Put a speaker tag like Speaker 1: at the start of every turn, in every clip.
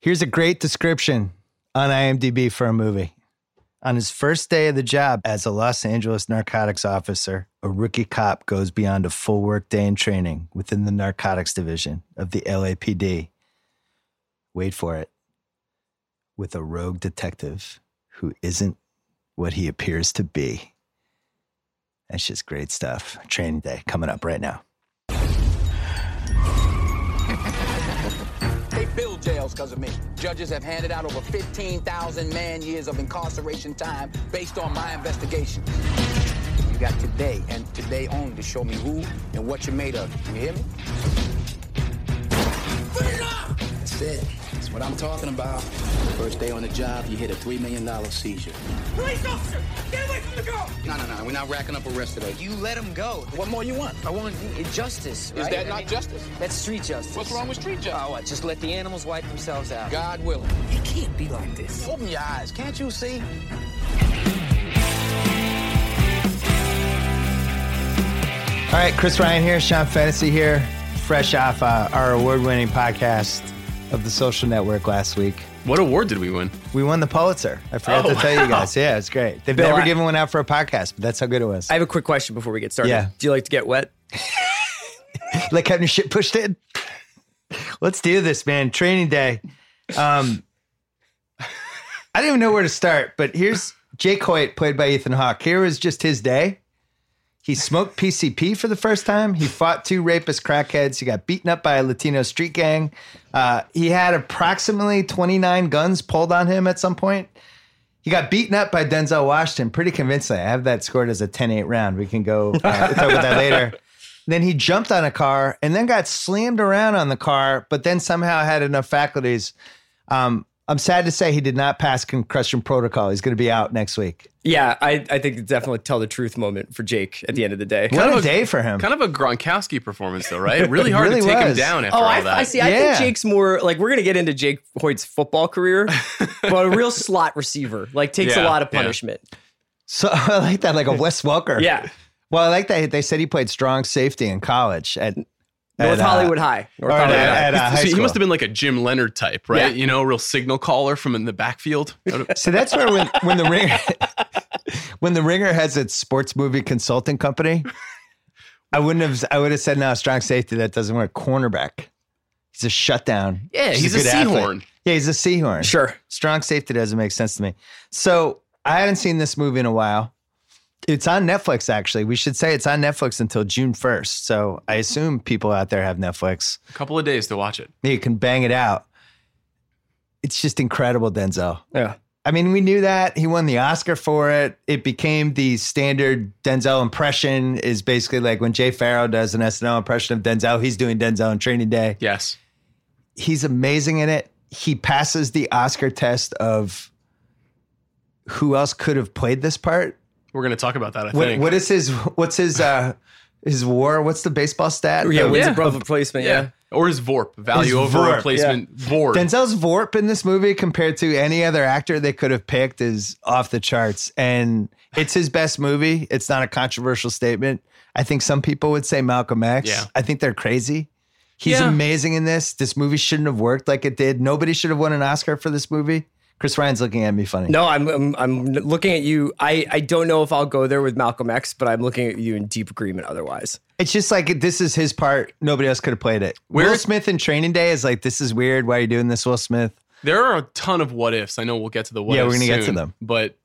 Speaker 1: Here's a great description on IMDb for a movie. On his first day of the job as a Los Angeles narcotics officer, a rookie cop goes beyond a full work day in training within the narcotics division of the LAPD. Wait for it. With a rogue detective who isn't what he appears to be. That's just great stuff. Training day coming up right now.
Speaker 2: They build jails because of me. Judges have handed out over 15,000 man years of incarceration time based on my investigation. You got today and today only to show me who and what you're made of. You hear me? That's it. That's what I'm talking about. First day on the job, you hit a $3 million seizure.
Speaker 3: Police officer, get away from the girl!
Speaker 2: No, no, no. We're not racking up arrests today.
Speaker 4: You let him go.
Speaker 2: What more you want?
Speaker 4: I want justice.
Speaker 2: Is
Speaker 4: right?
Speaker 2: that
Speaker 4: I
Speaker 2: not
Speaker 4: mean,
Speaker 2: justice?
Speaker 4: That's street justice.
Speaker 2: What's wrong with street
Speaker 4: Oh,
Speaker 2: justice?
Speaker 4: what? Just let the animals wipe themselves out.
Speaker 2: God willing.
Speaker 3: It can't be like this.
Speaker 2: Open your eyes. Can't you see?
Speaker 1: All right, Chris Ryan here, Sean Fantasy here, fresh off uh, our award winning podcast of the social network last week.
Speaker 5: What award did we win?
Speaker 1: We won the Pulitzer. I forgot to
Speaker 5: Oh,
Speaker 1: tell you
Speaker 5: wow.
Speaker 1: guys. Yeah, it's great. They've
Speaker 6: Bill,
Speaker 1: never
Speaker 6: I-
Speaker 1: given one out for a podcast, but that's how good it was.
Speaker 6: I have a quick question before we get started.
Speaker 1: Yeah.
Speaker 6: Do you like to get wet?
Speaker 1: like having your shit pushed in. Let's do this, man. Training day. Um, I don't even know where to start, but here's Jake Hoyt, played by Ethan Hawke. Here was just his day. He smoked PCP for the first time. He fought two rapist crackheads. He got beaten up by a Latino street gang. Uh, he had approximately 29 guns pulled on him at some point. He got beaten up by Denzel Washington pretty convincingly. I have that scored as a 10 8 round. We can go uh, talk about that later. Then he jumped on a car and then got slammed around on the car, but then somehow had enough faculties. Um, I'm sad to say he did not pass concussion protocol. He's going to be out next week.
Speaker 6: Yeah, I, I think it's definitely tell the truth moment for Jake at the end of the day.
Speaker 1: What
Speaker 5: Kind
Speaker 1: a
Speaker 5: of a-
Speaker 1: day for him.
Speaker 5: Kind of a Gronkowski performance, though, right? Really hard
Speaker 1: really
Speaker 5: to take
Speaker 1: was.
Speaker 5: him down after
Speaker 6: Oh,
Speaker 5: all
Speaker 6: I,
Speaker 5: that.
Speaker 6: I see. I
Speaker 1: Yeah.
Speaker 6: think Jake's more like we're gonna get into Jake Hoyt's football career, but a real slot receiver like takes a
Speaker 5: Yeah,
Speaker 6: lot of
Speaker 5: yeah.
Speaker 6: punishment.
Speaker 1: so I like that, like a Wes Welker.
Speaker 6: Yeah,
Speaker 1: Well, I like that they said he played strong safety in college at
Speaker 6: North
Speaker 1: at, uh,
Speaker 6: Hollywood High. North
Speaker 1: or at,
Speaker 6: Hollywood High.
Speaker 1: at, uh, high
Speaker 5: So he
Speaker 1: school.
Speaker 5: must have been like a Jim Leonard type, right?
Speaker 6: Yeah.
Speaker 5: You know, real signal caller from in the backfield.
Speaker 1: So that's where when, when the ringer when the ringer has its sports movie consulting company, I wouldn't have I would have said no strong safety that doesn't work cornerback. He's a shutdown.
Speaker 5: Yeah, he's a
Speaker 1: good athlete.
Speaker 5: seahorn.
Speaker 1: Yeah, he's a seahorn.
Speaker 6: Sure.
Speaker 1: Strong safety doesn't make sense to me. So I hadn't seen this movie in a while. It's on Netflix actually. We should say it's on Netflix until June first. So I assume people out there have Netflix.
Speaker 5: a couple of days to watch it.
Speaker 1: You can bang it out. It's just incredible, Denzel.
Speaker 6: Yeah.
Speaker 1: I mean, we knew that he won the Oscar for it. It became the standard Denzel impression. Is basically like when Jay Farrow does an SNL impression of Denzel, he's doing Denzel in Training Day.
Speaker 5: Yes.
Speaker 1: He's amazing in it. He passes the Oscar test of who else could have played this part.
Speaker 5: We're going to talk about that, I
Speaker 1: What,
Speaker 5: think.
Speaker 1: what is his? What's his? uh His war? What's the baseball stat?
Speaker 6: Yeah,
Speaker 1: The-
Speaker 6: wins
Speaker 5: yeah.
Speaker 6: above replacement. Yeah.
Speaker 5: Or his VORP, value
Speaker 1: His
Speaker 5: over
Speaker 1: VORP,
Speaker 5: replacement, VORP.
Speaker 1: Denzel's VORP in this movie compared to any other actor they could have picked is off the charts. And it's his best movie. It's not a controversial statement. I think some people would say Malcolm X.
Speaker 5: Yeah.
Speaker 1: I think they're crazy. He's
Speaker 5: Yeah.
Speaker 1: amazing in this. This movie shouldn't have worked like it did. Nobody should have won an Oscar for this movie. Chris Ryan's looking at me funny.
Speaker 6: No, I'm, I'm I'm looking at you. I I don't know if I'll go there with Malcolm X, but I'm looking at you in deep agreement. Otherwise,
Speaker 1: It's just like this is his part. Nobody else could have played it. Will
Speaker 5: Where-
Speaker 1: Smith in Training Day is like, this is weird. Why are you doing this, Will Smith?
Speaker 5: There are a ton of what ifs. I know we'll get to the what
Speaker 1: Yeah, we're
Speaker 5: ifs
Speaker 1: gonna get to
Speaker 5: soon,
Speaker 1: them.
Speaker 5: But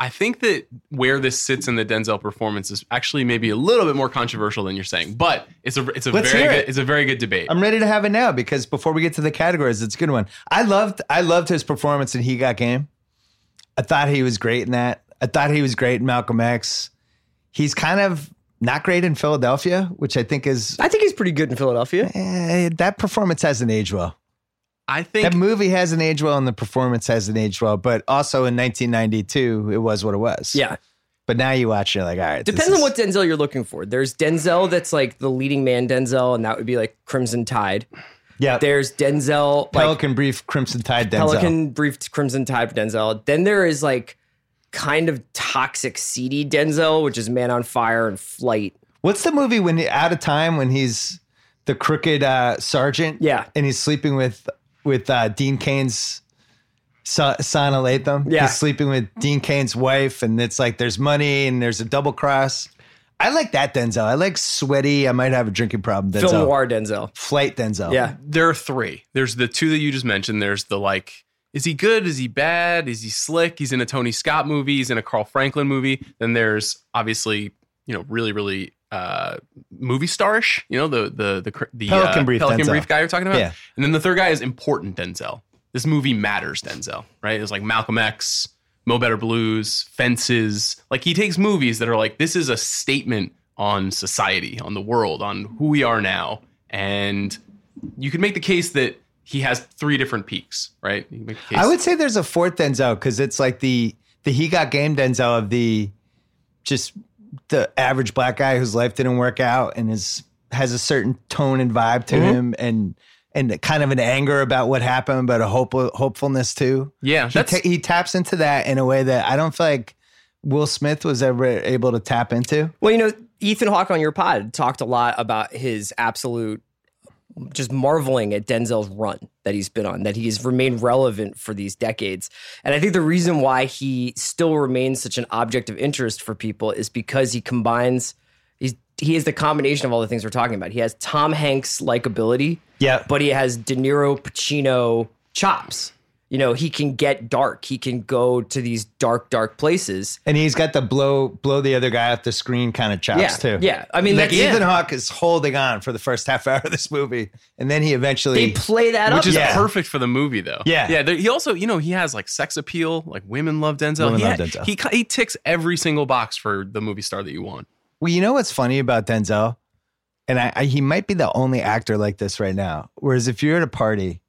Speaker 5: I think that where this sits in the Denzel performance is actually maybe a little bit more controversial than you're saying. But it's a it's a
Speaker 1: Let's
Speaker 5: very
Speaker 1: hear
Speaker 5: good
Speaker 1: it.
Speaker 5: it's a very good debate.
Speaker 1: I'm ready to have it now because before we get to the categories, it's a good one. I loved I loved his performance in He Got Game. I thought he was great in that. I thought he was great in Malcolm X. He's kind of not great in Philadelphia, which I think is
Speaker 6: I think he's pretty good in Philadelphia.
Speaker 1: eh, that performance hasn't aged well.
Speaker 5: I think
Speaker 1: That movie hasn't aged well, and the performance hasn't aged well. But also in 1992, it was what it was.
Speaker 6: Yeah.
Speaker 1: But now you watch, it, you're like, all right. this
Speaker 6: Depends on
Speaker 1: is-
Speaker 6: what Denzel you're looking for. There's Denzel that's like the leading man Denzel, and that would be like Crimson Tide.
Speaker 1: Yeah.
Speaker 6: There's Denzel like
Speaker 1: Pelican Brief, Crimson Tide, Denzel.
Speaker 6: Pelican briefed Crimson Tide Denzel. Then there is like kind of toxic seedy Denzel, which is Man on Fire and Flight.
Speaker 1: What's the movie when he- out of time when he's the crooked uh, sergeant?
Speaker 6: Yeah.
Speaker 1: and he's sleeping with with uh, Dean Kane's so- Sana Latham.
Speaker 6: Yeah.
Speaker 1: He's sleeping with Dean Kane's wife, and it's like there's money and there's a double cross. I like that Denzel. I like sweaty. I might have a drinking problem. Denzel.
Speaker 6: Film noir Denzel.
Speaker 1: Flight Denzel.
Speaker 6: Yeah.
Speaker 5: There are three. There's the two that you just mentioned. There's the like, is he good? Is he bad? Is he slick? He's in a Tony Scott movie. He's in a Carl Franklin movie. Then there's obviously, you know, really, really uh movie starish. You know, the the the cr- the
Speaker 1: Pelican
Speaker 5: uh,
Speaker 1: Brief
Speaker 5: Pelican
Speaker 1: Denzel.
Speaker 5: Brief guy you're talking about.
Speaker 1: Yeah.
Speaker 5: And then the third guy is important Denzel. This movie matters, Denzel. Right? It's like Malcolm X, Mo Better Blues, Fences. Like he takes movies that are like this is a statement on society, on the world, on who we are now, and you could make the case that he has three different peaks, right? You can make the case.
Speaker 1: I would say there's a fourth Denzel because it's like the the he got game Denzel of the just the average black guy whose life didn't work out and is has a certain tone and vibe to him and and kind of an anger about what happened, but a hope hopefulness too.
Speaker 5: yeah,
Speaker 1: He,
Speaker 5: that's
Speaker 1: ta- he taps into that in a way that I don't feel like Will Smith was ever able to tap into.
Speaker 6: Well, you know, Ethan Hawke on your pod talked a lot about his absolute just marveling at Denzel's run that he's been on, that he has remained relevant for these decades. And I think the reason why he still remains such an object of interest for people is because he combines he's he is the combination of all the things we're talking about. He has Tom Hanks likability,
Speaker 1: Yeah.
Speaker 6: but he has De Niro Pacino chops. You know, he can get dark. He can go to these dark, dark places.
Speaker 1: And he's got the blow blow the other guy off the screen kind of chops
Speaker 6: yeah,
Speaker 1: too.
Speaker 6: yeah. I mean,
Speaker 1: Like
Speaker 6: that's,
Speaker 1: Ethan Hawke is holding on for the first half hour of this movie, and then he eventually
Speaker 6: they play that up.
Speaker 5: which is
Speaker 1: Yeah.
Speaker 5: perfect for the movie though.
Speaker 1: Yeah.
Speaker 5: yeah. there- He also, you know, he has like sex appeal, like women love Denzel.
Speaker 1: Women
Speaker 5: he,
Speaker 1: love
Speaker 5: ha-
Speaker 1: Denzel.
Speaker 5: He, he ticks every single box for the movie star that you want.
Speaker 1: Well, you know what's funny about Denzel, and I, I he might be the only actor like this right now. Whereas if you're at a party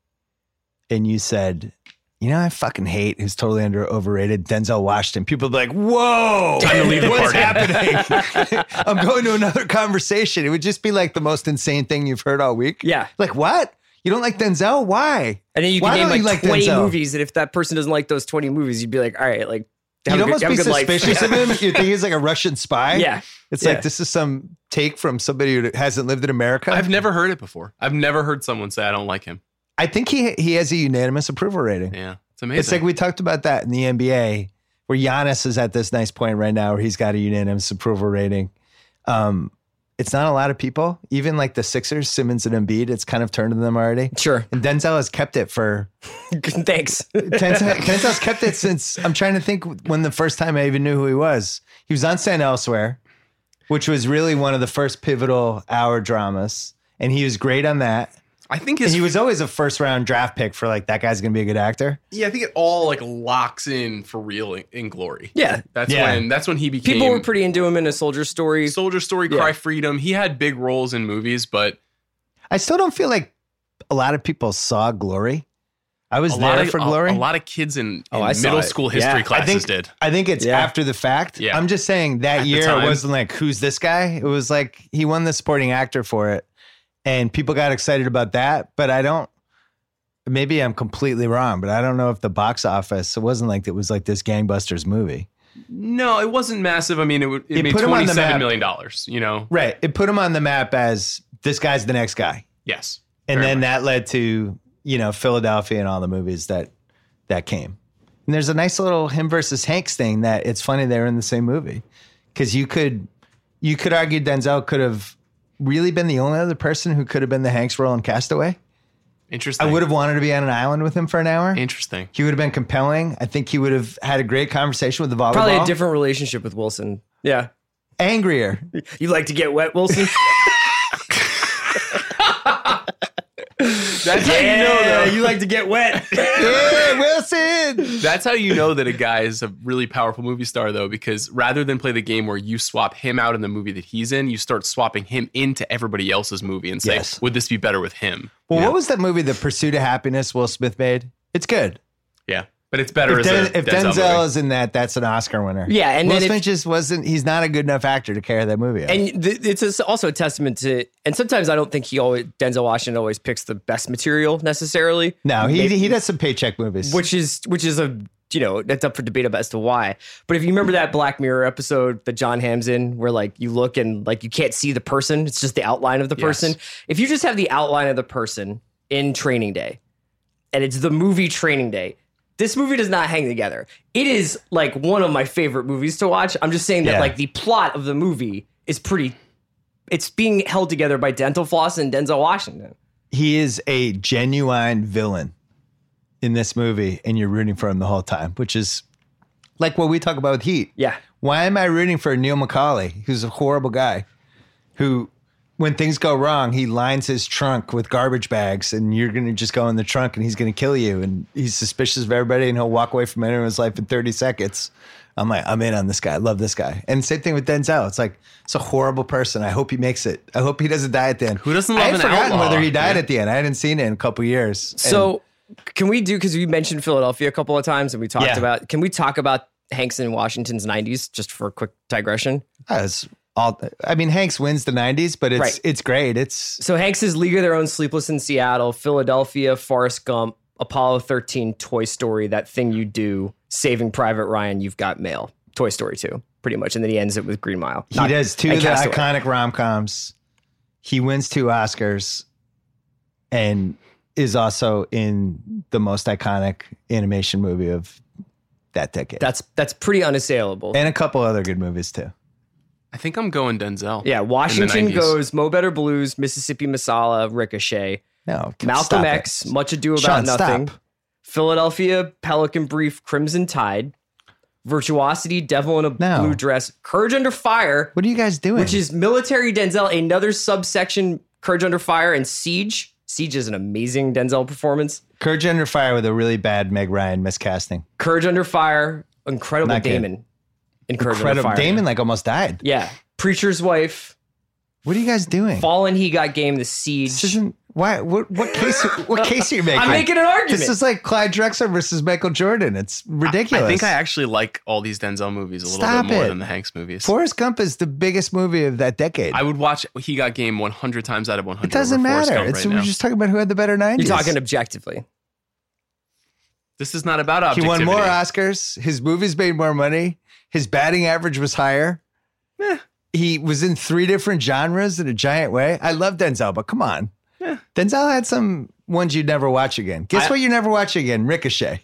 Speaker 1: and you said, "You know, I fucking hate who's totally under overrated Denzel Washington," people would be like, "Whoa,
Speaker 5: Time to leave the
Speaker 1: what's
Speaker 5: party."
Speaker 1: happening?" I'm going to another conversation. It would just be like the most insane thing you've heard all week.
Speaker 6: Yeah.
Speaker 1: like what? You don't like Denzel? Why?
Speaker 6: And then you
Speaker 1: Why
Speaker 6: can name
Speaker 1: don't
Speaker 6: like,
Speaker 1: you like
Speaker 6: 20
Speaker 1: Denzel?
Speaker 6: movies. And if that person doesn't like those 20 movies, you'd be like, all right, like, have
Speaker 1: You'd
Speaker 6: a
Speaker 1: almost
Speaker 6: good, have
Speaker 1: be
Speaker 6: a good life.
Speaker 1: suspicious of him. You think he's like a Russian spy?
Speaker 6: Yeah.
Speaker 1: It's
Speaker 6: Yeah.
Speaker 1: like this is some take from somebody who hasn't lived in America.
Speaker 5: I've never heard it before. I've never heard someone say I don't like him.
Speaker 1: I think he he has a unanimous approval rating.
Speaker 5: Yeah, it's amazing.
Speaker 1: It's like we talked about that in the NBA, where Giannis is at this nice point right now where he's got a unanimous approval rating. Um, it's not a lot of people, even like the Sixers, Simmons and Embiid. It's kind of turned to them already.
Speaker 6: Sure.
Speaker 1: And Denzel has kept it for
Speaker 6: Thanks.
Speaker 1: Denzel, Denzel's kept it since I'm trying to think when the first time I even knew who he was. He was on Stand Elsewhere, which was really one of the first pivotal hour dramas, and he was great on that.
Speaker 5: I think
Speaker 1: And
Speaker 5: his
Speaker 1: he was always a first round draft pick for like that guy's gonna be a good actor.
Speaker 5: Yeah, I think it all like locks in for real in, in glory.
Speaker 6: Yeah.
Speaker 5: that's
Speaker 1: Yeah.
Speaker 5: when that's when he became.
Speaker 6: People were pretty into him in a soldier story.
Speaker 5: Soldier Story, Cry Freedom. He had big roles in movies, but
Speaker 1: I still don't feel like a lot of people saw Glory. I was
Speaker 5: a
Speaker 1: there
Speaker 5: lot of
Speaker 1: for
Speaker 5: a-
Speaker 1: Glory. Oh,
Speaker 5: A, lot of kids in, in
Speaker 6: I saw
Speaker 5: middle
Speaker 6: it.
Speaker 5: school history
Speaker 6: Yeah.
Speaker 5: classes
Speaker 1: I think
Speaker 5: did.
Speaker 1: I think it's
Speaker 6: Yeah.
Speaker 1: after the fact.
Speaker 5: Yeah.
Speaker 1: I'm just saying that
Speaker 5: the
Speaker 1: year it
Speaker 5: time.
Speaker 1: wasn't like who's this guy. It was like he won the supporting actor for it, and people got excited about that. But I don't. Maybe I'm completely wrong, but I don't know if the box office. It wasn't like it was like this gangbusters movie.
Speaker 5: No, it wasn't massive. I mean, it, would- it
Speaker 1: It
Speaker 5: made
Speaker 1: put him on
Speaker 5: twenty
Speaker 1: the map.
Speaker 5: seven million dollars. You know,
Speaker 1: Right. It put him on the map as this guy's the next guy,
Speaker 5: yes,
Speaker 1: and
Speaker 5: Very
Speaker 1: then
Speaker 5: much.
Speaker 1: that led to you know Philadelphia and all the movies that that came. And there's a nice little him versus Hanks thing that it's funny they're in the same movie because you could you could argue Denzel could have really been the only other person who could have been the Hanks role in Castaway. I
Speaker 5: interesting.
Speaker 1: would have wanted to be on an island with him for an hour.
Speaker 5: interesting.
Speaker 1: He would have been compelling. I think he would have had a great conversation with the volleyball.
Speaker 6: Probably a different relationship with Wilson. Yeah.
Speaker 1: angrier.
Speaker 6: You like to get wet, Wilson?
Speaker 5: That's how you know
Speaker 6: yeah,
Speaker 5: though.
Speaker 6: you like to get wet.
Speaker 1: yeah, Wilson.
Speaker 5: That's how you know that a guy is a really powerful movie star, though, because rather than play the game where you swap him out in the movie that he's in, you start swapping him into everybody else's movie and say,
Speaker 1: Yes.
Speaker 5: "Would this be better with him?"
Speaker 1: Well,
Speaker 5: Yeah.
Speaker 1: what was that movie, The Pursuit of Happiness? Will Smith made. It's good.
Speaker 5: Yeah, but it's better
Speaker 1: If,
Speaker 5: as
Speaker 1: Den-
Speaker 5: a
Speaker 1: if
Speaker 5: Denzel,
Speaker 1: Denzel,
Speaker 5: movie.
Speaker 1: is in that, that's an Oscar winner.
Speaker 6: Yeah, and
Speaker 1: Will
Speaker 6: then if-
Speaker 1: Smith just wasn't. He's not a good enough actor to carry that movie. off.
Speaker 6: And th- it's just also a testament to, and sometimes I don't think he always, Denzel Washington always picks the best material necessarily.
Speaker 1: no, he
Speaker 6: Maybe-
Speaker 1: he does some paycheck movies.
Speaker 6: which is which is a you know that's up for debate as to why. But if you remember that Black Mirror episode that John Hamm's in, where like you look and like you can't see the person, it's just the outline of the
Speaker 5: Yes.
Speaker 6: person. If you just have the outline of the person in Training Day, and it's the movie Training Day. This movie does not hang together. It is like one of my favorite movies to watch. I'm just saying that
Speaker 1: Yeah.
Speaker 6: like the plot of the movie is pretty. It's being held together by dental floss and Denzel Washington.
Speaker 1: He is a genuine villain in this movie, and you're rooting for him the whole time, which is like what we talk about with Heat.
Speaker 6: Yeah.
Speaker 1: Why am I rooting for Neil McCauley, who's a horrible guy, who, when things go wrong, he lines his trunk with garbage bags, and you're gonna just go in the trunk, and he's gonna kill you, and he's suspicious of everybody, and he'll walk away from everyone's life in 30 seconds. I'm like, I'm in on this guy. I love this guy. And same thing with Denzel. It's like, it's a horrible person. I hope he makes it. I hope he doesn't die at the end.
Speaker 5: Who doesn't
Speaker 1: I
Speaker 5: love
Speaker 1: had
Speaker 5: an
Speaker 1: forgotten
Speaker 5: outlaw,
Speaker 1: whether he died
Speaker 5: right?
Speaker 1: at the end. I hadn't seen it in a couple years. And
Speaker 6: So can we do because we mentioned Philadelphia a couple of times and we talked
Speaker 1: Yeah.
Speaker 6: about can we talk about Hanks and Washington's 90s just for a quick digression?
Speaker 1: yeah, it's all. I mean, Hanks wins the '90s, but it's
Speaker 6: Right.
Speaker 1: it's great. It's
Speaker 6: So Hanks is League of Their Own, Sleepless in Seattle, Philadelphia, Forrest Gump, Apollo 13, Toy Story, That Thing You Do, Saving Private Ryan, You've Got Mail, Toy Story 2, pretty much. And then he ends it with Green Mile.
Speaker 1: He does two
Speaker 6: and
Speaker 1: of the
Speaker 6: Castaway.
Speaker 1: iconic rom coms. He wins two Oscars and is also in the most iconic animation movie of that decade.
Speaker 6: That's that's pretty unassailable.
Speaker 1: and a couple other good movies too.
Speaker 5: I think I'm going Denzel.
Speaker 6: yeah,
Speaker 5: in the
Speaker 6: Washington
Speaker 5: 90s.
Speaker 6: goes Mo Better Blues, Mississippi Masala, Ricochet,
Speaker 1: No,
Speaker 6: Malcolm
Speaker 1: stop it.
Speaker 6: X, Much Ado About
Speaker 1: Sean,
Speaker 6: Nothing,
Speaker 1: stop.
Speaker 6: Philadelphia, Pelican Brief, Crimson Tide, Virtuosity, Devil in a
Speaker 1: No.
Speaker 6: Blue Dress, Courage Under Fire,
Speaker 1: What are you guys doing?
Speaker 6: which is military Denzel, another subsection, Courage Under Fire, and Siege. Siege is an amazing Denzel performance.
Speaker 1: Courage Under Fire with a really bad Meg Ryan miscasting.
Speaker 6: Courage Under Fire, incredible
Speaker 1: Not good.
Speaker 6: Damon. In Courage Under
Speaker 1: Incredible.
Speaker 6: Fire.
Speaker 1: Damon like almost died.
Speaker 6: Yeah. Preacher's Wife,
Speaker 1: What are you guys doing?
Speaker 6: Fallen He Got Game, The Siege.
Speaker 1: This isn't why. What, what case? What case are you making?
Speaker 6: I'm making an argument.
Speaker 1: This is like Clyde Drexler versus Michael Jordan. It's ridiculous.
Speaker 5: I think I actually like all these Denzel movies a little
Speaker 1: Stop
Speaker 5: bit more
Speaker 1: it.
Speaker 5: than the Hanks movies.
Speaker 1: Forrest Gump is the biggest movie of that decade.
Speaker 5: I would watch He Got Game 100 times out of 100.
Speaker 1: It doesn't
Speaker 5: over Forrest
Speaker 1: matter.
Speaker 5: Gump
Speaker 1: It's,
Speaker 5: right
Speaker 1: we're
Speaker 5: now.
Speaker 1: just talking about who had the better 90s.
Speaker 6: You're talking objectively.
Speaker 5: this is not about
Speaker 1: He
Speaker 5: objectivity.
Speaker 1: won more Oscars. His movies made more money. His batting average was higher. He was in three different genres in a giant way. I love Denzel, but come on. Denzel had some ones you'd never watch again. Guess
Speaker 5: I-
Speaker 1: what you never watch again? Ricochet.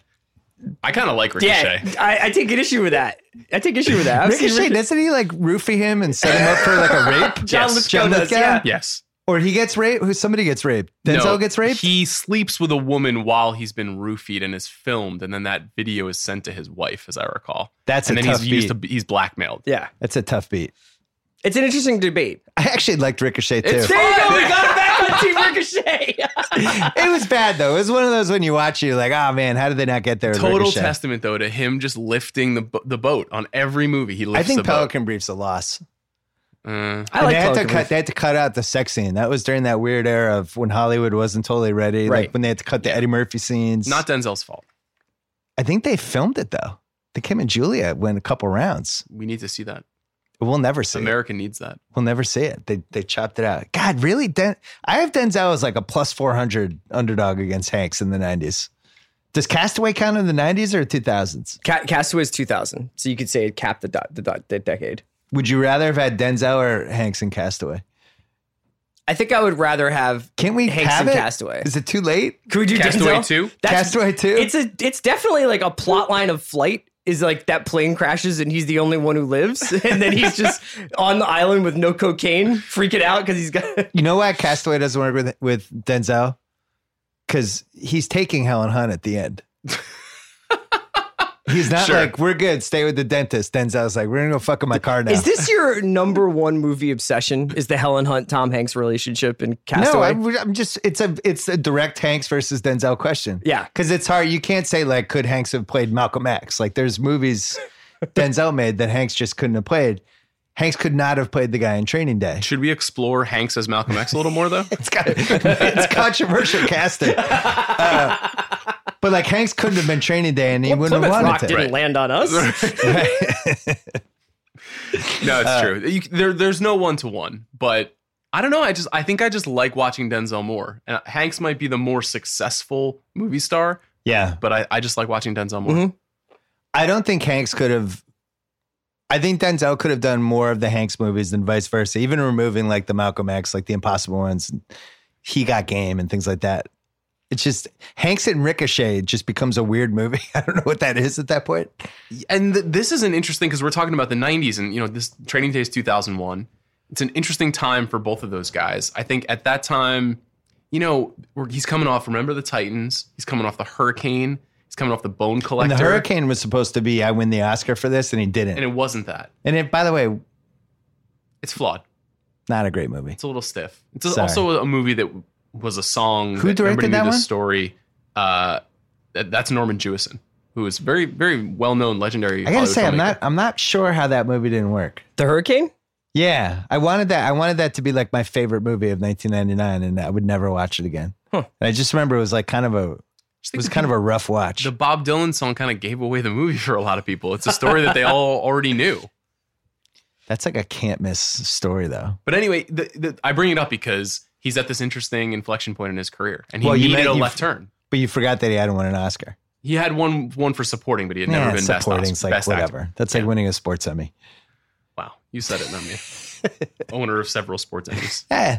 Speaker 5: I kind of like Ricochet.
Speaker 6: Yeah, I, I take an issue with that. I take issue with
Speaker 5: Oh,
Speaker 6: that. I've seen
Speaker 1: Ricochet,
Speaker 6: Ricochet-
Speaker 1: doesn't he like roofie him and set him up for like a rape?
Speaker 6: John
Speaker 5: Yes.
Speaker 6: Lithgow
Speaker 1: John
Speaker 6: does,
Speaker 1: Lithgow?
Speaker 6: yeah.
Speaker 5: Yes.
Speaker 1: Or he gets raped? Who somebody gets raped? Denzel
Speaker 5: No,
Speaker 1: gets raped?
Speaker 5: He sleeps with a woman while he's been roofied and is filmed, and then that video is sent to his wife, as I recall.
Speaker 1: That's
Speaker 5: and
Speaker 1: a
Speaker 5: then
Speaker 1: tough
Speaker 5: he's used
Speaker 1: beat.
Speaker 5: to he's blackmailed.
Speaker 6: Yeah.
Speaker 1: That's a tough beat.
Speaker 6: It's an interesting debate.
Speaker 1: I actually liked Ricochet too.
Speaker 5: It's
Speaker 6: There you go. We got it back on Team Ricochet.
Speaker 1: it was bad though. It was one of those when you watch it, you're like, oh man, how did they not get there? with
Speaker 5: Total
Speaker 1: Ricochet?"
Speaker 5: testament though to him just lifting the bo- the boat on every movie. He
Speaker 1: I
Speaker 5: lifts
Speaker 1: think
Speaker 5: the boat.
Speaker 1: Pelican Brief's a loss.
Speaker 6: I
Speaker 5: Uh,
Speaker 1: And
Speaker 6: like
Speaker 1: they had to
Speaker 6: Pelican
Speaker 1: cut.
Speaker 6: Brief.
Speaker 1: They had to cut out the sex scene. That was during that weird era of when Hollywood wasn't totally ready.
Speaker 6: Right.
Speaker 1: Like when they had to cut the Eddie Murphy scenes.
Speaker 5: not Denzel's fault.
Speaker 1: I think they filmed it though. They came and Julia went a couple rounds.
Speaker 5: We need to see that.
Speaker 1: We'll never see. it.
Speaker 5: America needs that.
Speaker 1: We'll never see it. They they chopped it out. God, really? Den- I have Denzel as like a plus four hundred underdog against Hanks in the nineties. Does Castaway count in the nineties or two thousands?
Speaker 6: Ca- Castaway is 2000, so you could say it capped the, do- the, do- the decade.
Speaker 1: Would you rather have had Denzel or Hanks in Castaway?
Speaker 6: I think I would rather have.
Speaker 1: Can we
Speaker 6: Hanks
Speaker 1: have
Speaker 6: and
Speaker 1: it?
Speaker 6: Castaway.
Speaker 1: Is it too late?
Speaker 6: Can we do
Speaker 5: Castaway
Speaker 6: Denzel?
Speaker 5: two?
Speaker 6: That's-
Speaker 1: Castaway too.
Speaker 6: It's a. It's definitely like a plot line of flight. Is like that plane crashes and he's the only one who lives, and then he's just on the island with no cocaine, freaking out because he's got.
Speaker 1: you know why Castaway doesn't work with with Denzel? Because he's taking Helen Hunt at the end. he's not
Speaker 5: Sure.
Speaker 1: like we're good. Stay with the dentist. Denzel's like we're gonna go fuck in my car now.
Speaker 6: Is this your number one movie obsession? Is the Helen Hunt Tom Hanks relationship and
Speaker 1: no,
Speaker 6: Castaway?
Speaker 1: I'm, I'm just it's a it's a direct Hanks versus Denzel question.
Speaker 6: Yeah.
Speaker 1: because it's hard. You can't say like could Hanks have played Malcolm X? Like there's movies Denzel made that Hanks just couldn't have played. Hanks could not have played the guy in Training Day.
Speaker 5: Should we explore Hanks as Malcolm X a little more though?
Speaker 1: It's got it's controversial casting. Uh, but like Hanks couldn't have been training day and he wouldn't have
Speaker 6: Plymouth
Speaker 1: wanted
Speaker 6: Rock
Speaker 1: to.
Speaker 6: didn't land on us.
Speaker 5: No, it's
Speaker 1: Uh,
Speaker 5: true. You, there, there's no one to one, but I don't know. I just, I think I just like watching Denzel more. And Hanks might be the more successful movie star,
Speaker 1: Yeah.
Speaker 5: but I, I just like watching Denzel more.
Speaker 1: Mm-hmm.
Speaker 6: Mhm.
Speaker 1: I don't think Hanks could have I think Denzel could have done more of the Hanks movies than vice versa, even removing like the Malcolm X, like the impossible ones. He got game and things like that. It's just Hanks and Ricochet just becomes a weird movie. I don't know what that is at that point.
Speaker 5: and th- this is an interesting because we're talking about the 90s and you know this training day is 2001 it's an interesting time for both of those guys i think at that time you know we're, he's coming off remember the titans he's coming off the hurricane he's coming off the bone
Speaker 1: And
Speaker 5: collector
Speaker 1: the Hurricane was supposed to be I win the Oscar for this, and he didn't.
Speaker 5: and it wasn't that
Speaker 1: And it, by the way,
Speaker 5: it's flawed
Speaker 1: not a great movie.
Speaker 5: it's a little stiff it's a-
Speaker 1: Sorry.
Speaker 5: also a movie that was a song
Speaker 1: Who
Speaker 5: that everybody
Speaker 1: directed
Speaker 5: knew
Speaker 1: that
Speaker 5: the
Speaker 1: one?
Speaker 5: story uh, that- that's norman jewison who is very very well known legendary
Speaker 1: I gotta
Speaker 5: Hollywood
Speaker 1: say, I'm
Speaker 5: filmmaker.
Speaker 1: not I'm not sure how that movie didn't work.
Speaker 6: The Hurricane?
Speaker 1: Yeah, I wanted that. I wanted that to be like my favorite movie of 1999, and I would never watch it again. And I just remember it was like kind of a
Speaker 5: Just
Speaker 1: it
Speaker 5: think
Speaker 1: was
Speaker 5: the
Speaker 1: kind of
Speaker 5: people-
Speaker 1: a rough watch.
Speaker 5: the Bob Dylan song kind of gave away the movie for a lot of people. It's a story that they all already knew.
Speaker 1: That's like a can't miss story, though.
Speaker 5: But anyway, the, the, I bring it up because he's at this interesting inflection point in his career, and he
Speaker 1: Well, you
Speaker 5: needed
Speaker 1: meant
Speaker 5: a
Speaker 1: you-
Speaker 5: left turn.
Speaker 1: But you forgot that he hadn't won an Oscar.
Speaker 5: He had one one for supporting, but he had never
Speaker 1: Yeah,
Speaker 5: been best,
Speaker 1: supporting's
Speaker 5: Oscar,
Speaker 1: like
Speaker 5: best
Speaker 1: whatever.
Speaker 5: actor.
Speaker 1: That's like winning a sports Emmy.
Speaker 5: Wow, you said it, not me. Owner of several sports entities.
Speaker 1: Eh.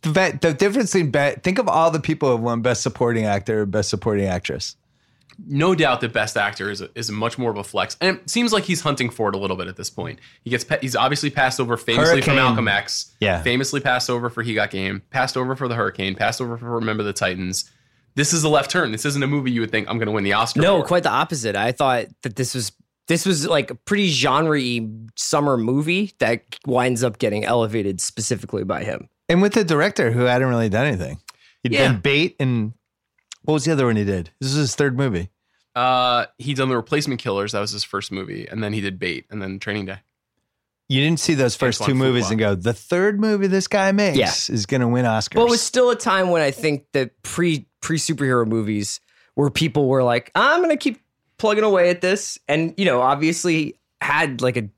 Speaker 1: The, bet, the difference in bet, think of all the people who have won Best Supporting Actor or Best Supporting Actress.
Speaker 5: No doubt that best actor is a, is much more of a flex, and it seems like he's hunting for it a little bit at this point. He gets pa- he's obviously passed over famously for
Speaker 1: Hurricane.
Speaker 5: Malcolm X,
Speaker 1: Yeah.
Speaker 5: famously passed over for He Got Game, passed over for The Hurricane, passed over for Remember the Titans. This is a left turn. This isn't a movie you would think I'm going to win the Oscar.
Speaker 6: No,
Speaker 5: for.
Speaker 6: quite the opposite. I thought that this was this was like a pretty genre-y summer movie that winds up getting elevated specifically by him.
Speaker 1: And with the director who hadn't really done anything. he had
Speaker 5: Yeah.
Speaker 1: done Bait and what was the other one he did? This is his third movie.
Speaker 5: Uh, he done the Replacement Killers. That was his first movie, and then he did Bait, and then Training Day.
Speaker 1: You didn't see those first two
Speaker 5: Antoine
Speaker 1: movies
Speaker 5: Fuqua.
Speaker 1: and go, the third movie this guy makes
Speaker 6: Yeah.
Speaker 1: is going to win Oscars.
Speaker 6: But it was still a time when I think that pre pre superhero movies where people were like, I'm gonna keep plugging away at this, and you know, obviously had like a.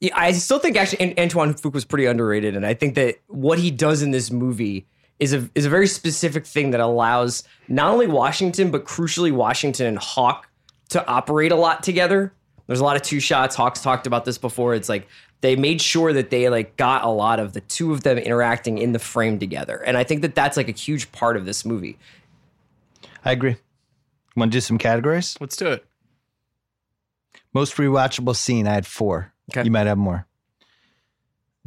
Speaker 6: Yeah, I still think actually An- Antoine Fuqua was pretty underrated, and I think that what he does in this movie is a is a very specific thing that allows not only Washington but crucially Washington and Hawk to operate a lot together. There's a lot of two shots. Hawk's talked about this before. It's like they made sure that they like got a lot of the two of them interacting in the frame together, and I think that that's like a huge part of this movie.
Speaker 1: I agree. Want to do some categories?
Speaker 5: Let's do it.
Speaker 1: Most rewatchable scene, I had four.
Speaker 6: Okay.
Speaker 1: You might have more.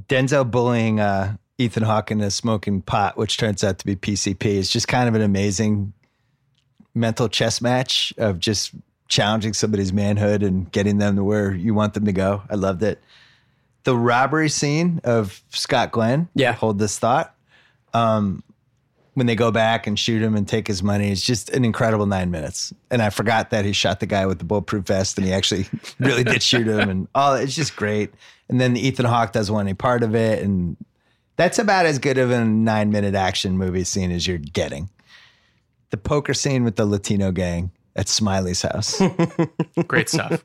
Speaker 1: Denzel bullying uh, Ethan Hawke into smoking pot, which turns out to be PCP, is just kind of an amazing mental chess match of just challenging somebody's manhood and getting them to where you want them to go. I loved it. The robbery scene of Scott Glenn.
Speaker 6: Yeah.
Speaker 1: Hold this thought. Um, when they go back and shoot him and take his money, it's just an incredible nine minutes. And I forgot that he shot the guy with the bulletproof vest and he actually really did shoot him and all it's just great. And then Ethan Hawke doesn't want any part of it. And that's about as good of a nine minute action movie scene as you're getting the poker scene with the Latino gang at Smiley's house
Speaker 5: Great stuff.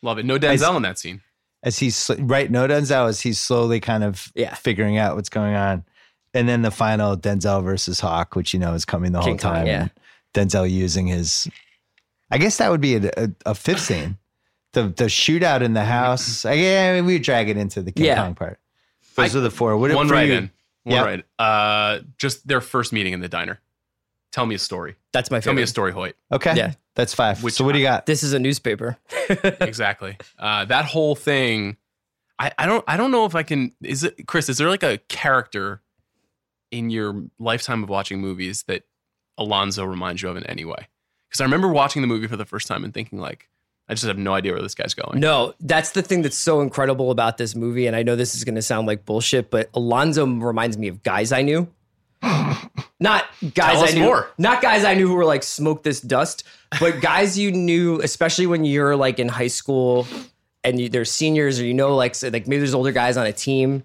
Speaker 5: Love it. No Denzel in that scene.
Speaker 1: as he's sl- right. No Denzel as he's slowly kind of
Speaker 6: Yeah.
Speaker 1: figuring out what's going on, and then the final Denzel versus Hawk, which you know is coming the whole
Speaker 6: King Kong,
Speaker 1: time.
Speaker 6: yeah.
Speaker 1: and Denzel using his, I guess that would be a, a, a fifth scene, the the shootout in the house. I, yeah, I mean, we drag it into the King
Speaker 6: Yeah.
Speaker 1: Kong part. Those are the four. What
Speaker 5: One
Speaker 1: for
Speaker 5: right
Speaker 1: you-
Speaker 5: in. One
Speaker 1: Yeah.
Speaker 5: right. Uh, just their first meeting in the diner. Tell me a story.
Speaker 6: That's my
Speaker 5: Tell me a
Speaker 6: favorite.
Speaker 5: story, Hoyt.
Speaker 1: Okay,
Speaker 6: Yeah.
Speaker 1: that's five.
Speaker 5: Which-
Speaker 1: so what do you got?
Speaker 6: This is a newspaper.
Speaker 5: exactly. Uh, that whole thing. I, I don't I don't know if I can is it Chris, is there like a character in your lifetime of watching movies that Alonzo reminds you of in any way? Because I remember watching the movie for the first time and thinking like, I just have no idea where this guy's going.
Speaker 6: No, that's the thing that's so incredible about this movie. And I know this is going to sound like bullshit, but Alonzo reminds me of guys I knew. not guys
Speaker 5: Tell us
Speaker 6: I knew.
Speaker 5: more.
Speaker 6: Not guys I knew who were like smoke this dust, but guys you knew, especially when you're like in high school and you, they're seniors or you know like so like maybe there's older guys on a team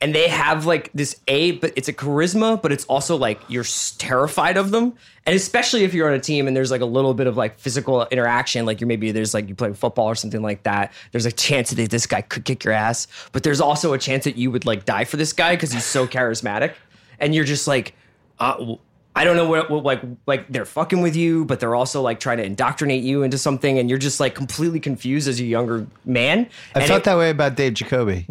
Speaker 6: and they have like this a but it's a charisma but it's also like you're s- terrified of them and especially if you're on a team and there's like a little bit of like physical interaction like you're maybe there's like you play football or something like that there's a chance that this guy could kick your ass but there's also a chance that you would like die for this guy because he's so charismatic and you're just like uh, w- I don't know what, what like like they're fucking with you, but they're also like trying to indoctrinate you into something, and you're just like completely confused as a younger man.
Speaker 1: I
Speaker 6: And
Speaker 1: felt
Speaker 6: it-
Speaker 1: that way about Dave Jacoby.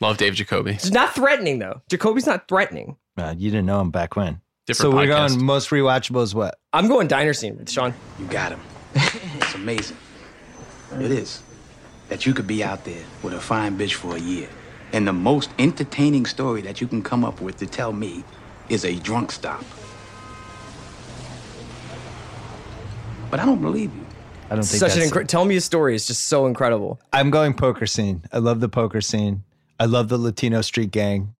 Speaker 5: Love Dave Jacoby.
Speaker 6: It's not threatening though. Jacoby's not threatening.
Speaker 1: Uh, you didn't know him back when.
Speaker 5: Different
Speaker 1: so we're
Speaker 5: podcast.
Speaker 1: going most rewatchable is what?
Speaker 6: I'm going diner scene with Sean.
Speaker 2: You got him. it's amazing. It is. That you could be out there with a fine bitch for a year. And the most entertaining story that you can come up with to tell me is a drunk stop. But I don't believe you.
Speaker 1: I don't think
Speaker 6: Such an
Speaker 1: that's
Speaker 6: incre- tell me a story is just so incredible.
Speaker 1: I'm going poker scene. I love the poker scene. I love the Latino street gang.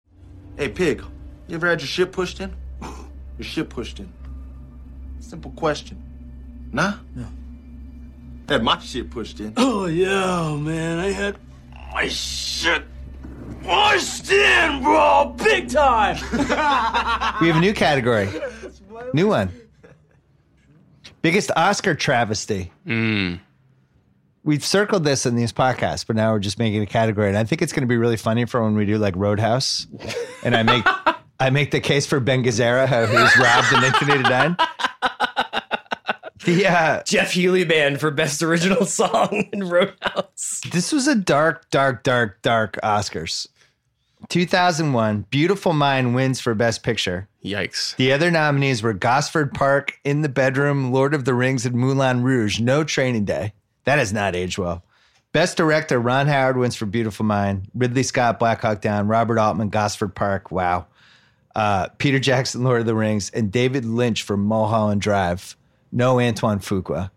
Speaker 7: Hey, pig, you ever had your shit pushed in? Your shit pushed in. Simple question. Nah? No. Had my shit pushed in.
Speaker 8: Oh yeah, man, I had my shit pushed in, bro, big time.
Speaker 1: We have a new category. New one. Biggest Oscar travesty. We've circled this in these podcasts, but now we're just making a category. And I think it's going to be really funny for when we do like Roadhouse. And I make I make the case for Ben Gazzara, who who was robbed in 1989. The, uh,
Speaker 6: Jeff Healy band for best original song in Roadhouse.
Speaker 1: this was a dark, dark, dark, dark Oscars. 2001, Beautiful Mind wins for Best Picture.
Speaker 5: Yikes.
Speaker 1: The other nominees were Gosford Park, In the Bedroom, Lord of the Rings, and Moulin Rouge. No Training Day. That has not aged well. Best Director, Ron Howard wins for Beautiful Mind. Ridley Scott, Black Hawk Down. Robert Altman, Gosford Park. Wow. Uh, Peter Jackson, Lord of the Rings. And David Lynch for Mulholland Drive. No Antoine Fuqua.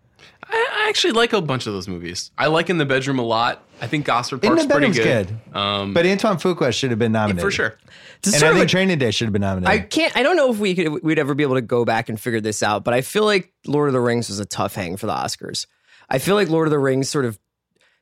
Speaker 5: I, I actually like a bunch of those movies. I like In the Bedroom a lot. I think Gosford
Speaker 1: In
Speaker 5: Park's
Speaker 1: the
Speaker 5: pretty
Speaker 1: Bedroom's
Speaker 5: good.
Speaker 1: good.
Speaker 5: Um,
Speaker 1: But Antoine Fuqua should have been nominated.
Speaker 5: for sure.
Speaker 6: It's
Speaker 1: And
Speaker 6: sort
Speaker 1: I
Speaker 6: of
Speaker 1: think
Speaker 6: a-
Speaker 1: Training Day should have been nominated.
Speaker 6: I can't. I don't know if we could we'd ever be able to go back and figure this out, but I feel like Lord of the Rings was a tough hang for the Oscars. I feel like Lord of the Rings sort of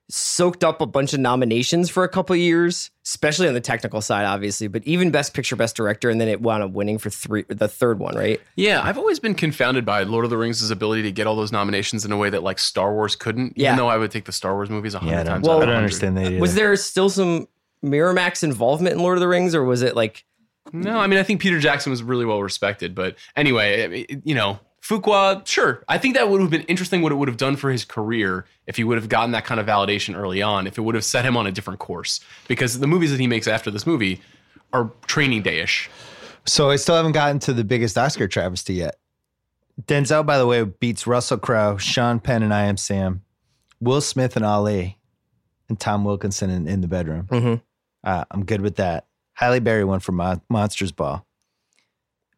Speaker 6: soaked up a bunch of nominations for a couple of years, especially on the technical side, obviously, but even Best Picture, Best Director, and then it wound up winning for three, the third one, right?
Speaker 5: Yeah, I've always been confounded by Lord of the Rings' ability to get all those nominations in a way that like Star Wars couldn't.
Speaker 6: Yeah.
Speaker 5: Even though I would take the Star Wars movies a hundred
Speaker 1: yeah, I don't,
Speaker 5: times. out
Speaker 1: I
Speaker 5: of
Speaker 1: don't
Speaker 5: 100.
Speaker 1: understand that either.
Speaker 6: Was there still some Miramax involvement in Lord of the Rings, or was it like
Speaker 5: No, I mean I think Peter Jackson was really well respected, but anyway, I mean, you know, Fuqua, sure. I think that would have been interesting what it would have done for his career if he would have gotten that kind of validation early on, if it would have set him on a different course. Because the movies that he makes after this movie are training day-ish.
Speaker 1: So I still haven't gotten to the biggest Oscar travesty yet. Denzel, by the way, beats Russell Crowe, Sean Penn, and I Am Sam, Will Smith and Ali, and Tom Wilkinson in, in the bedroom.
Speaker 6: Mhm.
Speaker 1: Uh, I'm good with that. Halle Berry won for Mon- Monsters Ball.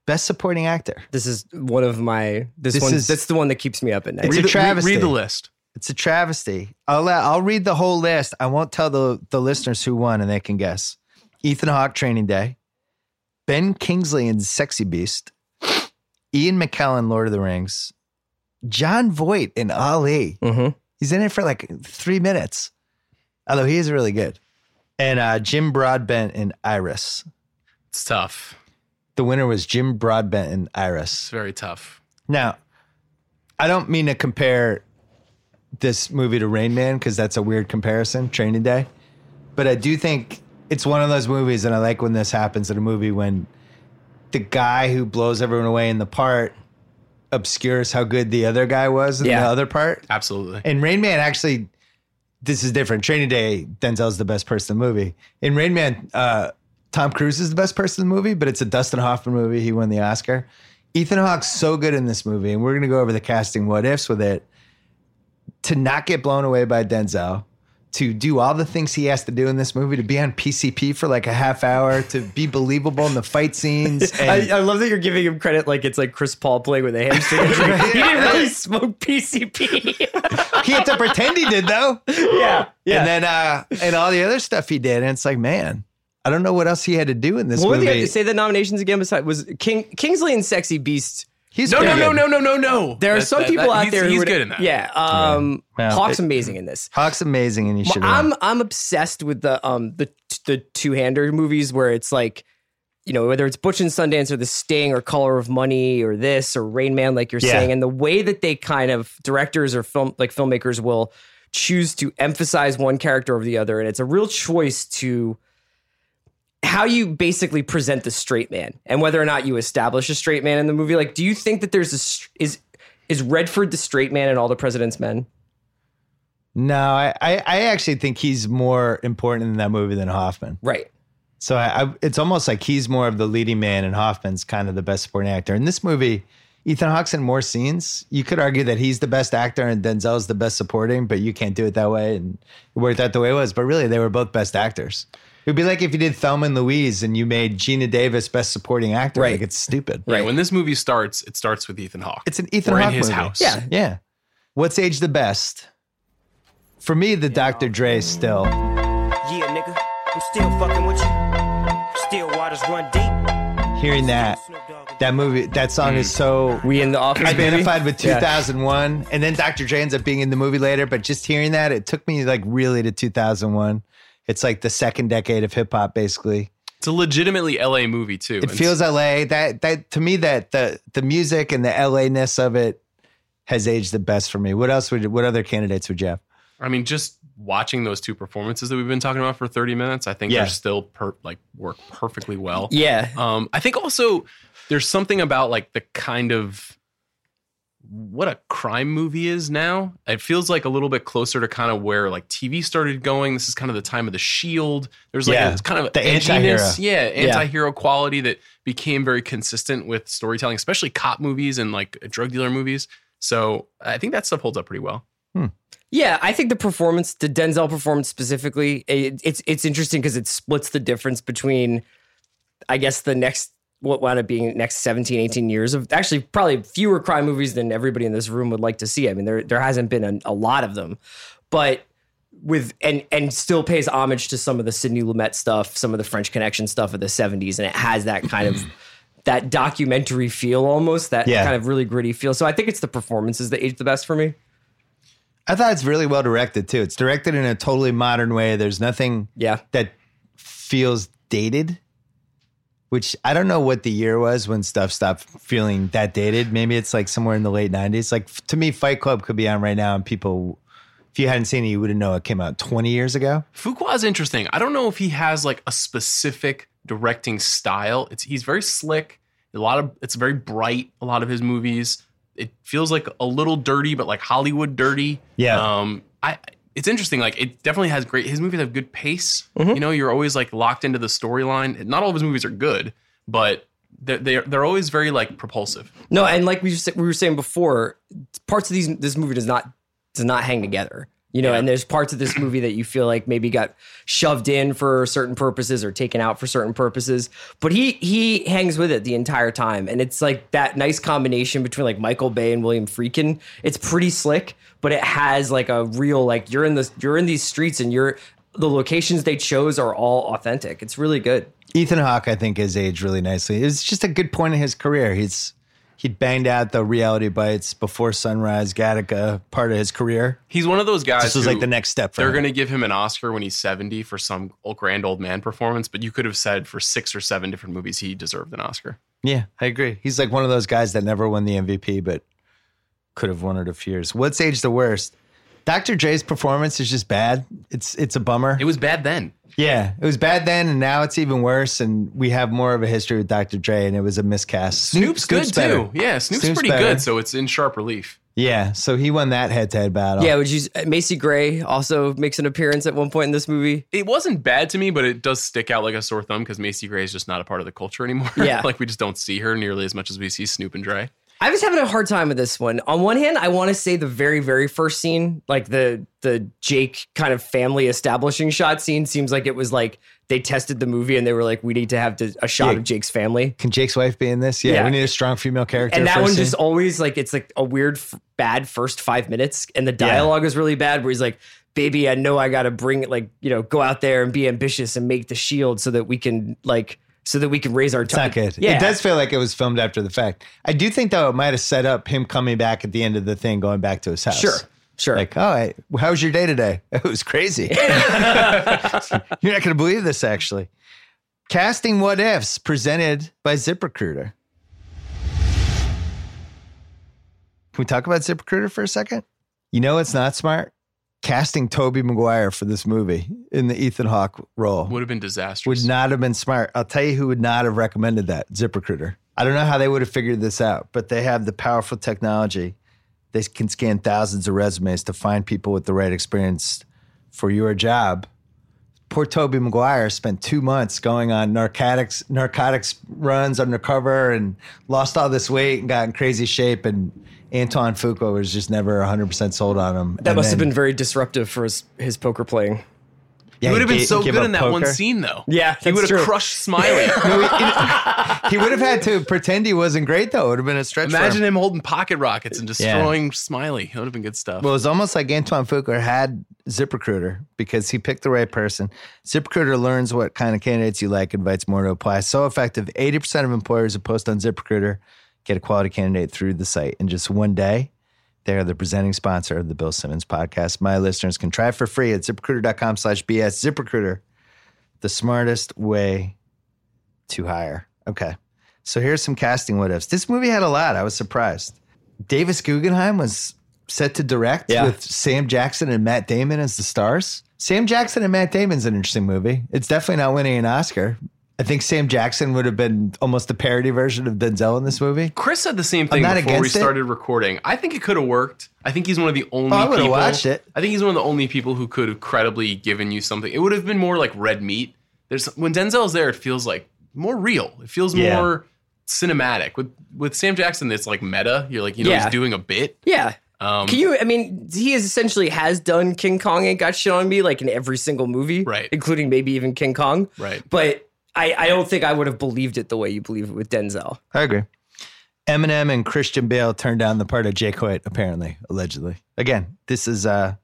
Speaker 1: Best supporting actor.
Speaker 6: this is one of my this,
Speaker 1: This
Speaker 6: one
Speaker 1: is-
Speaker 6: that's the one that keeps me up at night?
Speaker 1: It's
Speaker 5: Read
Speaker 1: a
Speaker 5: the- re-
Speaker 1: travesty.
Speaker 5: read the list.
Speaker 1: It's a travesty. I'll let, I'll read the whole list. I won't tell the the listeners who won, and they can guess. Ethan Hawke, Training Day. Ben Kingsley in Sexy Beast. Ian McKellen, Lord of the Rings. John Voight in Ali.
Speaker 6: Mhm.
Speaker 1: He's in it for like three minutes, although he is really good. And uh, Jim Broadbent in Iris.
Speaker 5: It's tough.
Speaker 1: The winner was Jim Broadbent in Iris.
Speaker 5: It's very tough.
Speaker 1: Now, I don't mean to compare this movie to Rain Man because that's a weird comparison, Training Day. But I do think it's one of those movies, and I like when this happens in a movie when the guy who blows everyone away in the part obscures how good the other guy was in
Speaker 6: Yeah.
Speaker 1: the other part.
Speaker 5: Absolutely.
Speaker 1: In Rain Man, actually, this is different. Training Day, Denzel's the best person in the movie. In Rain Man, uh, Tom Cruise is the best person in the movie, but it's a Dustin Hoffman movie. He won the Oscar. Ethan Hawke's so good in this movie, and we're going to go over the casting what ifs with it. To not get blown away by Denzel, to do all the things he has to do in this movie, to be on PCP for like a half hour, to be believable in the fight scenes.
Speaker 6: I,
Speaker 1: And
Speaker 6: I love that you're giving him credit like it's like Chris Paul playing with a hamstring. It's like, He didn't really smoke PCP.
Speaker 1: he had to pretend he did, though.
Speaker 6: yeah, yeah.
Speaker 1: And then uh and all the other stuff he did. And it's like, man, I don't know what else he had to do in this
Speaker 6: what were
Speaker 1: movie.
Speaker 6: the say the nominations again? Besides, was King Kingsley and Sexy Beast?
Speaker 1: He's
Speaker 5: No, no,
Speaker 1: pretty
Speaker 5: no,
Speaker 1: good.
Speaker 5: no, no, no, no.
Speaker 6: There are
Speaker 5: That-
Speaker 6: some
Speaker 5: that-
Speaker 6: people
Speaker 5: that-
Speaker 6: out
Speaker 5: he's-
Speaker 6: there. who
Speaker 5: He's
Speaker 6: would-
Speaker 5: good in that.
Speaker 6: Yeah, um,
Speaker 1: Yeah.
Speaker 6: Hawk's
Speaker 1: It-
Speaker 6: amazing in this.
Speaker 1: Hawk's amazing and he should have
Speaker 6: I'm I'm obsessed with the um the the two hander movies where it's like. You know, whether it's Butch and Sundance or The Sting or Color of Money or this or Rain Man, like you're
Speaker 1: Yeah.
Speaker 6: saying, and the way that they kind of directors or film like filmmakers will choose to emphasize one character over the other. And it's a real choice to how you basically present the straight man and whether or not you establish a straight man in the movie. Like, do you think that there's a str- is is Redford the straight man in all the President's Men?
Speaker 1: No, I, I I actually think he's more important in that movie than Hoffman.
Speaker 6: Right.
Speaker 1: So I, I, it's almost like he's more of the leading man, and Hoffman's kind of the best supporting actor in this movie. Ethan Hawke's in more scenes. You could argue that he's the best actor and Denzel's the best supporting, but you can't do it that way. And it worked out the way it was. But really, they were both best actors. It'd be like if you did Thelma and Louise and you made Gina Davis best supporting actor.
Speaker 6: Right.
Speaker 1: Like it's stupid.
Speaker 5: Yeah, when this movie starts, it starts with Ethan Hawke.
Speaker 1: It's an Ethan
Speaker 5: We're
Speaker 1: Hawke
Speaker 5: in his
Speaker 1: movie.
Speaker 5: house.
Speaker 1: Yeah, yeah. What's age the best? For me, the Dr. Dre still.
Speaker 9: Yeah, nigga, I'm still fucking with you. Still waters run deep.
Speaker 1: Hearing that, that movie, that song
Speaker 5: Mm.
Speaker 1: is so
Speaker 6: We in the office, baby.
Speaker 1: identified with
Speaker 6: Yeah.
Speaker 1: 2001 and then dr dre ends up being in the movie later but just hearing that it took me like really to 2001 it's like the second decade of hip-hop basically
Speaker 5: It's a legitimately LA movie too.
Speaker 1: it feels la that that to me that the the music and the la-ness of it has aged the best for me what else would what other candidates would you have
Speaker 5: I mean, just watching those two performances that we've been talking about for 30 minutes, I think
Speaker 1: Yeah.
Speaker 5: they're still per- like work perfectly well.
Speaker 6: Yeah.
Speaker 5: Um, I think also there's something about like the kind of what a crime movie is now. It feels like a little bit closer to kind of where like TV started going. This is kind of the time of the Shield. There's like
Speaker 1: Yeah.
Speaker 5: a, it's kind of
Speaker 1: The anti-hero.
Speaker 5: edginess. yeah, anti-hero quality that became very consistent with storytelling, especially cop movies and like drug dealer movies. So I think that stuff holds up pretty well.
Speaker 6: Yeah, I think the performance, the Denzel performance specifically, it, it's it's interesting because it splits the difference between, I guess, the next what wound up being next 17, 18 years of actually probably fewer crime movies than everybody in this room would like to see. I mean, there there hasn't been a, a lot of them, but with and and still pays homage to some of the Sidney Lumet stuff, some of the French Connection stuff of the seventies, and it has that kind of that documentary feel almost, that
Speaker 1: Yeah.
Speaker 6: kind of really gritty feel. So I think it's the performances that age the best for me.
Speaker 1: I thought it's really well directed too. It's directed in a totally modern way. There's nothing
Speaker 6: Yeah.
Speaker 1: that feels dated. Which I don't know what the year was when stuff stopped feeling that dated. Maybe it's like somewhere in the late 90s. Like f- to me Fight Club could be on right now and people if you hadn't seen it you wouldn't know it came out 20 years ago.
Speaker 5: Fuqua is interesting. I don't know if he has like a specific directing style. It's he's very slick. A lot of it's very bright. A lot of his movies. It feels like a little dirty, but like Hollywood dirty.
Speaker 1: Yeah.
Speaker 5: Um. I. It's interesting. Like it definitely has great. His movies have good pace.
Speaker 1: Mm-hmm.
Speaker 5: You know, you're always like locked into the storyline. Not all of his movies are good, but they're they're, they're always very like propulsive.
Speaker 6: No, and like we just- we were saying before, parts of these this movie does not does not hang together. You know, and there's parts of this movie that you feel like maybe got shoved in for certain purposes or taken out for certain purposes, but he he hangs with it the entire time, and it's like that nice combination between like Michael Bay and William Friedkin. It's pretty slick, but it has like a real like you're in the you're in these streets and you're the locations they chose are all authentic. It's really good.
Speaker 1: Ethan Hawke I think has aged really nicely. It's just a good point in his career. He's he banged out the reality bites before sunrise, Gattaca, part of his career.
Speaker 5: He's one of those guys.
Speaker 1: This was like
Speaker 5: who-
Speaker 1: the next step for
Speaker 5: They're
Speaker 1: him.
Speaker 5: going to give him an Oscar when he's 70 for some old grand old man performance, but you could have said for six or seven different movies he deserved an Oscar.
Speaker 1: Yeah, I agree. He's like one of those guys that never won the MVP, but could have won it a few years. What's age the worst? Dr. Dre's performance is just bad. It's it's a bummer.
Speaker 5: It was bad then.
Speaker 1: yeah, it was bad then, and now it's even worse. And we have more of a history with Dr. Dre, and it was a miscast.
Speaker 5: Snoop's, good
Speaker 1: better.
Speaker 5: too. Yeah, Snoop's,
Speaker 1: Snoop's
Speaker 5: pretty
Speaker 1: better.
Speaker 5: good, so it's in sharp relief.
Speaker 1: Yeah, so he won that head-to-head battle.
Speaker 6: Yeah, would you Macy Gray also makes an appearance at one point in this movie?
Speaker 5: It wasn't bad to me, but it does stick out like a sore thumb because Macy Gray is just not a part of the culture anymore.
Speaker 6: Yeah.
Speaker 5: like we just don't see her nearly as much as we see Snoop and Dre.
Speaker 6: I was having a hard time with this one. On one hand, I want to say the very, very first scene, like the the Jake kind of family establishing shot scene, seems like it was like they tested the movie and they were like, we need to have to, a shot
Speaker 1: Yeah.
Speaker 6: of Jake's family.
Speaker 1: Can Jake's wife be in this? Yeah,
Speaker 6: Yeah.
Speaker 1: we need a strong female character.
Speaker 6: And that
Speaker 1: for a
Speaker 6: one
Speaker 1: scene.
Speaker 6: just always like it's like a weird f- bad first five minutes, and the dialogue is really bad. Where he's like, "Baby, I know I got to bring it, like you know, go out there and be ambitious and make the shield so that we can like so that we can raise our."
Speaker 1: It's not good.
Speaker 6: Yeah,
Speaker 1: It does feel like it was filmed after the fact. I do think though it might have set up him coming back at the end of the thing, going back to his house.
Speaker 6: Sure, sure.
Speaker 1: Like, all right, how was your day today? It was crazy. You're not going to believe this, actually. Casting What Ifs presented by ZipRecruiter. Can we talk about ZipRecruiter for a second? You know it's not smart? Casting Toby Maguire for this movie in the Ethan Hawke role
Speaker 5: Would have been disastrous.
Speaker 1: would not have been smart. I'll tell you who would not have recommended that ZipRecruiter. I don't know how they would have figured this out, but they have the powerful technology. They can scan thousands of resumes to find people with the right experience for your job. poor Toby Maguire spent two months going on narcotics narcotics runs undercover and lost all this weight and got in crazy shape and Antoine Fuqua was just never 100% sold on him.
Speaker 6: That must have been very disruptive for his, his poker playing.
Speaker 5: he would have been so good in that one scene, though.
Speaker 6: Yeah,
Speaker 5: he
Speaker 6: that's
Speaker 5: would have
Speaker 6: true.
Speaker 5: crushed Smiley.
Speaker 1: he would have had to pretend he wasn't great though. It would have been a stretch. for him.
Speaker 5: Imagine him holding pocket rockets and destroying Smiley. That would have been good stuff.
Speaker 1: Well, it's almost like Antoine Fuqua had ZipRecruiter because he picked the right person. ZipRecruiter learns what kind of candidates you like, invites more to apply. So effective, 80% of employers who post on ZipRecruiter get a quality candidate through the site in just one day. They are the presenting sponsor of the Bill Simmons podcast. My listeners can try it for free at ziprecruiter.com slash BS. ZipRecruiter, the smartest way to hire. Okay. So here's some casting what ifs. This movie had a lot. I was surprised. Davis Guggenheim was set to direct
Speaker 6: Yeah.
Speaker 1: with Sam Jackson and Matt Damon as the stars. Sam Jackson and Matt Damon's an interesting movie. It's definitely not winning an Oscar. I think Sam Jackson would have been almost a parody version of Denzel in this movie.
Speaker 5: Chris said the same thing
Speaker 1: not
Speaker 5: before we
Speaker 1: against it. Oh,
Speaker 5: started recording. I think it could have worked. I think he's one of the only
Speaker 1: I would've
Speaker 5: people.
Speaker 1: watched it.
Speaker 5: I think he's one of the only people who could have credibly given you something. It would have been more like red meat. There's when Denzel's there, it feels like more real. It feels
Speaker 1: Yeah.
Speaker 5: more cinematic. With with Sam Jackson, it's like meta. You're like, you know,
Speaker 6: Yeah.
Speaker 5: he's doing a bit.
Speaker 6: Yeah.
Speaker 5: Um,
Speaker 6: Can you? I mean, he is essentially has done King Kong and got shit on me like in every single movie,
Speaker 5: Right.
Speaker 6: Including maybe even King Kong,
Speaker 5: Right.
Speaker 6: But I, I don't think I would have believed it the way you believe it with Denzel.
Speaker 1: I agree. Eminem and Christian Bale turned down the part of Jake Hoyt, apparently, allegedly. Again, this is uh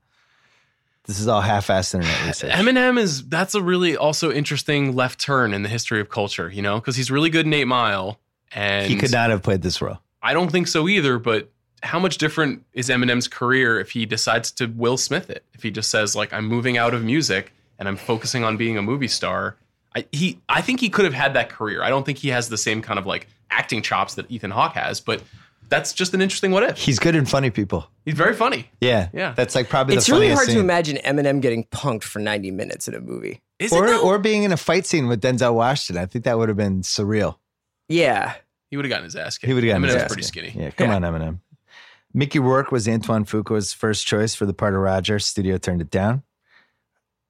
Speaker 1: this is all half-assed internet research.
Speaker 5: Eminem is that's a really also interesting left turn in the history of culture. You know, because he's really good in Eight Mile, and
Speaker 1: he could not have played this role.
Speaker 5: I don't think so either, but how much different is Eminem's career if he decides to Will Smith it? If he just says like I'm moving out of music and I'm focusing on being a movie star. I he I think he could have had that career. I don't think he has the same kind of like acting chops that Ethan Hawke has, but that's just an interesting what if.
Speaker 1: He's good in funny people.
Speaker 5: He's very funny.
Speaker 1: Yeah.
Speaker 5: Yeah.
Speaker 1: That's like probably
Speaker 6: It's
Speaker 1: the
Speaker 6: really
Speaker 1: funniest
Speaker 6: hard to
Speaker 1: scene.
Speaker 6: imagine Eminem getting punked for ninety minutes in a movie.
Speaker 5: Is it
Speaker 1: or
Speaker 5: though?
Speaker 1: or being in a fight scene with Denzel Washington. I think that would have been surreal.
Speaker 6: Yeah,
Speaker 5: he would have gotten his ass kicked.
Speaker 1: He would have gotten
Speaker 5: Eminem's
Speaker 1: his ass
Speaker 5: pretty
Speaker 1: kicked.
Speaker 5: skinny.
Speaker 1: Yeah, come on, Eminem. Mickey Rourke was Antoine Fuqua's first choice for the part of Roger. Studio turned it down.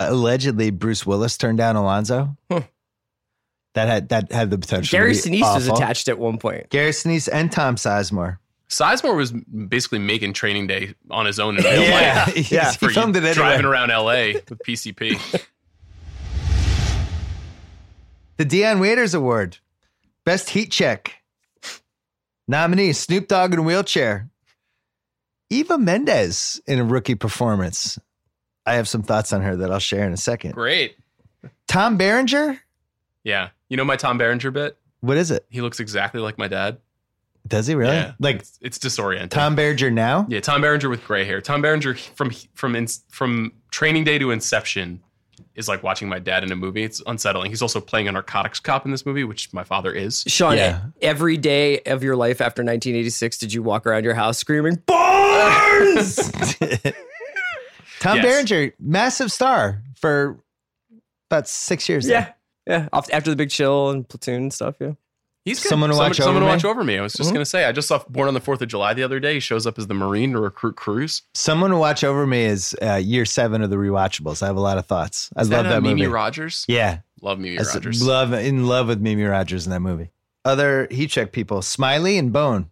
Speaker 1: Allegedly, Bruce Willis turned down Alonzo. That had that had the potential.
Speaker 6: Gary
Speaker 1: to be
Speaker 6: Sinise was
Speaker 1: awful.
Speaker 6: attached at one point.
Speaker 1: Gary Sinise and Tom Sizemore.
Speaker 5: Sizemore was basically making training day on his own in real
Speaker 1: Yeah.
Speaker 5: life.
Speaker 1: Yeah.
Speaker 5: For
Speaker 1: He filmed it anyway.
Speaker 5: driving around LA with PCP.
Speaker 1: The Dion Waiters Award, Best Heat Check. Nominee Snoop Dogg in a wheelchair. Eva Mendes in a rookie performance. I have some thoughts on her that I'll share in a second.
Speaker 5: Great.
Speaker 1: Tom Berenger?
Speaker 5: Yeah. You know my Tom Berenger bit?
Speaker 1: What is it?
Speaker 5: He looks exactly like my dad.
Speaker 1: Does he really?
Speaker 5: Yeah.
Speaker 1: Like
Speaker 5: It's, it's disorienting.
Speaker 1: Tom Berenger now?
Speaker 5: Yeah, Tom Berenger with gray hair. Tom Berenger from from in, from Training Day to Inception is like watching my dad in a movie. It's unsettling. He's also playing a narcotics cop in this movie, which my father is.
Speaker 6: Sean,
Speaker 1: Yeah.
Speaker 6: every day of your life after 1986, did you walk around your house screaming?
Speaker 1: Tom
Speaker 5: Yes.
Speaker 1: Berenger, massive star for about six years. there.
Speaker 6: yeah. Off, after the Big Chill and Platoon and stuff. Yeah,
Speaker 5: He's good.
Speaker 1: Someone to watch over
Speaker 5: someone to
Speaker 1: me? Mm-hmm.
Speaker 5: watch over me. I was just gonna say. I just saw Born on the Fourth of July the other day. He shows up as the Marine to recruit crews.
Speaker 1: Someone to watch over me is uh, year seven of the rewatchables. I have a lot of thoughts. I
Speaker 5: Is
Speaker 1: love
Speaker 5: uh,
Speaker 1: that
Speaker 5: Mimi
Speaker 1: movie.
Speaker 5: Rogers.
Speaker 1: yeah.
Speaker 5: Love Mimi
Speaker 1: That's-
Speaker 5: Rogers.
Speaker 1: Love in love with Mimi Rogers in that movie. Other heat check people, Smiley and Bone.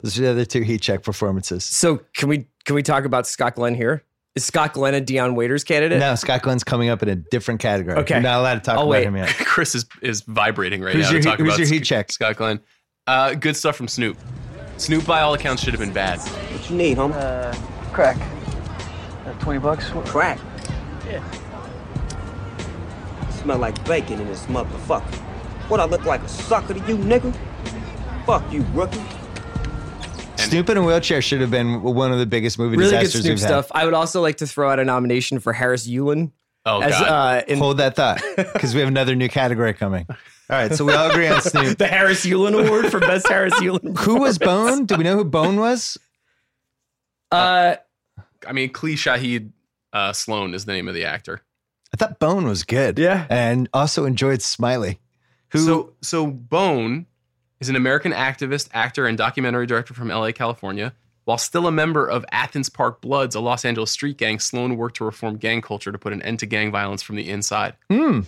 Speaker 1: Those are the other two heat check performances.
Speaker 6: So can we can we talk about Scott Glenn here? Is Scott Glenn a Dion Waiters candidate?
Speaker 1: Now Scott Glenn's coming up in a different category.
Speaker 6: Okay.
Speaker 1: We're not allowed to talk
Speaker 6: I'll
Speaker 1: about
Speaker 6: wait.
Speaker 1: him yet.
Speaker 5: Chris is, is vibrating right
Speaker 1: Who's
Speaker 5: now.
Speaker 1: your
Speaker 5: to
Speaker 1: heat-
Speaker 5: talk
Speaker 1: who's
Speaker 5: about
Speaker 1: your heat
Speaker 5: Sc-
Speaker 1: check?
Speaker 5: Scott Glenn. Uh, good stuff from Snoop. Snoop, by all accounts, should have been bad.
Speaker 9: What you need, homie?
Speaker 10: Crack. Uh, 20 bucks? What-
Speaker 9: Crack. Yeah. Smell like bacon in this motherfucker. What I look like a sucker to you, nigga? Fuck you, rookie.
Speaker 1: Snoop in a wheelchair should have been one of the biggest movie
Speaker 6: Really good
Speaker 1: disasters
Speaker 6: Snoop
Speaker 1: we've had.
Speaker 6: stuff. I would also like to throw out a nomination for Harris Yulin.
Speaker 5: Oh,
Speaker 6: as,
Speaker 5: God.
Speaker 6: Uh, in
Speaker 1: Hold that thought, because we have another new category coming. All right, so we all agree on Snoop.
Speaker 6: the Harris Yulin Award for Best Harris Yulin.
Speaker 1: Who was Bone? Do we know who Bone was?
Speaker 6: Uh,
Speaker 5: I mean, Klee Shahid uh, Sloan is the name of the actor.
Speaker 1: I thought Bone was good.
Speaker 6: Yeah.
Speaker 1: and also enjoyed Smiley. Who?
Speaker 5: So so Bone is an American activist, actor, and documentary director from LA, California. While still a member of Athens Park Bloods, a Los Angeles street gang, Sloan worked to reform gang culture to put an end to gang violence from the inside. And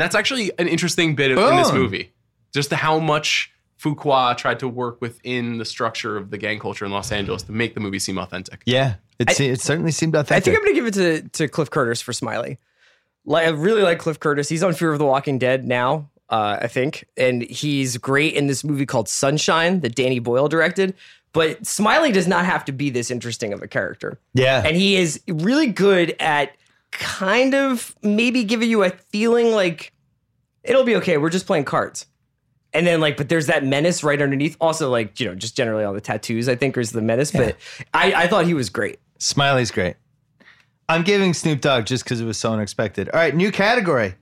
Speaker 5: that's actually an interesting bit of, in this
Speaker 1: Boom.
Speaker 5: movie. Just to how much Fuqua tried to work within the structure of the gang culture in Los Angeles to make the movie seem authentic.
Speaker 1: Yeah, it,
Speaker 6: I-
Speaker 1: se- it certainly seemed
Speaker 6: I
Speaker 1: authentic.
Speaker 6: think I'm going to give it to, to Cliff Curtis for Smiley. Like, I really like Cliff Curtis. He's on Fear of the Walking Dead now, uh, I think. And he's great in this movie called Sunshine that Danny Boyle directed. But Smiley does not have to be this interesting of a character.
Speaker 1: yeah,
Speaker 6: And he is really good at kind of maybe giving you a feeling like it'll be okay. We're just playing cards. And then like, but there's that menace right underneath. Also, like, you know, just generally all the tattoos, I think, is the menace. But I, I thought he was great.
Speaker 1: Smiley's great. I'm giving Snoop Dogg just because it was so unexpected. All right, new category: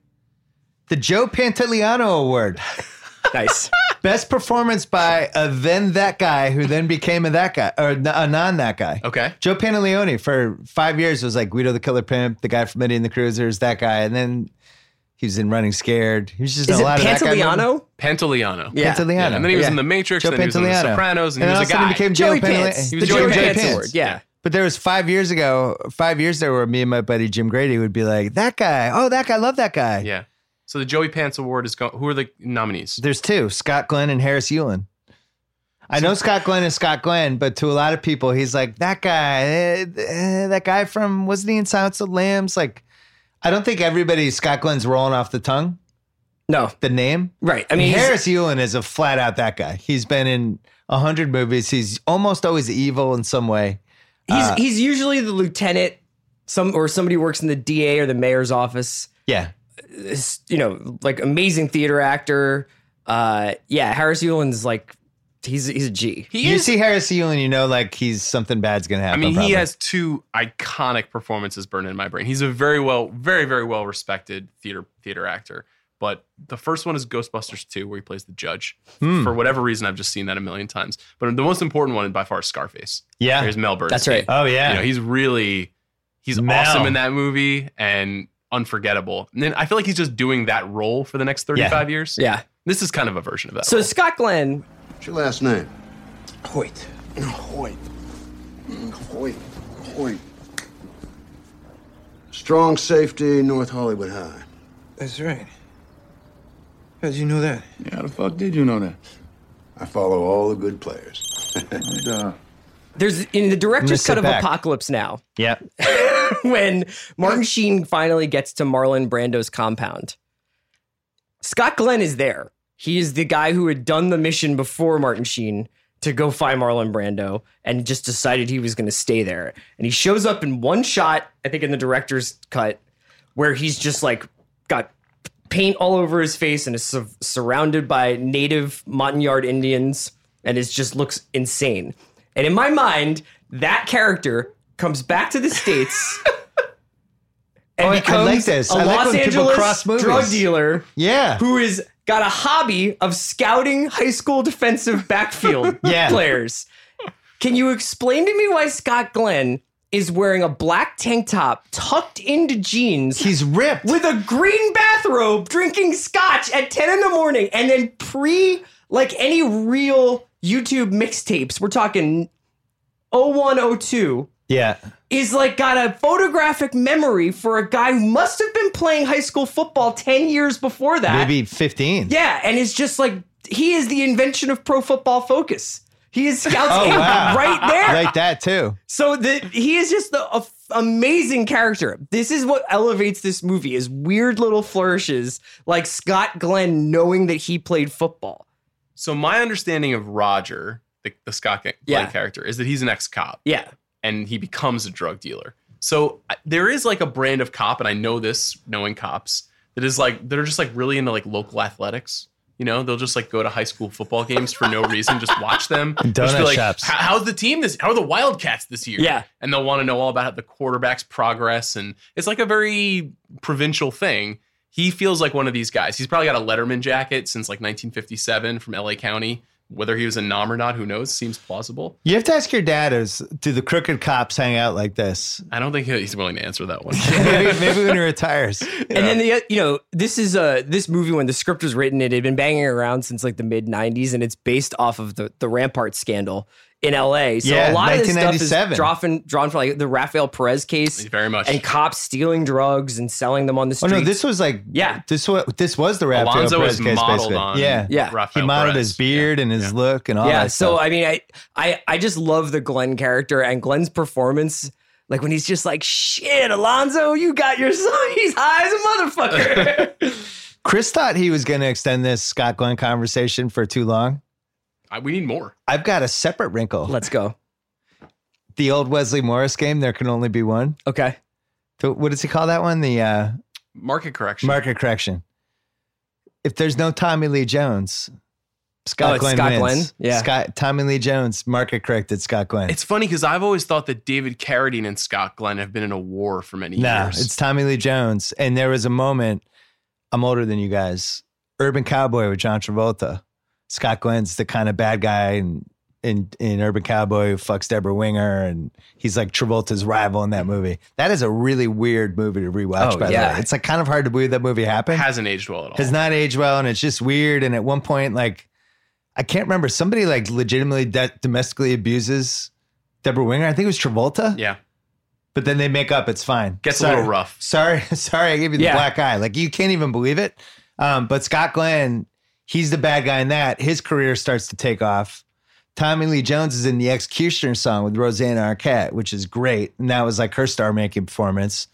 Speaker 1: the Joe Pantoliano Award,
Speaker 6: Nice.
Speaker 1: best performance by a then that guy who then became a that guy or a non that guy.
Speaker 5: Okay.
Speaker 1: Joe Pantaleone for five years was like Guido the Killer Pimp, the guy from Eddie and the Cruisers, that guy, and then he was in Running Scared. He was just in
Speaker 6: Is
Speaker 1: a
Speaker 6: it
Speaker 1: lot of that guy.
Speaker 6: Pantaleano?
Speaker 5: Pantaleano.
Speaker 6: Yeah.
Speaker 1: Pantaleano.
Speaker 5: Yeah, and then he was in The Matrix,
Speaker 1: Joe
Speaker 5: and then he was in The
Speaker 1: Pantoliano.
Speaker 5: Sopranos, and he
Speaker 1: then
Speaker 5: was a
Speaker 1: all of
Speaker 5: guy.
Speaker 1: sudden He became Joey,
Speaker 6: Joey
Speaker 1: Pantale-
Speaker 6: Pants.
Speaker 1: he
Speaker 5: was Joey Pants.
Speaker 6: Award. Yeah.
Speaker 1: But there was five years ago, five years there where me and my buddy Jim Grady would be like, that guy, oh, that guy, love that guy.
Speaker 5: Yeah. So the Joey Pants Award is going. Who are the nominees?
Speaker 1: There's two, Scott Glenn and Harris Yulin. I know Scott Glenn is Scott Glenn, but to a lot of people, he's like, that guy, eh, eh, that guy from, wasn't he in Silence of the Lambs? Like, I don't think everybody, Scott Glenn's rolling off the tongue,
Speaker 6: No.
Speaker 1: the name.
Speaker 6: Right. I mean, he's-
Speaker 1: Harris Yulin is a flat out that guy. He's been in a hundred movies. He's almost always evil in some way.
Speaker 6: he's
Speaker 1: uh,
Speaker 6: he's usually the lieutenant, some or somebody who works in the DA or the mayor's office.
Speaker 1: Yeah.
Speaker 6: This, you know, like amazing theater actor. Uh, yeah, Harris Yulin's like he's he's a G.
Speaker 5: He
Speaker 1: You
Speaker 5: is.
Speaker 1: see Harris Yulin, you know, like he's something bad's gonna
Speaker 5: I
Speaker 1: happen.
Speaker 5: mean, he
Speaker 1: probably.
Speaker 5: has two iconic performances burned in my brain. He's a very well, very very well respected theater theater actor. But the first one is Ghostbusters 2, where he plays the judge. For whatever reason, I've just seen that a million times. But the most important one by far is Scarface.
Speaker 1: Yeah.
Speaker 5: There's Mel Bernstein.
Speaker 6: That's right.
Speaker 1: Oh yeah.
Speaker 5: You know, he's really he's
Speaker 1: Mel.
Speaker 5: awesome in that movie and unforgettable. And then I feel like he's just doing that role for the next 35 years.
Speaker 6: Yeah.
Speaker 5: This is kind of a version of that.
Speaker 6: So
Speaker 5: role.
Speaker 6: Scott Glenn,
Speaker 7: What's your last name?
Speaker 2: Hoyt. Hoyt. Hoyt. Hoyt.
Speaker 7: Strong Safety, North Hollywood High.
Speaker 10: That's right. How'd you know that?
Speaker 8: Yeah, how the fuck did you know that?
Speaker 7: I follow all the good players.
Speaker 8: Duh.
Speaker 6: there's in the
Speaker 1: gonna
Speaker 6: director's
Speaker 1: sit
Speaker 6: cut of
Speaker 1: back.
Speaker 6: Apocalypse Now,
Speaker 1: yeah.
Speaker 6: when Martin Sheen finally gets to Marlon Brando's compound. Scott Glenn is there. He is the guy who had done the mission before Martin Sheen to go find Marlon Brando and just decided he was going to stay there. And he shows up in one shot, I think in the director's cut, where he's just like got paint all over his face and is su- surrounded by native Montagnard Indians and is just looks insane. And in my mind, that character comes back to the states and
Speaker 1: Oh, I- I
Speaker 6: becomes
Speaker 1: like this.
Speaker 6: a
Speaker 1: I like
Speaker 6: Los
Speaker 1: when people
Speaker 6: Angeles
Speaker 1: cross movies.
Speaker 6: drug dealer
Speaker 1: Yeah.
Speaker 6: who is got a hobby of scouting high school defensive backfield
Speaker 1: Yeah.
Speaker 6: players. Can you explain to me why Scott Glenn is wearing a black tank top tucked into jeans
Speaker 1: He's ripped.
Speaker 6: with a green bathrobe drinking scotch at 10 in the morning and then pre like any real YouTube mixtapes, we're talking 0102
Speaker 1: yeah.
Speaker 6: is like got a photographic memory for a guy who must have been playing high school football 10 years before that.
Speaker 1: Maybe 15.
Speaker 6: Yeah, and it's just like he is the invention of pro football focus. He is scouts
Speaker 1: Oh,
Speaker 6: game
Speaker 1: wow.
Speaker 6: right there.
Speaker 1: Like that too.
Speaker 6: So the he is just the a f- amazing character. This is what elevates this movie is weird little flourishes like Scott Glenn knowing that he played football.
Speaker 5: So my understanding of Roger, the, the Scott Glenn
Speaker 6: Yeah.
Speaker 5: character, is that he's an ex-cop
Speaker 6: Yeah.
Speaker 5: and he becomes a drug dealer. So I- there is like a brand of cop, and I know this knowing cops that is like they're just like really into like local athletics. You know, they'll just like go to high school football games for no reason, just watch them. They'll just
Speaker 1: donut
Speaker 5: be like,
Speaker 1: shops.
Speaker 5: "How- How's the team this? How are the Wildcats this year?
Speaker 6: Yeah.
Speaker 5: and they'll want to know all about the quarterback's progress, and it's like a very provincial thing. He feels like one of these guys. He's probably got a Letterman jacket since like 1957 from LA County. Whether he was a nom or not, who knows? Seems plausible.
Speaker 1: You have to ask your dad is do the crooked cops hang out like this?
Speaker 5: I don't think he's willing to answer that one.
Speaker 1: Maybe, maybe when he retires.
Speaker 6: And then the you know this is uh this movie when the script was written it had been banging around since like the mid 90s and it's based off of the the Rampart scandal in L.A. So
Speaker 1: Yeah,
Speaker 6: a lot of this stuff is
Speaker 1: 1997.
Speaker 6: drawn from, drawn from like the Rafael Perez case,
Speaker 5: Very much.
Speaker 6: and cops stealing drugs and selling them on the
Speaker 1: Oh
Speaker 6: streets.
Speaker 1: no, this was like
Speaker 6: yeah,
Speaker 1: this was this was the Rafael
Speaker 5: Alonzo
Speaker 1: Perez
Speaker 5: was
Speaker 1: case
Speaker 5: modeled
Speaker 1: basically.
Speaker 5: on
Speaker 1: yeah,
Speaker 6: Yeah.
Speaker 5: Rafael
Speaker 1: he modeled
Speaker 5: Perez.
Speaker 1: his beard and his look and all
Speaker 6: yeah.
Speaker 1: that.
Speaker 6: So
Speaker 1: stuff.
Speaker 6: I mean, I, I I just love the Glenn character and Glenn's performance. Like when he's just like, "Shit, Alonzo, you got your son. He's high as a motherfucker."
Speaker 1: Chris thought he was going to extend this Scott Glenn conversation for too long.
Speaker 5: I, we need more.
Speaker 1: I've got a separate wrinkle.
Speaker 6: Let's go.
Speaker 1: the old Wesley Morris game. There can only be one.
Speaker 6: Okay.
Speaker 1: So what does he call that one? The uh,
Speaker 5: Market correction.
Speaker 1: market correction. If there's no Tommy Lee Jones, Scott
Speaker 6: Oh, it's
Speaker 1: Glenn
Speaker 6: Scott
Speaker 1: wins.
Speaker 6: Glenn? Yeah.
Speaker 1: Scott Tommy Lee Jones market corrected Scott Glenn.
Speaker 5: It's funny because I've always thought that David Carradine and Scott Glenn have been in a war for many
Speaker 1: No,
Speaker 5: years.
Speaker 1: it's Tommy Lee Jones. And there was a moment, I'm older than you guys, Urban Cowboy with John Travolta. Scott Glenn's the kind of bad guy in, in, in Urban Cowboy who fucks Deborah Winger, and he's like Travolta's rival in that movie. That is a really weird movie to rewatch,
Speaker 6: Oh,
Speaker 1: by the
Speaker 6: yeah.
Speaker 1: way. It's like kind of hard to believe that movie happened.
Speaker 5: hasn't aged well at all.
Speaker 1: has not aged well and it's just weird and at one point like i can't remember somebody like legitimately de- domestically abuses deborah winger i think it was travolta
Speaker 5: yeah.
Speaker 1: but then they make up it's fine
Speaker 5: Gets a
Speaker 1: Sorry-
Speaker 5: little rough.
Speaker 1: sorry sorry i gave you the
Speaker 6: Yeah.
Speaker 1: black eye like you can't even believe it um, but scott glenn he's the bad guy in that his career starts to take off tommy lee jones is in the executioner song with rosanna arquette which is great and that was like her star making performance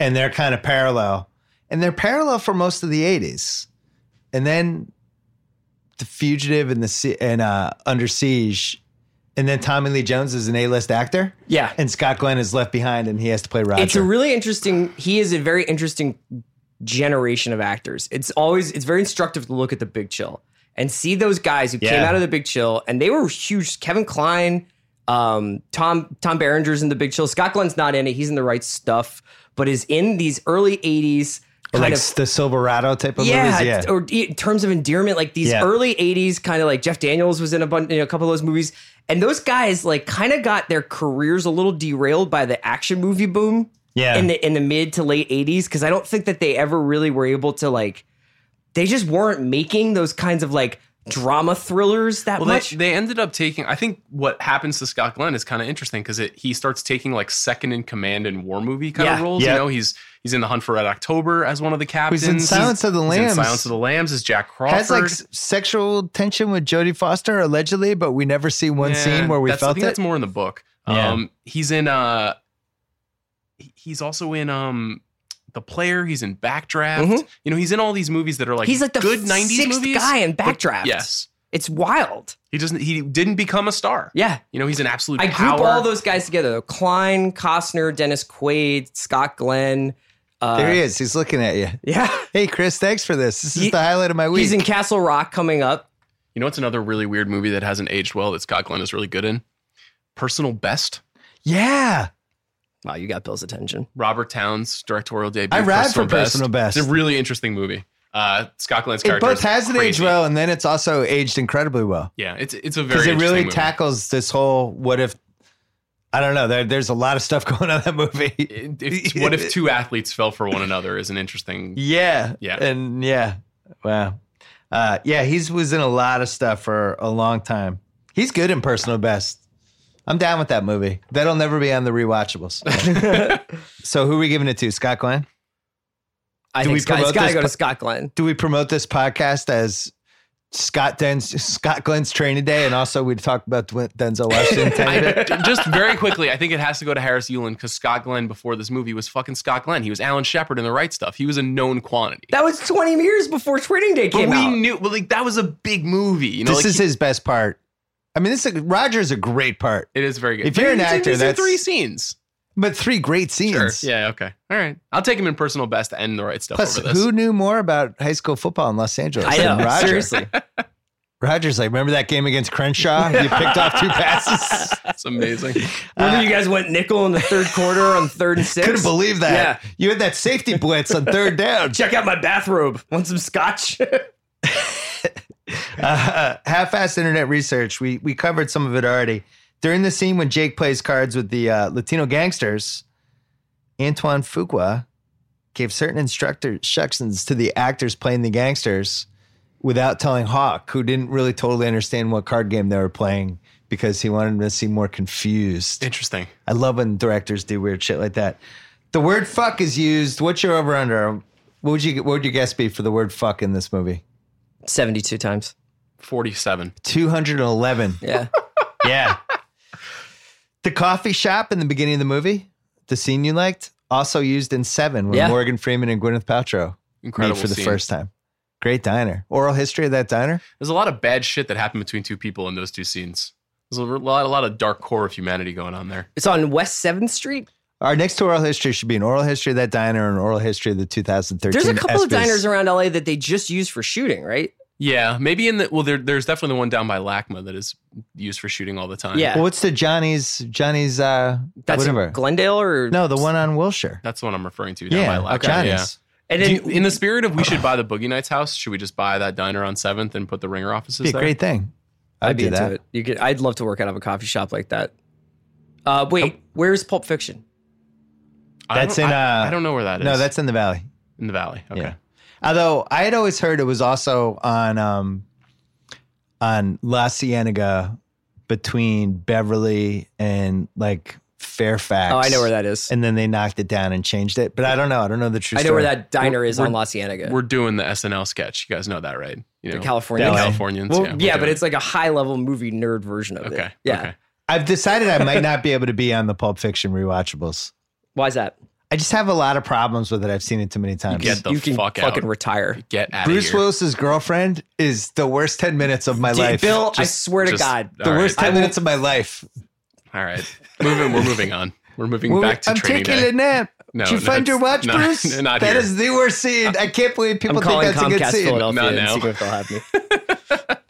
Speaker 1: and they're kind of parallel and they're parallel for most of the 80s and then the fugitive and the Si- and uh, under siege and then tommy lee jones is an a-list actor
Speaker 6: Yeah.
Speaker 1: and Scott Glenn is left behind and he has to play Roger.
Speaker 6: It's a really interesting. He is a very interesting generation of actors. It's always it's very instructive to look at the Big Chill and see those guys who came
Speaker 1: Yeah.
Speaker 6: out of the Big Chill and they were huge. Kevin Klein, um, Tom Tom Berenger's in the Big Chill. Scott Glenn's not in it. He's in the right stuff, but is in these early '80s
Speaker 1: Or
Speaker 6: kind
Speaker 1: like
Speaker 6: of
Speaker 1: the Silverado type of movies. Yeah.
Speaker 6: or e, in terms of endearment, like these
Speaker 1: Yeah.
Speaker 6: early '80s kind of like Jeff Daniels was in a bunch, you know, a couple of those movies, and those guys like kind of got their careers a little derailed by the action movie boom,
Speaker 1: Yeah.
Speaker 6: in the in the mid to late '80s, because I don't think that they ever really were able to like, they just weren't making those kinds of like drama thrillers that
Speaker 5: Well, they,
Speaker 6: much.
Speaker 5: they ended up taking. I think what happens to Scott Glenn is kind of interesting because it he starts taking like second in command in war movie kind of
Speaker 6: Yeah.
Speaker 5: roles.
Speaker 1: Yeah.
Speaker 5: You know, he's he's in the Hunt for Red October as one of the captains.
Speaker 1: Silence of the
Speaker 5: He's in
Speaker 1: Lambs.
Speaker 5: Silence of the Lambs is Jack Crawford.
Speaker 1: Has like s- sexual tension with Jodie Foster allegedly, but we never see one
Speaker 5: Yeah,
Speaker 1: scene where we
Speaker 5: that's- I
Speaker 1: felt
Speaker 5: think
Speaker 1: it.
Speaker 5: That's more in the book.
Speaker 1: Yeah.
Speaker 5: Um, he's in. Uh, he- he's also in. Um, the player. He's in Backdraft.
Speaker 1: Mm-hmm.
Speaker 6: Mhm.
Speaker 5: You know, he's in all these movies that are like
Speaker 6: He's like the
Speaker 5: good
Speaker 6: f-
Speaker 5: '90s
Speaker 6: sixth
Speaker 5: movies.
Speaker 6: guy in
Speaker 5: but-
Speaker 6: Backdraft.
Speaker 5: Yes,
Speaker 6: it's wild.
Speaker 5: he doesn't. He didn't become a star.
Speaker 6: Yeah,
Speaker 5: You know, he's an absolute.
Speaker 6: I group
Speaker 5: power.
Speaker 6: all those guys together: though. Klein, Costner, Dennis Quaid, Scott Glenn. Uh,
Speaker 1: there he is. He's looking at you.
Speaker 6: Yeah.
Speaker 1: Hey, Chris, thanks for this. This is
Speaker 6: He-
Speaker 1: the highlight of my week.
Speaker 6: He's in Castle Rock coming up.
Speaker 5: You know what's another really weird movie that hasn't aged well that Scott Glenn is really good in? Personal Best.
Speaker 1: yeah.
Speaker 6: Wow, you got Bill's attention.
Speaker 5: Robert Towns directorial debut.
Speaker 1: I ride for Personal Best.
Speaker 5: It's a really interesting movie. Uh, Scott Glenn's
Speaker 1: It
Speaker 5: character
Speaker 1: both
Speaker 5: is
Speaker 1: hasn't aged
Speaker 5: crazy.
Speaker 1: well and then it's also aged incredibly well.
Speaker 5: Yeah, it's it's a very
Speaker 1: Because it really
Speaker 5: interesting movie.
Speaker 1: tackles this whole what if I don't know. There, there's a lot of stuff going on in that movie.
Speaker 5: If- what if two athletes fell for one another is an interesting
Speaker 1: Yeah.
Speaker 5: Yeah.
Speaker 1: And yeah. Wow. Uh, yeah, he's was in a lot of stuff for a long time. He's good in personal best. I'm down with that movie. That'll never be on the rewatchables. so who are we giving it to? Scott Glenn?
Speaker 6: I
Speaker 1: Do
Speaker 6: think
Speaker 1: we
Speaker 6: Scott, it's
Speaker 1: promote
Speaker 6: got to
Speaker 1: this
Speaker 6: go to
Speaker 1: po-
Speaker 6: Scott Glenn.
Speaker 1: Do we promote this podcast as Scott Den's Scott Glenn's training day? And also we talk about Dwen- Denzel Washington. tiny bit?
Speaker 5: just very quickly, I think it has to go to Harris Yulin because Scott Glenn before this movie was fucking Scott Glenn. He was Alan Shepard in the right stuff. He was a known quantity.
Speaker 6: That was 20 years before Training Day
Speaker 5: but
Speaker 6: came
Speaker 5: we
Speaker 6: out.
Speaker 5: knew well, like that was a big movie. You know,
Speaker 1: this
Speaker 5: like,
Speaker 1: is
Speaker 5: he-
Speaker 1: his best part. I mean, this is, Roger's a great part,
Speaker 5: it is very good.
Speaker 1: if you're an
Speaker 5: He's in-
Speaker 1: actor,
Speaker 5: he's in
Speaker 1: that's-
Speaker 5: three scenes.
Speaker 1: but three great
Speaker 5: Sure.
Speaker 1: scenes.
Speaker 5: Yeah. Okay. All right. I'll take him in personal best and the right stuff
Speaker 1: Plus,
Speaker 5: over this.
Speaker 1: who knew more about high school football in Los Angeles?
Speaker 6: I
Speaker 1: than
Speaker 6: know.
Speaker 1: Roger?
Speaker 6: Seriously.
Speaker 1: Roger's like, remember that game against Crenshaw? You picked off two passes.
Speaker 5: That's amazing. Uh,
Speaker 6: Remember you guys went nickel in the third quarter on third and six?
Speaker 1: Couldn't believe that. You had that safety blitz on third down.
Speaker 6: Check out my bathrobe. Want some scotch?
Speaker 1: Uh, half-assed internet research. We we covered some of it already. During the scene when Jake plays cards with the uh, Latino gangsters, Antoine Fuqua gave certain instructor instructions to the actors playing the gangsters without telling Hawk, who didn't really totally understand what card game they were playing, because he wanted him to seem more confused.
Speaker 5: Interesting.
Speaker 1: I love when directors do weird shit like that. The word fuck is used. What's your over under? What would you what would your guess be for the word fuck in this movie?
Speaker 6: 72 times.
Speaker 5: 47.
Speaker 1: 211.
Speaker 6: Yeah.
Speaker 1: yeah. The coffee shop in the beginning of the movie, the scene you liked, also used in Seven when
Speaker 6: Yeah.
Speaker 1: Morgan Freeman and Gwyneth Paltrow
Speaker 5: Incredible
Speaker 1: meet for the
Speaker 5: scene.
Speaker 1: first time. Great diner. Oral history of that diner.
Speaker 5: There's a lot of bad shit that happened between two people in those two scenes. There's a lot, a lot of dark core of humanity going on there.
Speaker 6: It's on West 7th Street.
Speaker 1: Our next to oral history should be an oral history of that diner and an oral history of the 2013.
Speaker 6: There's a couple of
Speaker 1: ESPYs.
Speaker 6: diners around LA that they just use for shooting, right?
Speaker 5: Yeah, maybe in the well, there, there's definitely the one down by LACMA that is used for shooting all the time.
Speaker 6: Yeah.
Speaker 1: Well, what's the Johnny's Johnny's uh
Speaker 6: That's
Speaker 1: whatever?
Speaker 6: Glendale or
Speaker 1: no, the one on Wilshire.
Speaker 5: that's the one I'm referring to. Down
Speaker 1: Yeah,
Speaker 5: by LACMA.
Speaker 1: Johnny's.
Speaker 5: Yeah.
Speaker 6: And
Speaker 5: Do
Speaker 6: then
Speaker 5: you- in the spirit of we should buy the Boogie Nights house, should we just buy that diner on Seventh and put the ringer offices
Speaker 1: Be a
Speaker 5: there?
Speaker 1: great thing. I'd,
Speaker 6: I'd be
Speaker 1: do
Speaker 6: into
Speaker 1: that.
Speaker 6: it. You could. I'd love to work out of a coffee shop like that. Uh, wait, where's Pulp Fiction?
Speaker 5: I don't-
Speaker 1: That's in,
Speaker 5: I,
Speaker 1: uh,
Speaker 5: I don't know where that is.
Speaker 1: No, that's in the valley.
Speaker 5: in the valley. Okay.
Speaker 1: Yeah. Although I had always heard it was also on um on La Cienega between Beverly and like Fairfax.
Speaker 6: Oh, I know where that is.
Speaker 1: And then they knocked it down and changed it. But I don't know. I don't know the true
Speaker 6: I know
Speaker 1: story.
Speaker 6: where that diner is
Speaker 5: We're-
Speaker 6: on La Cienega.
Speaker 5: We're doing the SNL sketch. You guys know that, right? You know,
Speaker 6: The California-
Speaker 5: the
Speaker 1: LA.
Speaker 5: Californians.
Speaker 6: Well,
Speaker 5: yeah,
Speaker 6: yeah,
Speaker 5: we're
Speaker 6: but
Speaker 5: doing
Speaker 6: it's like a high level movie nerd version of
Speaker 5: it.
Speaker 6: it.
Speaker 5: okay.
Speaker 6: Yeah.
Speaker 5: Okay.
Speaker 1: I've decided I might not be able to be on the Pulp Fiction rewatchables.
Speaker 6: Why is that?
Speaker 1: I just have a lot of problems with it. I've seen it too many times.
Speaker 5: Get the
Speaker 6: you can
Speaker 5: fuck out.
Speaker 6: fucking retire.
Speaker 5: Get out
Speaker 1: Bruce
Speaker 5: of here.
Speaker 1: Willis's girlfriend is the worst ten minutes of my
Speaker 6: Dude,
Speaker 1: life.
Speaker 6: Bill, I
Speaker 5: Just-
Speaker 6: swear to
Speaker 5: just-
Speaker 6: God,
Speaker 1: the
Speaker 5: all
Speaker 1: worst
Speaker 5: right.
Speaker 1: ten minutes of my life.
Speaker 5: All right. Moving. We're moving on. We're moving back to
Speaker 1: I'm
Speaker 5: training
Speaker 1: taking
Speaker 5: day.
Speaker 1: a nap.
Speaker 5: No,
Speaker 1: Did you
Speaker 5: no,
Speaker 1: find your
Speaker 5: it's-
Speaker 1: watch,
Speaker 5: no,
Speaker 1: Bruce? That is
Speaker 5: not here.
Speaker 1: the worst scene. I can't believe people
Speaker 6: I'm
Speaker 1: think
Speaker 6: calling
Speaker 1: that's a good
Speaker 6: Comcast
Speaker 1: scene.
Speaker 6: Philadelphia
Speaker 5: Not
Speaker 6: and
Speaker 5: now.
Speaker 6: see if they'll have me.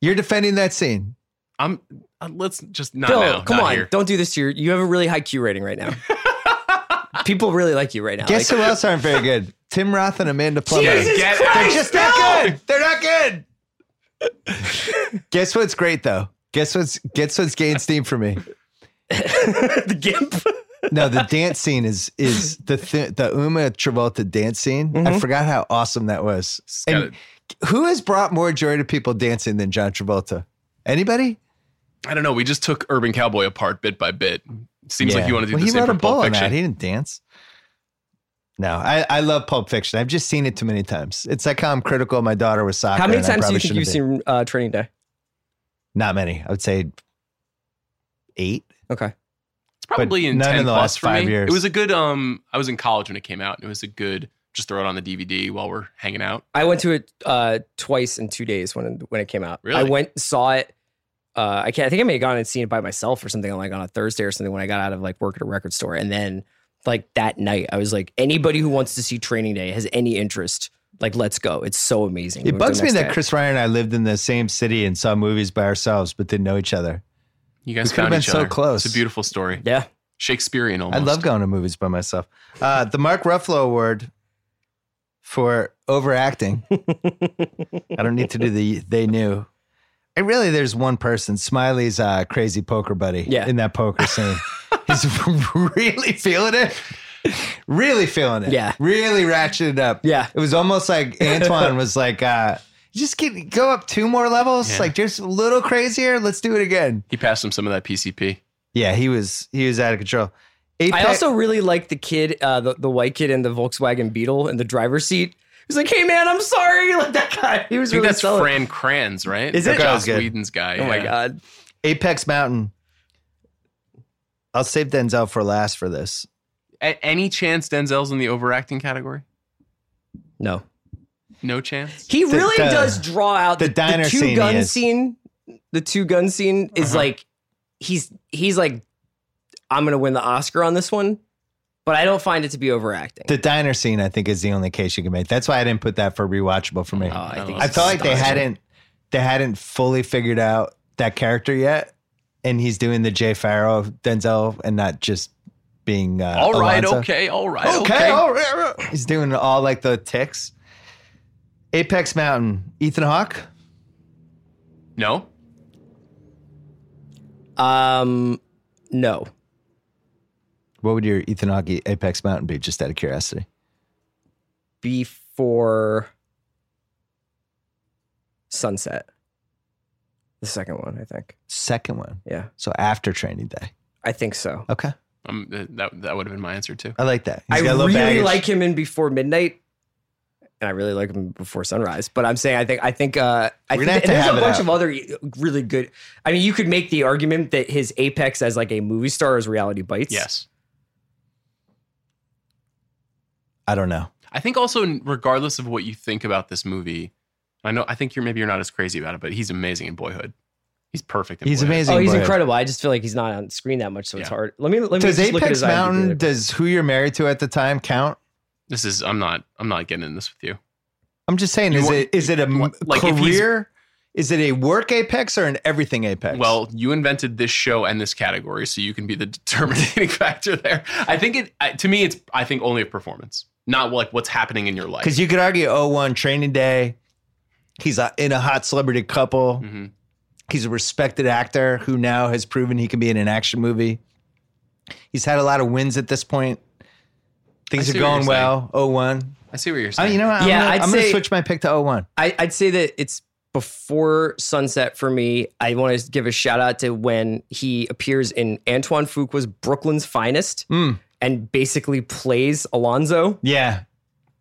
Speaker 1: You're defending that scene.
Speaker 5: I'm. Uh, let's just not
Speaker 6: Bill,
Speaker 5: now.
Speaker 6: come
Speaker 5: not
Speaker 6: on,
Speaker 5: Here.
Speaker 6: don't do this to your. You have a really high Q rating right now. People really like you right now.
Speaker 1: Guess
Speaker 6: Like,
Speaker 1: who else aren't very good? Tim Roth and Amanda Plummer.
Speaker 5: Get-
Speaker 1: They're just not good. They're not good. Guess what's great though? Guess what's guess what's gained steam for me?
Speaker 6: the Gimp.
Speaker 1: No, the dance scene is is the th- the Uma Travolta dance scene.
Speaker 6: Mm-hmm.
Speaker 1: I forgot how awesome that was.
Speaker 5: gotta-
Speaker 1: And who has brought more joy to people dancing than John Travolta? Anybody?
Speaker 5: I don't know. We just took Urban Cowboy apart bit by bit. Seems like you want to do
Speaker 1: well,
Speaker 5: the
Speaker 1: he
Speaker 5: same
Speaker 1: let
Speaker 5: for
Speaker 1: a ball
Speaker 5: Pulp
Speaker 1: on that.
Speaker 5: Fiction.
Speaker 1: He didn't dance. No, I, I love Pulp Fiction. I've just seen it too many times. It's like how I'm critical of my daughter with soccer.
Speaker 6: How many
Speaker 1: and I
Speaker 6: times do
Speaker 1: probably
Speaker 6: you think
Speaker 1: shouldn't
Speaker 6: you've
Speaker 1: be.
Speaker 6: seen uh, Training Day?
Speaker 1: Not many. I would say eight.
Speaker 6: Okay.
Speaker 5: It's probably in
Speaker 1: none in
Speaker 5: ten
Speaker 1: the
Speaker 5: plus
Speaker 1: last
Speaker 5: for
Speaker 1: five
Speaker 5: me.
Speaker 1: years.
Speaker 5: It was a good. Um, I was in college when it came out, and it was a good. Just throw it on the DVD while we're hanging out.
Speaker 6: I went to it uh, twice in two days when it, when it came out.
Speaker 5: Really?
Speaker 6: I went and saw it. Uh, I can't. I think I may have gone and seen it by myself or something on like on a Thursday or something when I got out of like work at a record store. And then like that night, I was like, anybody who wants to see Training Day has any interest, like let's go. It's so amazing.
Speaker 1: It
Speaker 6: We went the
Speaker 1: bugs me
Speaker 6: next
Speaker 1: that
Speaker 6: day.
Speaker 1: Chris Ryan and I lived in the same city and saw movies by ourselves, but didn't know each other.
Speaker 5: You
Speaker 1: We
Speaker 5: guys
Speaker 1: could've
Speaker 5: found
Speaker 1: been
Speaker 5: each
Speaker 1: so
Speaker 5: other.
Speaker 1: close.
Speaker 5: It's a beautiful story.
Speaker 6: Yeah.
Speaker 5: Shakespearean
Speaker 1: I
Speaker 5: almost.
Speaker 1: love going to movies by myself. Uh, the Mark Ruffalo Award for overacting. I don't need to do the they knew. And really, there's one person, Smiley's uh, crazy poker buddy
Speaker 6: Yeah.
Speaker 1: in that poker scene. He's really feeling it. Really feeling it.
Speaker 6: Yeah.
Speaker 1: Really ratcheted up.
Speaker 6: Yeah.
Speaker 1: It was almost like Antoine was like, uh, just get, go up two more levels,
Speaker 5: Yeah.
Speaker 1: like just a little crazier. Let's do it again.
Speaker 5: He passed him some of that PCP.
Speaker 1: Yeah, he was he was out of control.
Speaker 6: I
Speaker 1: Apex-
Speaker 6: also really like the kid, uh, the, the white kid in the Volkswagen Beetle in the driver's seat. He's like, hey man, I'm sorry. Like that guy. He was
Speaker 5: I think
Speaker 6: really
Speaker 5: that's
Speaker 6: solid.
Speaker 5: Fran Kranz, right?
Speaker 6: Is it?
Speaker 5: That Joss
Speaker 1: That was good.
Speaker 5: Whedon's guy.
Speaker 6: Oh my
Speaker 5: yeah.
Speaker 6: god.
Speaker 1: Apex Mountain. I'll save Denzel for last for this.
Speaker 5: A- any chance Denzel's in the overacting category?
Speaker 6: No.
Speaker 5: No chance.
Speaker 6: He really
Speaker 1: the-
Speaker 6: does draw out
Speaker 1: the
Speaker 6: the,
Speaker 1: diner
Speaker 6: two
Speaker 1: scene he is.
Speaker 6: gun
Speaker 1: Uh-huh.
Speaker 6: scene. The two gun scene is like he's he's like I'm gonna win the Oscar on this one, but I don't find it to be overacting.
Speaker 1: The diner scene, I think, is the only case you can make. That's why I didn't put that for rewatchable for me.
Speaker 5: Oh,
Speaker 6: I think
Speaker 5: no.
Speaker 1: I felt like they
Speaker 6: astonishing.
Speaker 1: hadn't they hadn't fully figured out that character yet, and he's doing the Jay Farrow Denzel and not just being uh,
Speaker 5: all right.
Speaker 1: Alonzo.
Speaker 5: Okay. All right.
Speaker 1: okay,
Speaker 5: Okay.
Speaker 1: all right, all right. He's doing all like the ticks. Apex Mountain, Ethan Hawke.
Speaker 5: No.
Speaker 6: Um, no,
Speaker 1: What would your Ethan Hawke Apex Mountain be? Just out of curiosity.
Speaker 6: before sunset. The second one, I think.
Speaker 1: Second one.
Speaker 6: Yeah.
Speaker 1: So after training day.
Speaker 6: I think so.
Speaker 1: Okay.
Speaker 5: Um, uh, that that would have been my answer too.
Speaker 1: I like that. He's
Speaker 6: I
Speaker 1: got a little
Speaker 6: really
Speaker 1: baggage.
Speaker 6: like him in Before Midnight, and I really like him in Before Sunrise. But I'm saying I think I think uh, I
Speaker 1: We're
Speaker 6: think
Speaker 1: gonna have to
Speaker 6: and there's
Speaker 1: have
Speaker 6: a
Speaker 1: it
Speaker 6: bunch
Speaker 1: out.
Speaker 6: of other really good. I mean, you could make the argument that his apex as like a movie star is Reality Bites.
Speaker 5: Yes.
Speaker 1: I don't know.
Speaker 5: I think also, regardless of what you think about this movie, I know I think you're maybe you're not as crazy about it, but he's amazing in Boyhood. He's perfect. In
Speaker 1: He's
Speaker 5: Boyhood.
Speaker 1: amazing.
Speaker 6: Oh, he's
Speaker 1: boy.
Speaker 6: incredible. I just feel like he's not on screen that much, so it's
Speaker 5: Yeah.
Speaker 6: hard. Let me let me
Speaker 1: Does
Speaker 6: just look at
Speaker 1: Apex
Speaker 6: his
Speaker 1: Mountain,
Speaker 6: IMDb.
Speaker 1: does who you're married to at the time count?
Speaker 5: This is I'm not I'm not getting in this with you.
Speaker 1: I'm just saying,
Speaker 5: You
Speaker 1: is
Speaker 5: want-
Speaker 1: it is it a m-
Speaker 5: like, if he's-
Speaker 1: career? Is it a work apex or an everything apex?
Speaker 5: Well, you invented this show and this category, so you can be the determining factor there. I think it I- to me it's I think only a performance, not like what's happening in your life.
Speaker 1: because you could argue 01 training day. He's a, in a hot celebrity couple.
Speaker 5: Mhm.
Speaker 1: He's a respected actor who now has proven he can be in an action movie. He's had a lot of wins at this point. Things
Speaker 5: see
Speaker 1: are
Speaker 5: what
Speaker 1: going
Speaker 5: you're
Speaker 1: well. 01.
Speaker 5: I see what you're
Speaker 1: I
Speaker 5: saying.
Speaker 1: mean, you know what? I'm
Speaker 6: Yeah,
Speaker 1: gonna,
Speaker 6: I'd
Speaker 1: I'm gonna
Speaker 6: say-
Speaker 1: switch my pick to oh, 01.
Speaker 6: I, I'd say that it's before sunset for me. I want to give a shout out to when he appears in Antoine Fuqua's Brooklyn's Finest
Speaker 1: Hmm.
Speaker 6: and basically plays Alonzo,
Speaker 1: Yeah.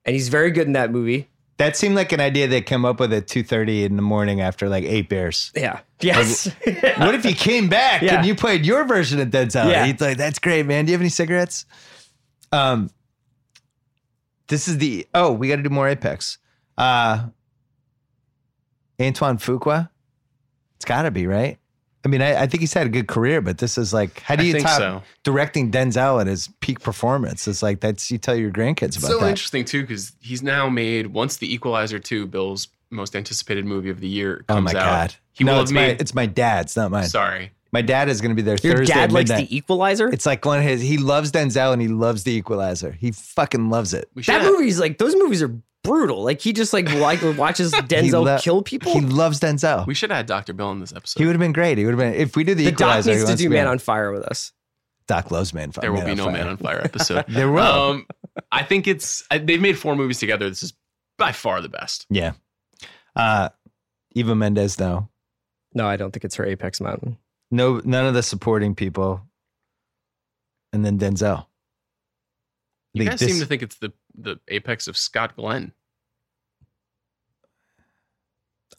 Speaker 6: and he's very good in that movie.
Speaker 1: That seemed like an idea they came up with at 2.30 in the morning after like eight beers.
Speaker 6: Yeah. Yes.
Speaker 1: What if he came back
Speaker 6: Yeah.
Speaker 1: and you played your version of Dead Salad?
Speaker 6: Yeah.
Speaker 1: He'd like, that's great, man. Do you have any cigarettes? Um, this is the oh, we got to do more Apex. Uh, Antoine Fuqua. It's got to be right. I mean, I, I think he's had a good career, but this is like, how do
Speaker 5: I
Speaker 1: you
Speaker 5: think
Speaker 1: top
Speaker 5: so.
Speaker 1: directing Denzel at his peak performance? It's like that's you tell your grandkids
Speaker 5: It's
Speaker 1: about
Speaker 5: so
Speaker 1: that.
Speaker 5: interesting too because he's now made once the Equalizer two, Bill's most anticipated movie of the year, comes
Speaker 1: Oh my
Speaker 5: out.
Speaker 1: god!
Speaker 5: He
Speaker 1: no,
Speaker 5: will
Speaker 1: it's
Speaker 5: have
Speaker 1: my
Speaker 5: made.
Speaker 1: it's my dad's, not mine.
Speaker 5: sorry,
Speaker 1: My dad is going to be there
Speaker 6: Your
Speaker 1: Thursday.
Speaker 6: dad
Speaker 1: at
Speaker 6: likes
Speaker 1: midnight.
Speaker 6: the equalizer?
Speaker 1: It's like one of his. He loves Denzel and he loves The Equalizer. He fucking loves it.
Speaker 5: we should
Speaker 6: that
Speaker 5: have-
Speaker 6: movie's like those movies are brutal. Like he just like like watches
Speaker 1: He
Speaker 6: Denzel
Speaker 1: lo-
Speaker 6: kill people.
Speaker 1: He loves Denzel.
Speaker 5: We should have had Doctor Bill in this episode.
Speaker 1: he would have been great. He would have been if we did The,
Speaker 6: the doc
Speaker 1: Equalizer. he
Speaker 6: needs to
Speaker 1: wants
Speaker 6: do
Speaker 1: be
Speaker 6: Man on Fire with us.
Speaker 1: Doc loves Man.
Speaker 5: there will be no
Speaker 1: Fire.
Speaker 5: Man on Fire episode.
Speaker 1: There will.
Speaker 5: Um, I think it's I, they've made four movies together. This is by far the best.
Speaker 1: yeah. Uh, Eva Mendes no.
Speaker 6: No, I don't think it's her Apex Mountain.
Speaker 1: No, none of the supporting people, and then Denzel. I
Speaker 5: You
Speaker 1: think
Speaker 5: guys
Speaker 1: this-
Speaker 5: seem to think it's the the apex of Scott Glenn.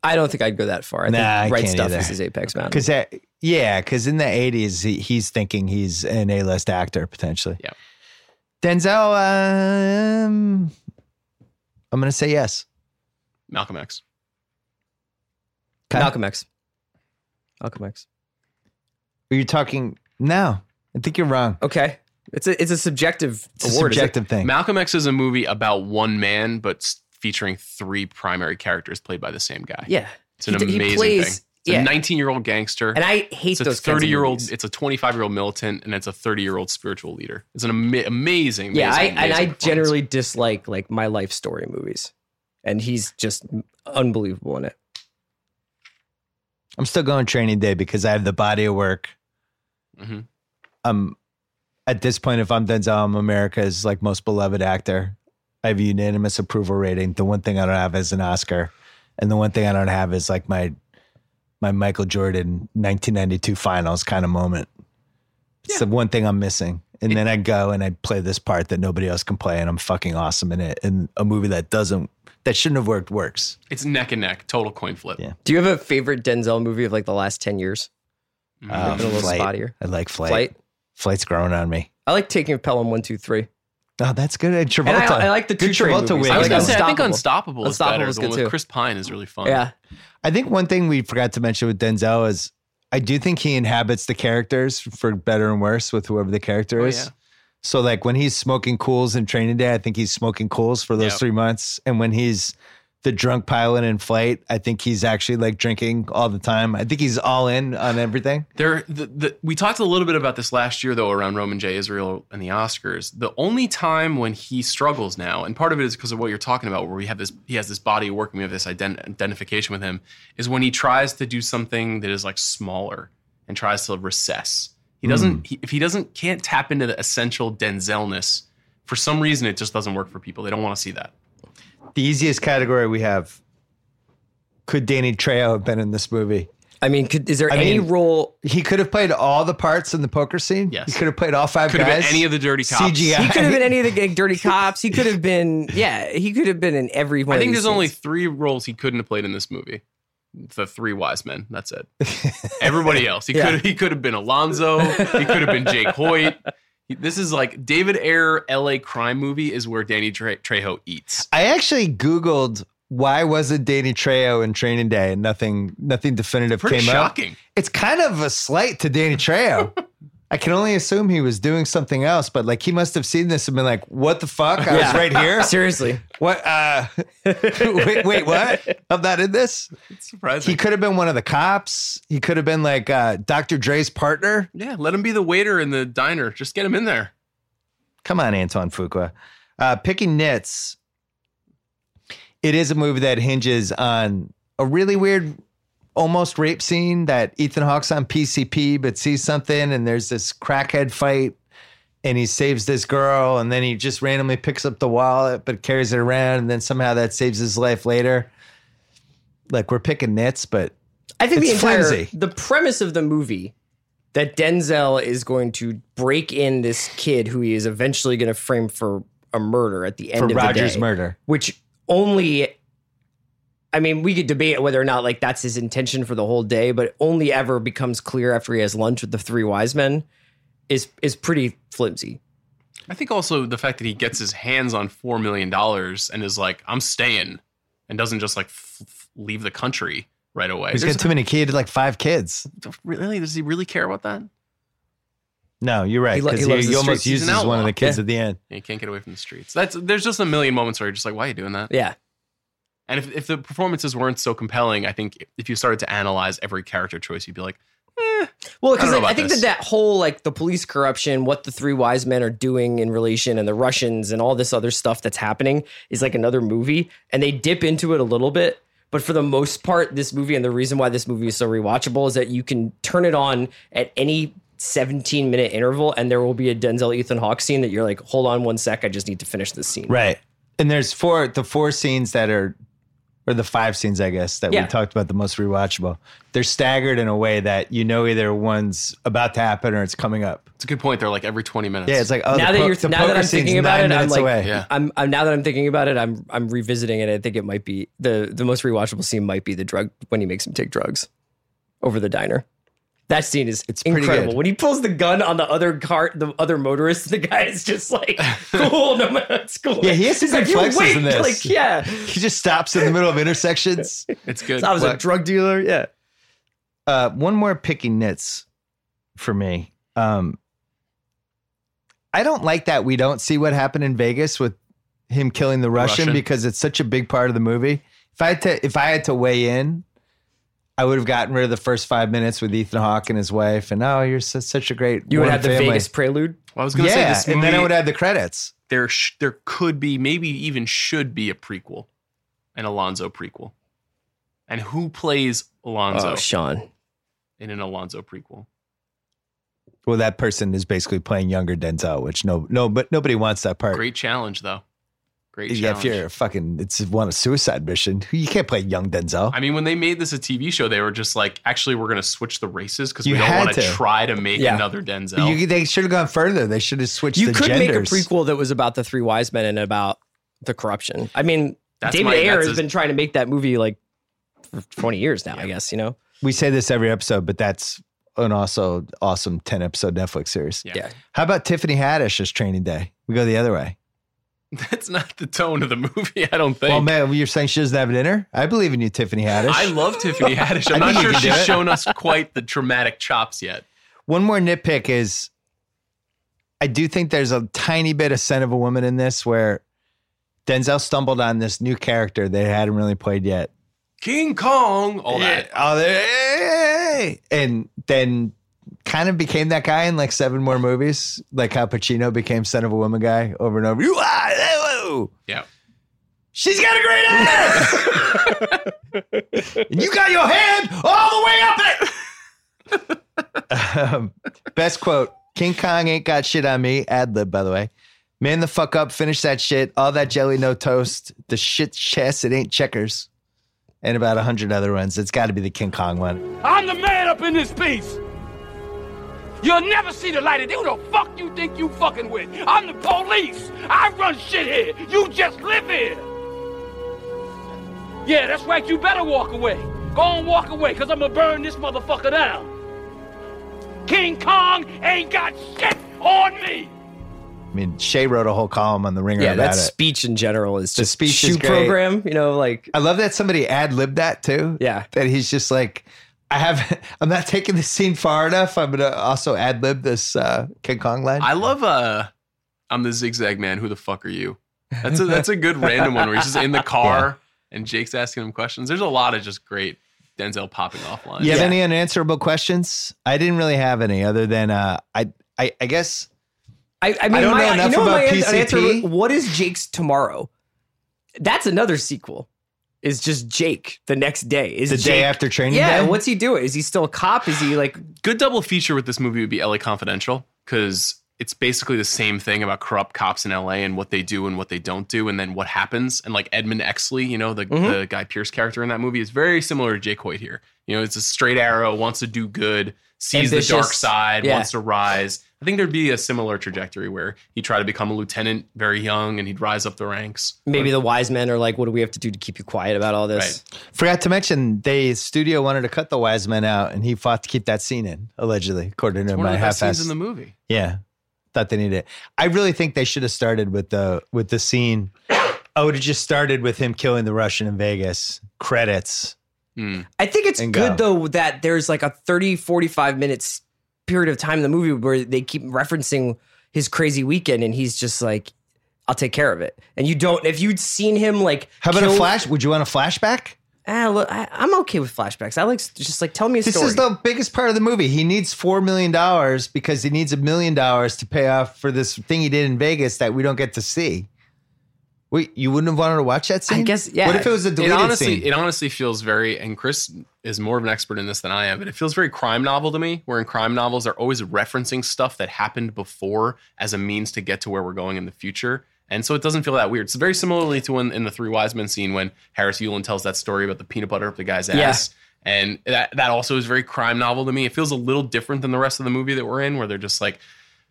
Speaker 6: I don't think I'd go that far. I
Speaker 1: Nah, I
Speaker 6: think right
Speaker 1: can't
Speaker 6: stuff
Speaker 1: either.
Speaker 6: is his Apex Mountain.
Speaker 1: Because that, yeah, because in the eighties, he, he's thinking he's an A-list actor potentially.
Speaker 5: Yeah.
Speaker 1: Denzel, um, I'm gonna say yes.
Speaker 5: Malcolm X.
Speaker 1: Okay.
Speaker 6: Malcolm X. Malcolm X.
Speaker 1: Are you talking? No, I think you're wrong.
Speaker 6: Okay. It's a it's a subjective
Speaker 1: It's a
Speaker 6: award. is it?
Speaker 1: subjective thing.
Speaker 5: Malcolm X is a movie about one man, but s- featuring three primary characters played by the same guy.
Speaker 6: Yeah.
Speaker 5: it's an
Speaker 6: He- he
Speaker 5: amazing
Speaker 6: plays-
Speaker 5: thing. It's
Speaker 6: yeah.
Speaker 5: a 19 year old gangster.
Speaker 6: And I hate
Speaker 5: it's a
Speaker 6: those kinds of
Speaker 5: 30 year old.
Speaker 6: movies.
Speaker 5: It's a 25 year old militant, and it's a 30 year old spiritual leader. It's an ama- amazing.
Speaker 6: Yeah, I,
Speaker 5: amazing,
Speaker 6: and I
Speaker 5: amazing performance.
Speaker 6: generally dislike like my life story movies, and he's just unbelievable in it.
Speaker 1: I'm still going training day because I have the body of work.
Speaker 5: Mhm.
Speaker 1: Um, at this point, if I'm Denzel, I'm America's like most beloved actor. I have a unanimous approval rating. The one thing I don't have is an Oscar, and the one thing I don't have is like my my Michael Jordan 1992 Finals kind of moment. It's the one thing I'm missing. And then I go and I play this part that nobody else can play, and I'm fucking awesome in it. And a movie that doesn't, that shouldn't have worked, works.
Speaker 5: it's neck and neck, total coin flip.
Speaker 1: Yeah.
Speaker 6: Do you have a favorite Denzel movie of like the last ten years?
Speaker 1: Uh,
Speaker 6: Been a little spottier.
Speaker 1: I like flight.
Speaker 6: Flight.
Speaker 1: Flight's growing on me.
Speaker 6: I like taking Pelham one two three.
Speaker 1: Oh, that's good. And Travolta.
Speaker 6: And I, I like the
Speaker 1: good
Speaker 6: two Train
Speaker 1: Travolta
Speaker 6: movies.
Speaker 1: wig.
Speaker 5: I was
Speaker 1: though.
Speaker 5: gonna say, I think
Speaker 6: Unstoppable.
Speaker 5: Unstoppable is better.
Speaker 6: Unstoppable's
Speaker 5: The
Speaker 6: good
Speaker 5: one with
Speaker 6: too.
Speaker 5: Chris Pine is really fun.
Speaker 6: Yeah,
Speaker 1: I think one thing we forgot to mention with Denzel is I do think he inhabits the characters for better and worse with whoever the character
Speaker 5: Oh,
Speaker 1: is.
Speaker 5: yeah.
Speaker 1: So like when he's smoking cools in training day, I think he's smoking cools for those
Speaker 5: Yep.
Speaker 1: three months. And when he's the drunk pilot in flight, I think he's actually like drinking all the time. I think he's all in on everything.
Speaker 5: There, the, the, we talked a little bit about this last year, though, around Roman J. Israel and the Oscars. The only time when he struggles now, and part of it is because of what you're talking about, where we have this, he has this body of work, and we have this ident- identification with him, is when he tries to do something that is like smaller and tries to recess. He doesn't, he, if he doesn't, can't tap into the essential Denzelness. For some reason, it just doesn't work for people. They don't want to see that.
Speaker 1: The easiest category we have. Could Danny Trejo have been in this movie?
Speaker 6: I mean, could, is there
Speaker 1: I
Speaker 6: any
Speaker 1: mean,
Speaker 6: role?
Speaker 1: He could have played all the parts in the poker scene.
Speaker 5: Yes.
Speaker 1: He could have played all five
Speaker 5: Could have been
Speaker 1: guys.
Speaker 5: any of the dirty cops.
Speaker 1: CGI.
Speaker 6: He could have been any of the g- dirty cops. He could have been, yeah, he could have been in every one.
Speaker 5: I
Speaker 6: of
Speaker 5: think
Speaker 6: these
Speaker 5: there's only
Speaker 6: things.
Speaker 5: three roles he couldn't have played in this movie. The three wise men. That's it. Everybody else, he
Speaker 6: Yeah.
Speaker 5: could he could have been Alonzo. He could have been Jake Hoyt. He- This is like David Ayer L.A. crime movie is where Danny Tre- Trejo eats.
Speaker 1: I actually Googled why wasn't Danny Trejo in Training Day and nothing nothing definitive
Speaker 5: Pretty
Speaker 1: came up.
Speaker 5: shocking.
Speaker 1: It's kind of a slight to Danny Trejo. I can only assume he was doing something else, but like he must have seen this and been like, "What the fuck? I was
Speaker 6: Yeah.
Speaker 1: right here.
Speaker 6: Seriously.
Speaker 1: What? Uh, wait, wait, what? I'm not in this.
Speaker 5: It's surprising.
Speaker 1: He could have been one of the cops. He could have been like uh, Dr. Dre's partner.
Speaker 5: yeah, let him be the waiter in the diner. Just get him in there.
Speaker 1: Come on, Antoine Fuqua. Uh, Picking Nits. It is a movie that hinges on a really weird, almost rape scene that Ethan Hawke's on PCP, but sees something, and there's this crackhead fight, and he saves this girl, and then he just randomly picks up the wallet, but carries it around, and then somehow that saves his life later. Like we're picking nits, but
Speaker 6: I think the
Speaker 1: It's
Speaker 6: entire
Speaker 1: flimsy.
Speaker 6: the premise of the movie that Denzel is going to break in this kid who he is eventually going to frame for a murder at the end
Speaker 1: for
Speaker 6: of
Speaker 1: Roger's
Speaker 6: the day,
Speaker 1: murder.
Speaker 6: which only. I mean, we could debate whether or not like that's his intention for the whole day, but it only ever becomes clear after he has lunch with the three wise men is is pretty flimsy.
Speaker 5: I think also the fact that he gets his hands on four million dollars and is like, I'm staying, and doesn't just like f- f- leave the country right away.
Speaker 1: He's
Speaker 5: There's-
Speaker 1: got too many kids, like five kids.
Speaker 5: really? Does he really care about that?
Speaker 1: No, you're right.
Speaker 6: He lo- he
Speaker 1: Because he,
Speaker 6: loves the
Speaker 1: he almost
Speaker 6: streets. He's
Speaker 1: uses
Speaker 5: an
Speaker 1: one of
Speaker 5: outlaw.
Speaker 1: the kids
Speaker 6: Yeah.
Speaker 1: at the end.
Speaker 5: Yeah, you can't get away from the streets. That's there's just a million moments where you're just like, why are you doing that?
Speaker 6: Yeah,
Speaker 5: And if, if the performances weren't so compelling, I think if you started to analyze every character choice, you'd be like,
Speaker 6: Well,
Speaker 5: I don't
Speaker 6: because like,
Speaker 5: know
Speaker 6: I
Speaker 5: about
Speaker 6: think
Speaker 5: this.
Speaker 6: that that whole like the police corruption, what the three wise men are doing in relation, and the Russians and all this other stuff that's happening is like another movie, and they dip into it a little bit. But for the most part, this movie and the reason why this movie is so rewatchable is that you can turn it on at any 17 minute interval, and there will be a Denzel Ethan Hawke scene that you're like, hold on one sec, I just need to finish this scene.
Speaker 1: Right. And there's four the four scenes that are or the five scenes, I guess, that
Speaker 6: Yeah.
Speaker 1: we talked about the most rewatchable. They're staggered in a way that you know either one's about to happen or it's coming up.
Speaker 5: it's a good point. They're like every 20 minutes.
Speaker 1: Yeah, it's like oh,
Speaker 6: now
Speaker 1: the,
Speaker 6: that
Speaker 1: po-
Speaker 6: you're
Speaker 1: the
Speaker 6: now that
Speaker 1: poker
Speaker 6: I'm
Speaker 1: scene's
Speaker 6: thinking
Speaker 1: nine
Speaker 6: about it, I'm
Speaker 1: minutes
Speaker 6: like,
Speaker 1: away.
Speaker 5: Yeah.
Speaker 6: I'm, I'm now that I'm thinking about it, I'm I'm revisiting it. I think it might be the the most rewatchable scene might be the drug when he makes him take drugs over the diner. That scene is it's
Speaker 1: pretty
Speaker 6: incredible.
Speaker 1: good.
Speaker 6: When he pulls the gun on the other car, the other motorist, the guy is just like, "Cool, no man, it's cool."
Speaker 1: Yeah, he has some
Speaker 6: He's like,
Speaker 1: good
Speaker 6: "You
Speaker 1: flexes
Speaker 6: wait,"
Speaker 1: in this.
Speaker 6: Like, yeah,
Speaker 1: He just stops in the middle of intersections.
Speaker 5: it's good.
Speaker 6: So I was a
Speaker 1: Flex.
Speaker 6: drug dealer. Yeah,
Speaker 1: Uh, one more picky nits for me. Um, I don't like that we don't see what happened in Vegas with him killing the Russian,
Speaker 5: Russian.
Speaker 1: because it's such a big part of the movie. If I had to, if I had to weigh in, I would have gotten rid of the first five minutes with Ethan Hawke and his wife, and oh, you're su- such a great.
Speaker 6: you would
Speaker 1: warm
Speaker 6: have the
Speaker 1: family."
Speaker 6: Vegas prelude.
Speaker 5: Well, I was going to
Speaker 1: yeah,
Speaker 5: say this
Speaker 1: and
Speaker 5: movie,
Speaker 1: then I would add the credits.
Speaker 5: there, sh- there could be, maybe even should be a prequel, an Alonzo prequel. And who plays Alonzo
Speaker 6: Oh, Sean.
Speaker 5: in an Alonzo prequel?
Speaker 1: Well, that person is basically playing younger Denzel, which no, no, but nobody wants that part.
Speaker 5: Great challenge, though. Great
Speaker 1: yeah, if
Speaker 5: challenge.
Speaker 1: you're a fucking, it's one a suicide mission. You can't play young Denzel.
Speaker 5: I mean, when they made this a TV show, they were just like, actually, we're going to switch the races because we
Speaker 1: You
Speaker 5: don't
Speaker 1: had
Speaker 5: want to
Speaker 1: to.
Speaker 5: try to make
Speaker 6: Yeah.
Speaker 5: another Denzel.
Speaker 1: You, they should have gone further. They should have switched.
Speaker 6: You
Speaker 1: the
Speaker 6: could
Speaker 1: genders.
Speaker 6: make a prequel that was about the three wise men and about the corruption. I mean,
Speaker 5: That's
Speaker 6: David
Speaker 5: my-
Speaker 6: Ayer
Speaker 5: that's
Speaker 6: has
Speaker 5: a-
Speaker 6: been trying to make that movie like for 20 years now, I guess, you know?
Speaker 1: We say this every episode, but that's an also awesome ten episode Netflix series.
Speaker 5: Yeah.
Speaker 1: How about Tiffany Haddish as Training Day? We go the other way.
Speaker 5: That's not the tone of the movie, I don't think.
Speaker 1: Well, man, you're saying she doesn't have an inner. I believe in you, Tiffany Haddish.
Speaker 5: I love Tiffany Haddish. I'm
Speaker 1: I
Speaker 5: not
Speaker 1: think you
Speaker 5: sure
Speaker 1: can do
Speaker 5: she's
Speaker 1: it.
Speaker 5: shown us quite the dramatic chops yet.
Speaker 1: One more nitpick is, I do think there's a tiny bit of scent of a woman in this where Denzel stumbled on this new character they hadn't really played yet.
Speaker 5: King Kong, all that.
Speaker 1: Oh, they- and then kind of became that guy in like seven more movies, like how Pacino became son of a woman guy over and over. You are, hello.
Speaker 5: Yeah.
Speaker 1: She's got a great ass. and you got your hand all the way up it. um, best quote King Kong ain't got shit on me. Ad lib, by the way. Man the fuck up, finish that shit. All that jelly, no toast. The shit's chess, it ain't checkers. and about 100 other ones. It's got to be the King Kong one.
Speaker 8: I'm the man up in this piece. You'll never see the light of day. Who the fuck you think you fucking with? I'm the police. I run shit here. You just live here. Yeah, that's right. You better walk away. Go on, walk away, because I'm going to burn this motherfucker down. King Kong ain't got shit on me.
Speaker 1: I mean, Shay wrote a whole column on the Ringer
Speaker 6: yeah,
Speaker 1: about
Speaker 6: that
Speaker 1: it.
Speaker 6: speech in general is
Speaker 1: The
Speaker 6: just
Speaker 1: speech is
Speaker 6: shoot
Speaker 1: great.
Speaker 6: program. You know, like
Speaker 1: I love that somebody ad libbed that too.
Speaker 6: Yeah.
Speaker 1: that he's just like, I have, I'm not taking this scene far enough. I'm gonna also ad lib this uh, King Kong line.
Speaker 5: I love uh I'm the zigzag man, who the fuck are you? That's a that's a good random one where he's just in the car and Jake's asking him questions. There's a lot of just great Denzel popping off lines.
Speaker 1: You have any unanswerable questions? I didn't really have any other than uh, I, I, I guess
Speaker 6: I, I mean,
Speaker 1: don't
Speaker 6: my,
Speaker 1: know enough
Speaker 6: you know
Speaker 1: about
Speaker 6: my ans- answer
Speaker 1: PCP.
Speaker 6: was, what is Jake's tomorrow? That's another sequel. Is just Jake the next day? Is
Speaker 1: the day
Speaker 6: Jake-
Speaker 1: after training
Speaker 6: Yeah,
Speaker 1: day.
Speaker 6: what's he doing? Is he still a cop? Is he like
Speaker 5: good double feature with this movie would be LA Confidential because it's basically the same thing about corrupt cops in LA and what they do and what they don't do and then what happens. And like Edmund Exley, you know, the, the Guy Pierce character in that movie is very similar to Jake Hoyt here. You know, it's a straight arrow, wants to do good, sees
Speaker 6: Ambitious.
Speaker 5: the dark side,
Speaker 6: Yeah.
Speaker 5: wants to rise. I think there'd be a similar trajectory where he'd try to become a lieutenant very young and he'd rise up the ranks.
Speaker 6: maybe the wise men are like, what do we have to do to keep you quiet about all this?
Speaker 1: Forgot to mention, the studio wanted to cut the wise men out, and he fought to keep that scene in. Allegedly, according to
Speaker 5: One of
Speaker 1: my
Speaker 5: the best
Speaker 1: half-assed.
Speaker 5: scenes in the movie.
Speaker 1: Yeah. Thought they needed it. I really think they should have started with the with the scene. I would have just started with him killing the Russian in Vegas. Credits.
Speaker 5: Hmm.
Speaker 6: I think it's
Speaker 1: And
Speaker 6: good
Speaker 1: go.
Speaker 6: though that there's like a 30, 45 minutes period of time in the movie where they keep referencing his crazy weekend and he's just like, I'll take care of it. And you don't, if you'd seen him like,
Speaker 1: How about a
Speaker 6: kill-
Speaker 1: flash? Would you want a flashback?
Speaker 6: Ah, look, I, I'm okay with flashbacks. I like s- just like tell me a
Speaker 1: This
Speaker 6: story.
Speaker 1: is the biggest part of the movie. He needs four million dollars because he needs a million dollars to pay off for this thing he did in Vegas that we don't get to see. Wait, you wouldn't have wanted to watch that scene?
Speaker 6: guess- yeah.
Speaker 1: What if it was a
Speaker 5: it
Speaker 1: deleted
Speaker 5: honestly
Speaker 1: scene?
Speaker 5: it honestly feels very and chris is more of an expert in this than i am but it feels very crime novel to me where in crime novels they're always referencing stuff that happened before as a means to get to where we're going in the future and so it doesn't feel that weird it's very similarly to when in the three wise men scene when harris yulin tells that story about the peanut butter up the guy's ass and that, that also is very crime novel to me it feels a little different than the rest of the movie that we're in where they're just like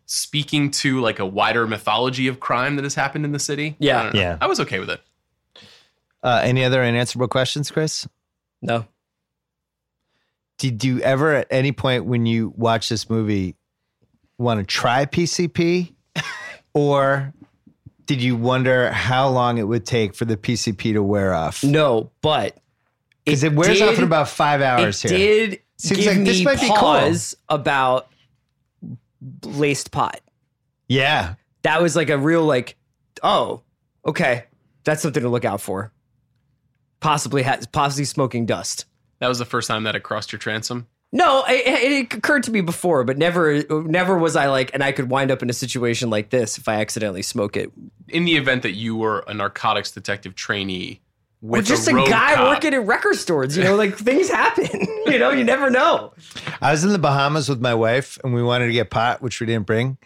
Speaker 5: speaking to like a wider mythology of crime that has happened in the city
Speaker 6: Yeah.
Speaker 5: I don't know.
Speaker 1: Yeah.
Speaker 5: i was okay with it
Speaker 1: uh, any other unanswerable questions, Chris?
Speaker 6: no.
Speaker 1: did you ever at any point when you watch this movie want to try PCP or did you wonder how long it would take for the PCP to wear off?
Speaker 6: No, but
Speaker 1: Because it, wears
Speaker 6: did-
Speaker 1: off in about five hours
Speaker 6: it
Speaker 1: here.
Speaker 6: did
Speaker 1: Seems
Speaker 6: give
Speaker 1: like this
Speaker 6: me
Speaker 1: might be cool.
Speaker 6: pause about laced pot.
Speaker 1: Yeah.
Speaker 6: That was like a real like, oh, okay, that's something to look out for. Possibly has possibly smoking dust.
Speaker 5: That was the first time that it crossed your transom.
Speaker 6: No, it, it it occurred to me before, but never, never was I like, and I could wind up in a situation like this if I accidentally smoke it.
Speaker 5: In the event that you were a narcotics detective trainee
Speaker 6: Or
Speaker 5: with
Speaker 6: just a,
Speaker 5: road
Speaker 6: guy
Speaker 5: cop,
Speaker 6: working at record stores, you know, like things happen. You know, you never know.
Speaker 1: I was in the Bahamas with my wife and we wanted to get pot, which we didn't bring.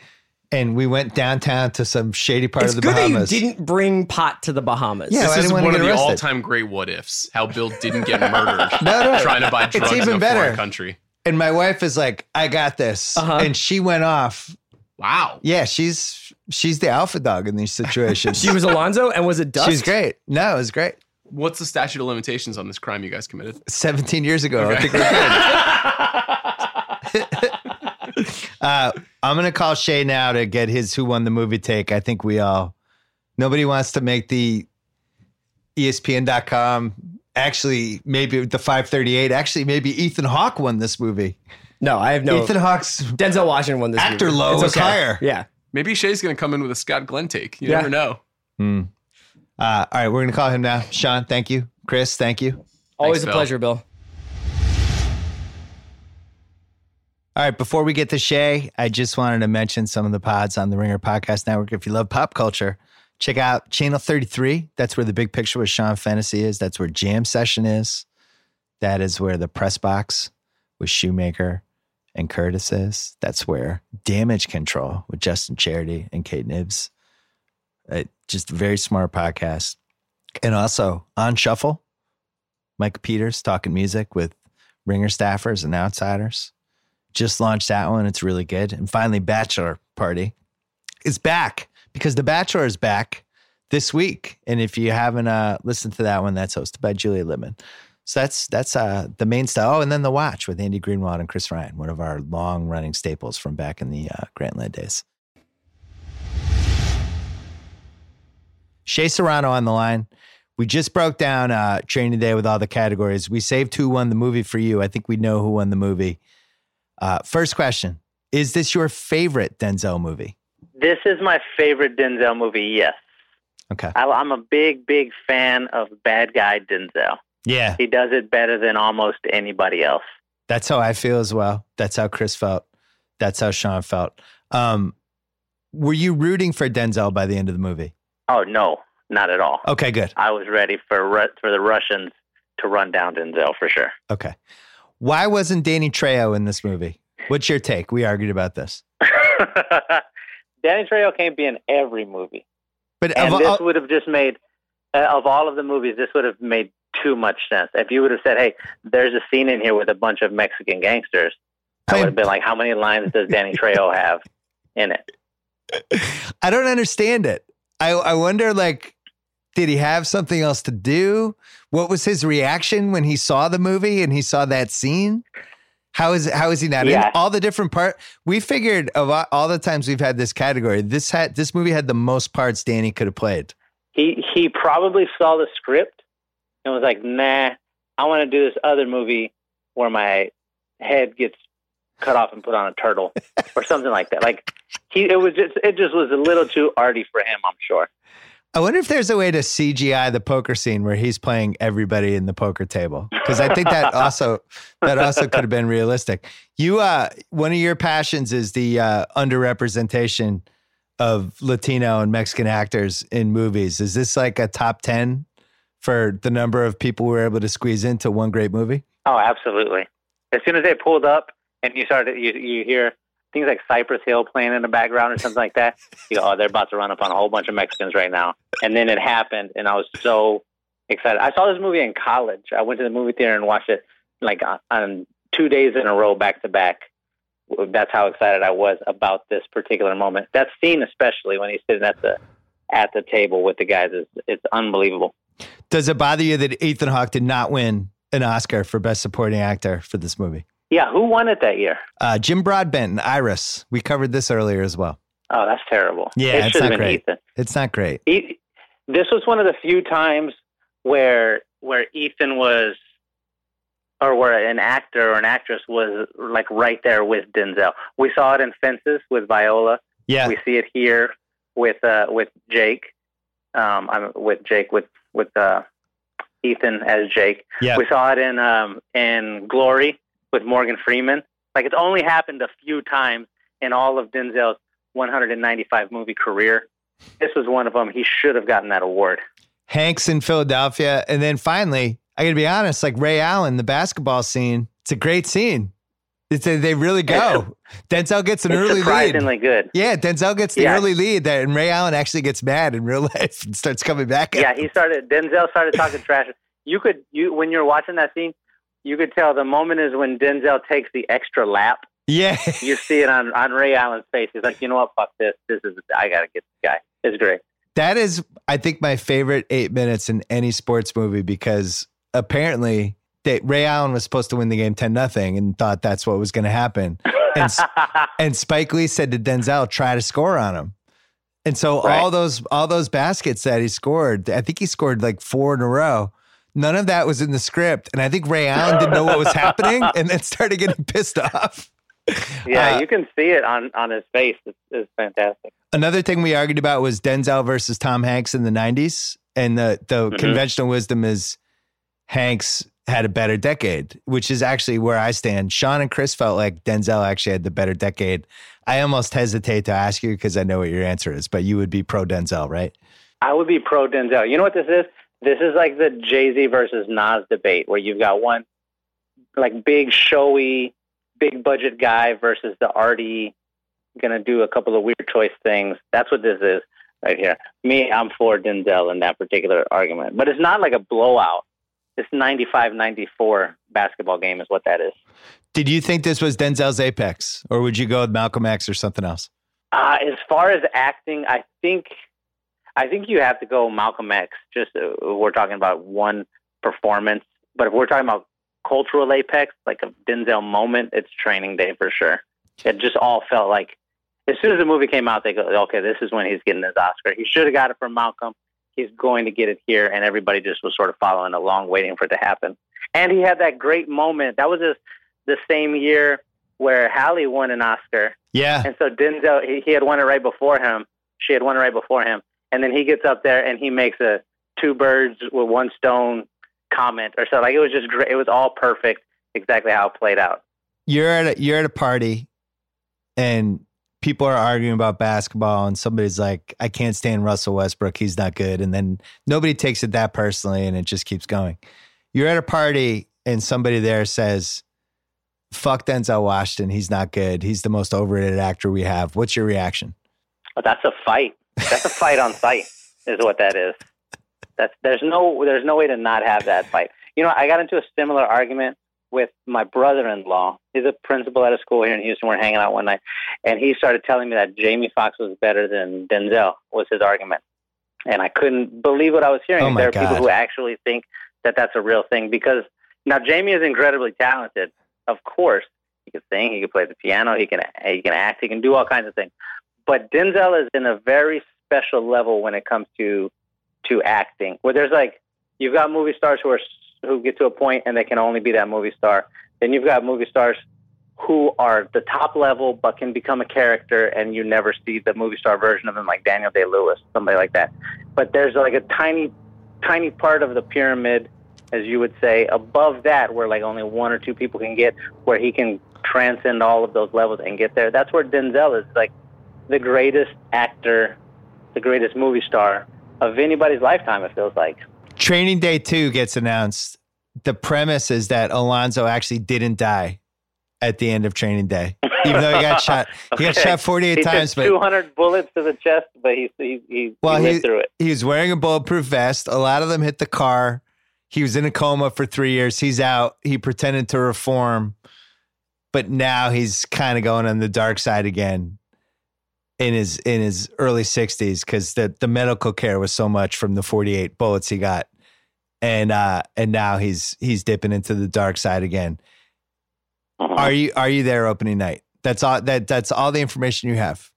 Speaker 1: And we went downtown to some shady part
Speaker 6: It's
Speaker 1: of the
Speaker 6: good
Speaker 1: Bahamas.
Speaker 6: that you didn't bring pot to the Bahamas.
Speaker 1: Yeah, I
Speaker 5: This
Speaker 1: didn't
Speaker 5: is
Speaker 1: wanna
Speaker 5: one
Speaker 1: get
Speaker 5: of the
Speaker 1: arrested.
Speaker 5: all-time great what ifs. How Bill didn't get murdered
Speaker 1: No, no.
Speaker 5: trying to buy drugs
Speaker 1: even
Speaker 5: in a
Speaker 1: better.
Speaker 5: foreign country.
Speaker 1: and my wife is like, I got this.
Speaker 6: Uh-huh.
Speaker 1: And she went off.
Speaker 5: Wow.
Speaker 1: Yeah, she's she's the alpha dog in these situations.
Speaker 6: She was Alonzo and was it dust?
Speaker 1: She's great. No, it was great.
Speaker 5: What's the statute of limitations on this crime you guys committed?
Speaker 1: 17 years ago. I think we're good. uh, I'm going to call Shay now to get his who won the movie take. I think we all, nobody wants to make the E ESPN.com. Actually, maybe the 538. Actually, maybe Ethan Hawke won this movie.
Speaker 6: No, I have no.
Speaker 1: Ethan Hawke's
Speaker 6: Denzel Washington won this.
Speaker 1: Actor
Speaker 6: movie.
Speaker 1: low
Speaker 6: It's
Speaker 1: was higher.
Speaker 6: Yeah.
Speaker 5: Maybe Shay's going to come in with a Scott Glenn take. You
Speaker 6: Yeah.
Speaker 5: never know.
Speaker 1: Uh, all right, we're going to call him now. Sean, thank you. Chris, thank you.
Speaker 6: Always
Speaker 5: Thanks,
Speaker 6: a
Speaker 5: Bill.
Speaker 6: pleasure, Bill.
Speaker 1: All right, before we get to Shay, I just wanted to mention some of the pods on the Ringer Podcast Network. If you love pop culture, check out Channel 33. That's where the big picture with Sean Fantasy is. That's where Jam Session is. That is where the press box with Shoemaker and Curtis is. That's where Damage Control with Justin Charity and Kate Nibbs. Uh, just a very smart podcast. And also on Shuffle Mike Peters talking music with ringer staffers and outsiders. Just launched that one. It's really good. And finally, Bachelor Party is back because The Bachelor is back this week. And if you haven't uh, listened to that one, that's hosted by Julia Littman. So that's that's uh, the main style. Oh, and then The Watch with Andy Greenwald and Chris Ryan, one of our long running staples from back in the uh, Grantland days. Shea Serrano on the line. We just broke down uh, Training Day with all the categories. We saved who won the movie for you. I think we know who won the movie. Uh, first question Is this your favorite Denzel movie?
Speaker 11: This is my favorite Denzel movie, yes.
Speaker 1: Okay.
Speaker 11: I, I'm a big, big fan of bad guy Denzel.
Speaker 1: Yeah.
Speaker 11: He does it better than almost anybody else.
Speaker 1: That's how I feel as well. That's how Chris felt. That's how Sean felt. Um, were you rooting for Denzel by the end of the movie?
Speaker 11: Oh, no, not at all.
Speaker 1: Okay, good.
Speaker 11: I was ready for Ru- for the Russians to run down Denzel for sure.
Speaker 1: Okay. Why wasn't Danny Trejo in this movie? What's your take? We argued about this.
Speaker 11: Danny Trejo can't be in every movie,
Speaker 1: But
Speaker 11: and
Speaker 1: of,
Speaker 11: this
Speaker 1: all-
Speaker 11: would have just made uh, of all of the movies, this would have made too much sense. If you would have said, "Hey, there's a scene in here with a bunch of Mexican gangsters," I would have been like, "How many lines does Danny Trejo have in it?"
Speaker 1: I don't understand it. I, I wonder, like, did he have something else to do? What was his reaction when he saw the movie and he saw that scene? How is how is he not
Speaker 11: Yeah.
Speaker 1: in all the different part? We figured of all- all the times we've had this category, this had this movie had the most parts Danny could have played.
Speaker 11: he he probably saw the script and was like, "Nah, I want to do this other movie where my head gets cut off and put on a turtle or something like that." Like he, it was just it just was a little too arty for him, I'm sure.
Speaker 1: I wonder if there's a way to CGI the poker scene where he's playing everybody in the poker table because I think that also that also could have been realistic. You, uh, one of your passions is the uh, underrepresentation of Latino and Mexican actors in movies. Is this like a top ten for the number of people we're able to squeeze into one great movie?
Speaker 11: Oh, absolutely. As soon as they pulled up and you started, you you hear things like Cypress Hill playing in the background or something like that. You go, "Oh, they're about to run upon a whole bunch of Mexicans right now." And then it happened, and I was so excited. I saw this movie in college. I went to the movie theater and watched it like on- on two days in a row, back to back. That's how excited I was about this particular moment. That scene, especially when he's sitting at the at the table with the guys, is it's unbelievable.
Speaker 1: Does it bother you that Ethan Hawke did not win an Oscar for Best Supporting Actor for this movie?
Speaker 11: Yeah, who won it that year?
Speaker 1: Uh, Jim Broadbent and Iris. We covered this earlier as well.
Speaker 11: Oh, that's terrible.
Speaker 1: Yeah,
Speaker 11: it
Speaker 1: it's
Speaker 11: should
Speaker 1: not
Speaker 11: have been
Speaker 1: great.
Speaker 11: Ethan.
Speaker 1: It's not great.
Speaker 11: E- this was one of the few times where where Ethan was, or where an actor or an actress was like right there with Denzel. We saw it in Fences with Viola.
Speaker 1: Yeah.
Speaker 11: We see it here with uh, with Jake. Um, I'm with Jake with with uh, Ethan as Jake.
Speaker 1: Yeah.
Speaker 11: We saw it in um, in Glory with Morgan Freeman. Like it's only happened a few times in all of Denzel's 195 movie career. This was one of them. He should have gotten that award.
Speaker 1: Hanks in Philadelphia. And then finally, I gotta be honest, like Ray Allen, the basketball scene, it's a great scene. It's a, they really go. Denzel gets an
Speaker 11: It's
Speaker 1: early lead.
Speaker 11: surprisingly good.
Speaker 1: Yeah, Denzel gets the
Speaker 11: Yeah.
Speaker 1: early lead there, and Ray Allen actually gets mad in real life and starts coming back. at
Speaker 11: Yeah,
Speaker 1: him.
Speaker 11: he started. Denzel started talking trash. You could you when you're watching that scene, you could tell the moment is when Denzel takes the extra lap.
Speaker 1: yeah.
Speaker 11: You see it on on Ray Allen's face. He's like, you know what, fuck this. This is I gotta get this guy. It's great.
Speaker 1: That is, I think, my favorite eight minutes in any sports movie because apparently they, Ray Allen was supposed to win the game 10 nothing and thought that's what was going to happen. And, s- and Spike Lee said to Denzel, try to score on him. And so all those all those baskets that he scored, I think he scored like four in a row. None of that was in the script, and I think Ray Allen didn't know what was happening, and then started getting pissed off.
Speaker 11: Yeah,
Speaker 1: Uh,
Speaker 11: you can see it on on his face. It's, it's fantastic.
Speaker 1: Another thing we argued about was Denzel versus Tom Hanks in the 90s. And the, the
Speaker 11: Mhm.
Speaker 1: conventional wisdom is Hanks had a better decade, which is actually where I stand. Sean and Chris felt like Denzel actually had the better decade. I almost hesitate to ask you because I know what your answer is, but you would be pro Denzel, right?
Speaker 11: I would be pro Denzel. You know what this is? This is like the Jay Z versus Nas debate, where you've got one like big showy, big budget guy versus the arty, gonna do a couple of weird choice things. That's what this is right here. Me, I'm for Denzel in that particular argument, but it's not like a blowout. This 95 94 basketball game is what that is.
Speaker 1: Did you think this was Denzel's apex, or would you go with Malcolm X or something else?
Speaker 11: Uh, as far as acting, I think I think you have to go Malcolm X. Just uh, we're talking about one performance, but if we're talking about cultural apex, like a Denzel moment, it's Training Day for sure. It just all felt like as soon as the movie came out, they go, okay, this is when he's getting his Oscar. He should have got it from Malcolm. He's going to get it here, and everybody just was sort of following along, waiting for it to happen. And he had that great moment. That was his, the same year where Halle won an Oscar.
Speaker 1: Yeah.
Speaker 11: And so Denzel, he, he had won it right before him. She had won it right before him. And then he gets up there and he makes a two birds with one stone comment or so. Like it was just great. It was all perfect, exactly how it played out.
Speaker 1: You're at a, you're at a party, and people are arguing about basketball, and somebody's like, "I can't stand Russell Westbrook. He's not good." And then nobody takes it that personally, and it just keeps going. You're at a party, and somebody there says, "Fuck Denzel Washington. He's not good. He's the most overrated actor we have." What's your reaction?
Speaker 11: But that's a fight. That's a fight on sight, is what that is. That's there's no there's no way to not have that fight. You know, I got into a similar argument with my brother-in-law. He's a principal at a school here in Houston. We're hanging out one night, and he started telling me that Jamie Foxx was better than Denzel. Was his argument, and I couldn't believe what I was hearing.
Speaker 1: Oh, my
Speaker 11: there are people
Speaker 1: God.
Speaker 11: who actually think that that's a real thing because now Jamie is incredibly talented. Of course, he can sing, he can play the piano, he can he can act, he can do all kinds of things. But Denzel is in a very special level when it comes to to acting. Where there's like you've got movie stars who are who get to a point and they can only be that movie star. Then you've got movie stars who are the top level but can become a character and you never see the movie star version of them like Daniel Day Lewis, somebody like that. But there's like a tiny tiny part of the pyramid, as you would say, above that where like only one or two people can get where he can transcend all of those levels and get there. That's where Denzel is like the greatest actor, the greatest movie star of anybody's lifetime, it feels like.
Speaker 1: Training Day Two gets announced. The premise is that Alonzo actually didn't die at the end of Training Day, even though Oh, he got shot. He got
Speaker 11: Okay.
Speaker 1: shot 48
Speaker 11: He took
Speaker 1: times, but
Speaker 11: 200 bullets to the chest, but he, he, he,
Speaker 1: Well,
Speaker 11: he lived
Speaker 1: he,
Speaker 11: through it.
Speaker 1: he was wearing a bulletproof vest. A lot of them hit the car. He was in a coma for three years. He's out. He pretended to reform, but now he's kind of going on the dark side again in his in his early sixties because the the medical care was so much from the forty eight bullets he got, and uh and now he's he's dipping into the dark side again.
Speaker 11: Uh-huh.
Speaker 1: Are you are you there opening night? That's all that that's all the information you have.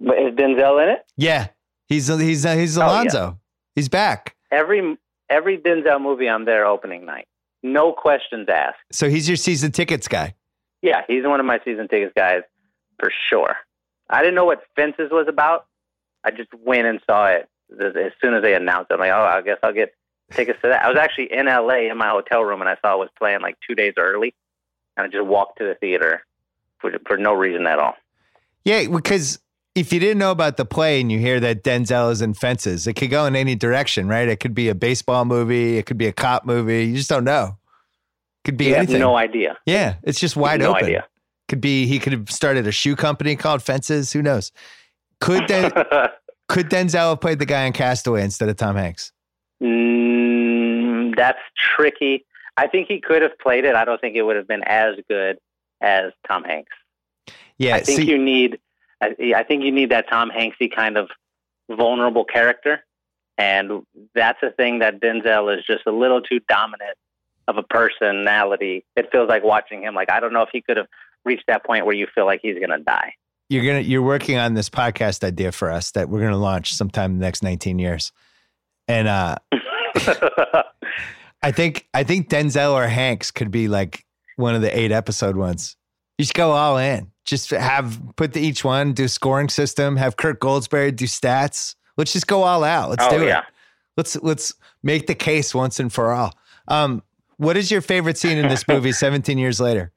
Speaker 11: But is Denzel in it?
Speaker 1: Yeah, he's he's he's
Speaker 11: Oh, yeah.
Speaker 1: Alonzo. He's back.
Speaker 11: Every, every Denzel movie, I'm there opening night. No questions asked.
Speaker 1: So he's your season tickets guy.
Speaker 11: Yeah, he's one of my season tickets guys for sure. I didn't know what Fences was about. I just went and saw it as as soon as they announced it. I'm like, oh, I guess I'll get tickets to that. I was actually in LA in my hotel room and I saw it was playing like two days early. And I just walked to the theater for, for no reason at all.
Speaker 1: Yeah, because if you didn't know about the play and you hear that Denzel is in Fences, it could go in any direction, right? It could be a baseball movie, it could be a cop movie. You just don't know. Could be
Speaker 11: You have
Speaker 1: anything.
Speaker 11: no idea.
Speaker 1: Yeah, it's just wide
Speaker 11: No
Speaker 1: open.
Speaker 11: idea.
Speaker 1: Could be he could have started a shoe company called Fences. Who knows? Could Den- could Denzel have played the guy in Castaway instead of Tom Hanks?
Speaker 11: Mm, that's tricky. I think he could have played it. I don't think it would have been as good as Tom Hanks.
Speaker 1: Yeah,
Speaker 11: I think
Speaker 1: see-
Speaker 11: you need. I, I think you need that Tom Hanksy kind of vulnerable character, and that's a thing that Denzel is just a little too dominant of a personality. It feels like watching him. Like I don't know if he could have reached that point where you feel like he's going to die.
Speaker 1: you're gonna you're working on this podcast idea for us that we're gonna launch sometime in the next 19 years and uh i think i think denzel or hanks could be like one of the eight episode ones you just go all in just have put the each one do scoring system have kurt goldsberry do stats let's just go all out let's
Speaker 11: Oh,
Speaker 1: do
Speaker 11: yeah.
Speaker 1: it let's let's make the case once and for all um what is your favorite scene in this movie 17 years later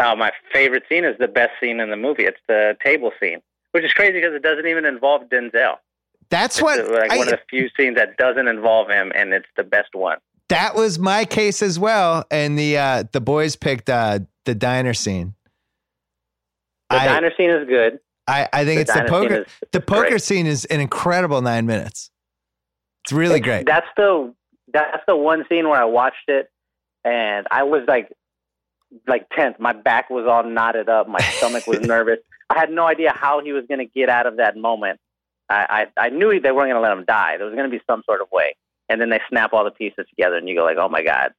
Speaker 11: Oh, my favorite scene is the best scene in the movie. It's the table scene, which is crazy because it doesn't even involve Denzel.
Speaker 1: that's
Speaker 11: It's
Speaker 1: what
Speaker 11: like
Speaker 1: I-
Speaker 11: one of the few scenes that doesn't involve him, and it's the best one.
Speaker 1: that was my case as well. And the uh, the boys picked uh, the diner scene.
Speaker 11: The
Speaker 1: I-
Speaker 11: diner scene is good.
Speaker 1: I, I think
Speaker 11: The
Speaker 1: it's the
Speaker 11: diner scene
Speaker 1: poker.
Speaker 11: is
Speaker 1: The poker
Speaker 11: great.
Speaker 1: scene is an incredible nine minutes. It's really
Speaker 11: It's-
Speaker 1: great.
Speaker 11: That's the that's the one scene where I watched it and I was like like tense. My back was all knotted up. My stomach was nervous. I had no idea how he was going to get out of that moment. I, I, I knew they weren't going to let him die. There was going to be some sort of way. And then they snap all the pieces together, and you go like, "Oh my god,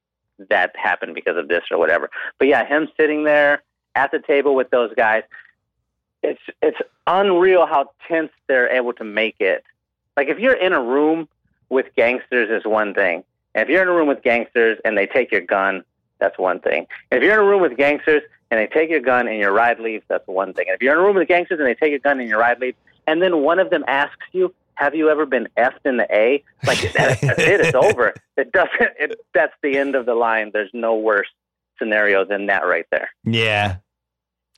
Speaker 11: that happened because of this or whatever." But yeah, him sitting there at the table with those guys, it's it's unreal how tense they're able to make it. Like if you're in a room with gangsters is one thing. And if you're in a room with gangsters and they take your gun, that's one thing. If you're in a room with gangsters and they take your gun and your ride leaves, that's one thing. And if you're in a room with gangsters and they take your gun and your ride leaves, and then one of them asks you, "Have you ever been effed in the A?" Like that, that's it. It's over. It doesn't. It, that's the end of the line. There's no worse scenario than that right there.
Speaker 1: Yeah,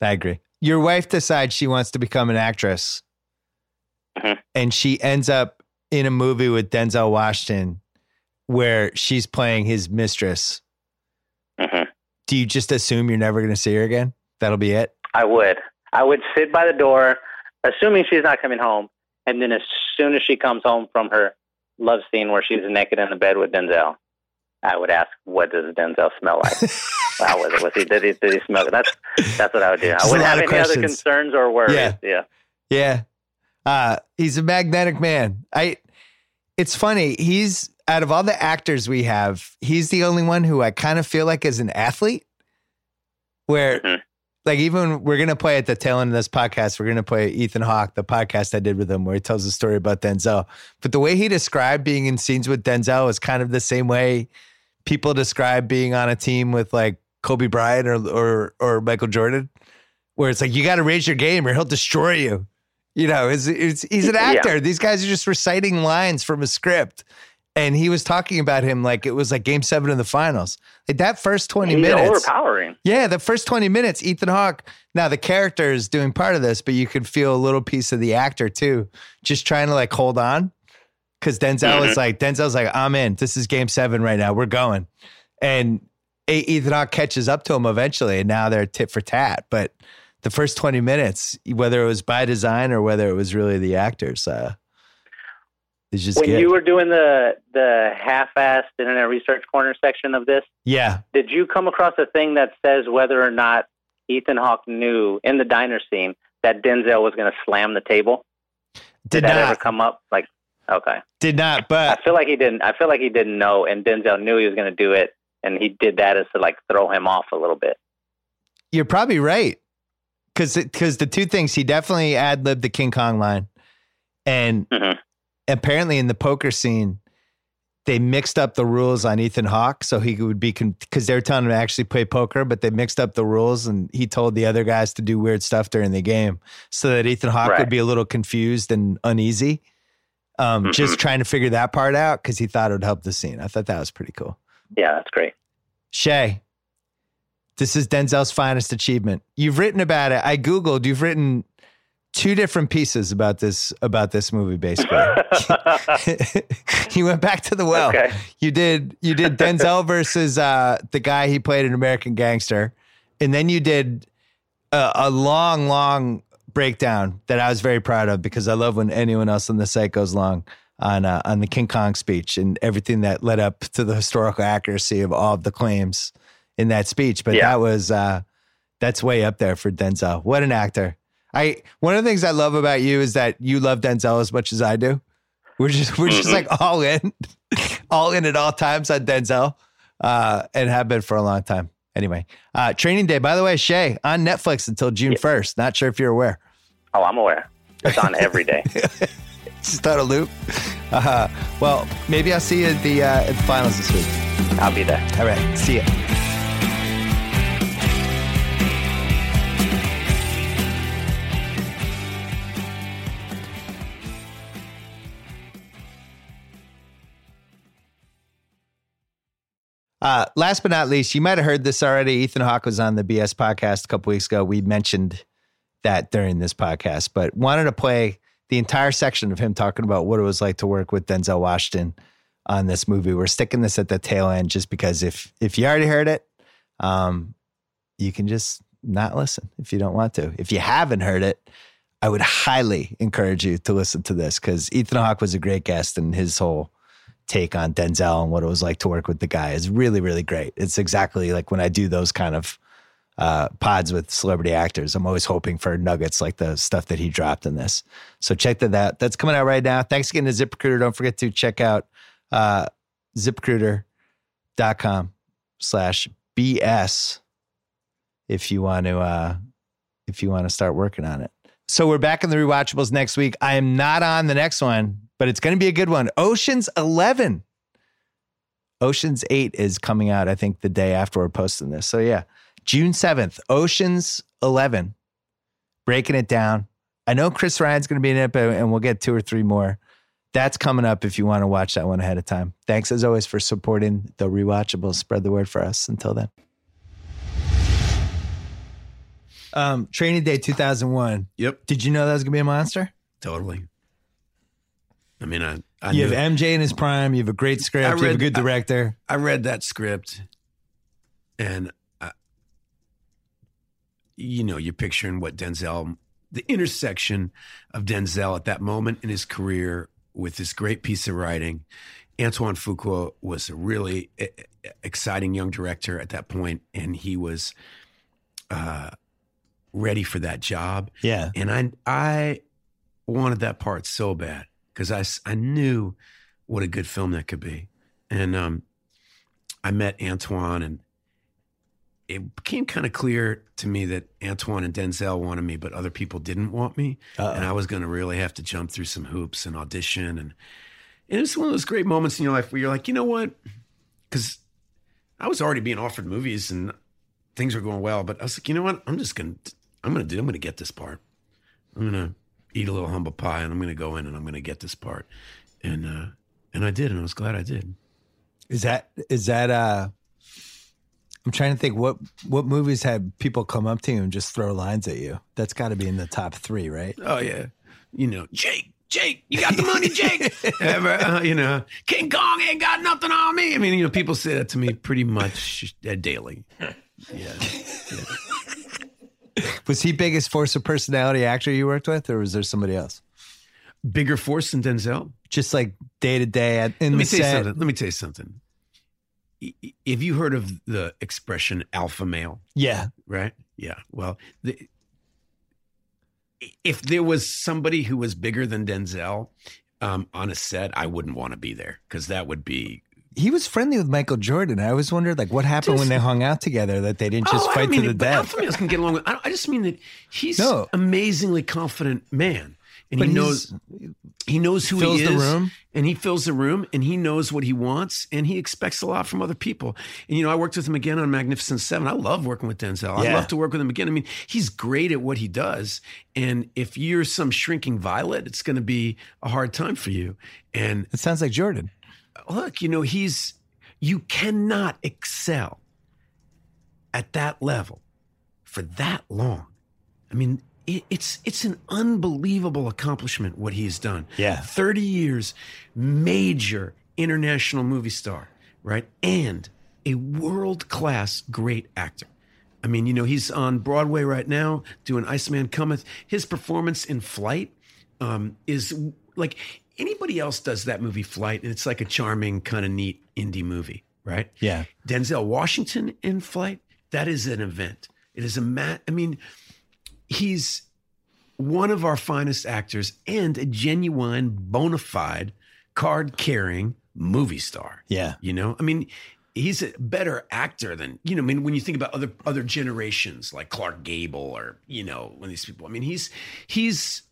Speaker 1: I agree. Your wife decides she wants to become an actress, and she ends up in a movie with Denzel Washington where she's playing his mistress.
Speaker 11: Mm-hmm.
Speaker 1: Do you just assume you're never going to see her again? That'll be it.
Speaker 11: I would. I would sit by the door, assuming she's not coming home, and then as soon as she comes home from her love scene where she's naked in the bed with Denzel, I would ask, "What does Denzel smell like? How was it? Was he did he did he smell? It? That's that's what I would do. I
Speaker 1: Just a
Speaker 11: wouldn't
Speaker 1: lot
Speaker 11: have
Speaker 1: of
Speaker 11: any other
Speaker 1: questions.
Speaker 11: concerns or worries.
Speaker 1: Yeah.
Speaker 11: yeah.
Speaker 1: Yeah. Uh, he's a magnetic man. I it's funny, he's out of all the actors we have, he's the only one who I kind of feel like is an athlete. Where like even we're gonna play at the tail end of this podcast, we're gonna play Ethan Hawke, the podcast I did with him where he tells a story about Denzel. But the way he described being in scenes with Denzel is kind of the same way people describe being on a team with like Kobe Bryant or or or Michael Jordan, where it's like you got to raise your game or he'll destroy you. You know, it's, it's, he's an
Speaker 12: Yeah.
Speaker 1: actor. These guys are just reciting lines from a script, and he was talking about him like it was like Game Seven of the Finals. Like that first twenty
Speaker 11: He's
Speaker 1: minutes,
Speaker 11: overpowering.
Speaker 1: Yeah, the first twenty minutes, Ethan Hawke. Now the character is doing part of this, but you could feel a little piece of the actor too, just trying to like hold on. Because Denzel
Speaker 12: Mhm.
Speaker 1: is like, Denzel's like, I'm in. This is game seven right now. We're going. And A- Ethan Hawke catches up to him eventually, and now they're tit for tat. But the first 20 minutes, whether it was by design or whether it was really the actors, uh, it's just
Speaker 11: when
Speaker 1: good.
Speaker 11: you were doing the the half-assed internet research corner section of this,
Speaker 1: yeah.
Speaker 11: did you come across a thing that says whether or not Ethan Hawke knew in the diner scene that Denzel was going to slam the table?
Speaker 1: Did,
Speaker 11: that
Speaker 1: not. Uh,
Speaker 11: ever come up? Like, okay,
Speaker 1: Did not, but
Speaker 11: I feel like he didn't. I feel like he didn't know, and Denzel knew he was going to do it, and he did that as to like throw him off a little bit.
Speaker 1: You're probably right. Cause, it- cause the two things he definitely ad libbed the King Kong line, and apparently in the poker scene, they mixed up the rules on Ethan Hawke, so he would be because they were telling him to actually play poker, but they mixed up the rules, and he told the other guys to do weird stuff during the game, so that Ethan Hawke
Speaker 12: Right.
Speaker 1: would be a little confused and uneasy, um, just trying to figure that part out because he thought it would help the scene. I thought that was pretty cool.
Speaker 11: Yeah, that's great.
Speaker 1: Shay, this is Denzel's finest achievement. You've written about it. I googled. You've written two different pieces about this about this movie. Basically, you went back to the well. You did you did Denzel versus uh, the guy he played in American Gangster, and then you did a, a long, long breakdown that I was very proud of because I love when anyone else on the site goes long on uh, on the King Kong speech and everything that led up to the historical accuracy of all of the claims in that speech. But that was uh, that's way up there for Denzel. What an actor! I one of the things I love about you is that you love Denzel as much as I do. We're just we're just
Speaker 12: Mhm.
Speaker 1: like all in, all in at all times on Denzel, uh, and have been for a long time. Anyway, uh, Training Day. By the way, Shay on Netflix until June first. Not sure if you're aware.
Speaker 11: Oh, I'm aware. It's on every day.
Speaker 1: Just out of loop. Uh, well, maybe I'll see you at the uh, at the finals this week.
Speaker 11: I'll be there.
Speaker 1: All right. See ya. Uh, last but not least, you might have heard this already. Ethan Hawke was on the BS podcast a couple weeks ago. We mentioned that during this podcast, but wanted to play the entire section of him talking about what it was like to work with Denzel Washington on this movie. We're sticking this at the tail end just because if if you already heard it, um, you can just not listen if you don't want to. If you haven't heard it, I would highly encourage you to listen to this because Ethan Hawke was a great guest and his whole take on Denzel and what it was like to work with the guy is really, really great. It's exactly like when I do those kind of uh, pods with celebrity actors, I'm always hoping for nuggets like the stuff that he dropped in this. So check that out. That's coming out right now. Thanks again to ZipRecruiter. Don't forget to check out uh, ziprecruiter.com slash BS if you want to uh, if you want to start working on it. So we're back in the rewatchables next week. I am not on the next one, but it's going to be a good one. Ocean's 11. Ocean's 8 is coming out I think the day after we're posting this. So yeah, June 7th, Ocean's 11. Breaking it down. I know Chris Ryan's going to be in it, but, and we'll get two or three more. That's coming up if you want to watch that one ahead of time. Thanks as always for supporting the rewatchables. Spread the word for us. Until then. Um, Training Day 2001.
Speaker 12: Yep.
Speaker 1: Did you know that was going to be a monster?
Speaker 12: Totally. I mean, I, I
Speaker 1: you
Speaker 12: knew-
Speaker 1: have MJ in his prime. You have a great script.
Speaker 12: I
Speaker 1: you have a
Speaker 12: read-
Speaker 1: good
Speaker 12: I-
Speaker 1: director.
Speaker 12: I read that script, and I, you know, you're picturing what Denzel, the intersection of Denzel at that moment in his career with this great piece of writing. Antoine Fuqua was a really e- e- exciting young director at that point, and he was uh, ready for that job.
Speaker 1: Yeah.
Speaker 12: And I, I wanted that part so bad because I, s- I knew what a good film that could be. And um, I met Antoine, and it became kind of clear to me that Antoine and Denzel wanted me, but other people didn't want me. And I was going to really have to jump through some hoops and audition. And, and it's one of those great moments in your life where you're like, you know what? Because I was already being offered movies and things were going well, but I was like, you know what? I'm just going to, I'm going to do, I'm going to get this part. I'm going to eat a little humble pie and I'm going to go in and I'm going to get this part. And, uh, and I did, and I was glad I did.
Speaker 1: Is that is that uh I'm trying to think what what movies had people come up to you and just throw lines at you. That's got to be in the top 3, right?
Speaker 12: Oh yeah, you know Jake, Jake, you got the money, Jake. Ever, uh, you know, King Kong ain't got nothing on me. I mean, you know, people say that to me pretty much uh, daily. Yeah.
Speaker 1: Was he biggest force of personality actor you worked with or was there somebody else?
Speaker 12: Bigger force than Denzel?
Speaker 1: Just like day to day at- in
Speaker 12: Let
Speaker 1: the
Speaker 12: me tell you
Speaker 1: set.
Speaker 12: something. Let me tell you something. Y- y- Have you heard of the expression alpha male?
Speaker 1: Yeah.
Speaker 12: Right? Yeah. Well, the, if there was somebody who was bigger than Denzel um, on a set, I wouldn't want to be there because that would be
Speaker 1: He was friendly with Michael Jordan. I always wondered like what happened when
Speaker 12: Just-
Speaker 1: they hung out together that they didn't just
Speaker 12: Oh, I
Speaker 1: fight
Speaker 12: don't mean
Speaker 1: to the
Speaker 12: it, but
Speaker 1: death.
Speaker 12: Alpha males can get along with. I, I just mean that he's
Speaker 1: No.
Speaker 12: amazingly confident man, and
Speaker 1: But he's-
Speaker 12: he knows he knows who
Speaker 1: fills
Speaker 12: he
Speaker 1: the
Speaker 12: is,
Speaker 1: room.
Speaker 12: and he fills the room, and he knows what he wants, and he expects a lot from other people. And you know, I worked with him again on Magnificent Seven. I love working with Denzel. I
Speaker 1: Yeah.
Speaker 12: love to work with him again. I mean, he's great at what he does, and if you're some shrinking violet, it's going to be a hard time for you. And
Speaker 1: It sounds like Jordan.
Speaker 12: look, you know, he's you cannot excel at that level for that long. I mean, it, it's it's an unbelievable accomplishment what he has done.
Speaker 1: Yeah.
Speaker 12: 30 years, major international movie star, right? And a world-class great actor. I mean, you know, he's on Broadway right now doing Iceman Cometh. His performance in Flight um, is like anybody else does that movie Flight, and it's like a charming, kind of neat indie movie, right?
Speaker 1: Yeah.
Speaker 12: Denzel Washington in Flight, that is an event. It is a mat. I mean, he's one of our finest actors and a genuine, bona fide, card carrying movie star.
Speaker 1: Yeah.
Speaker 12: You know, I mean, he's a better actor than you know. I mean, when you think about other other generations like Clark Gable or you know, when these people. I mean, he's he's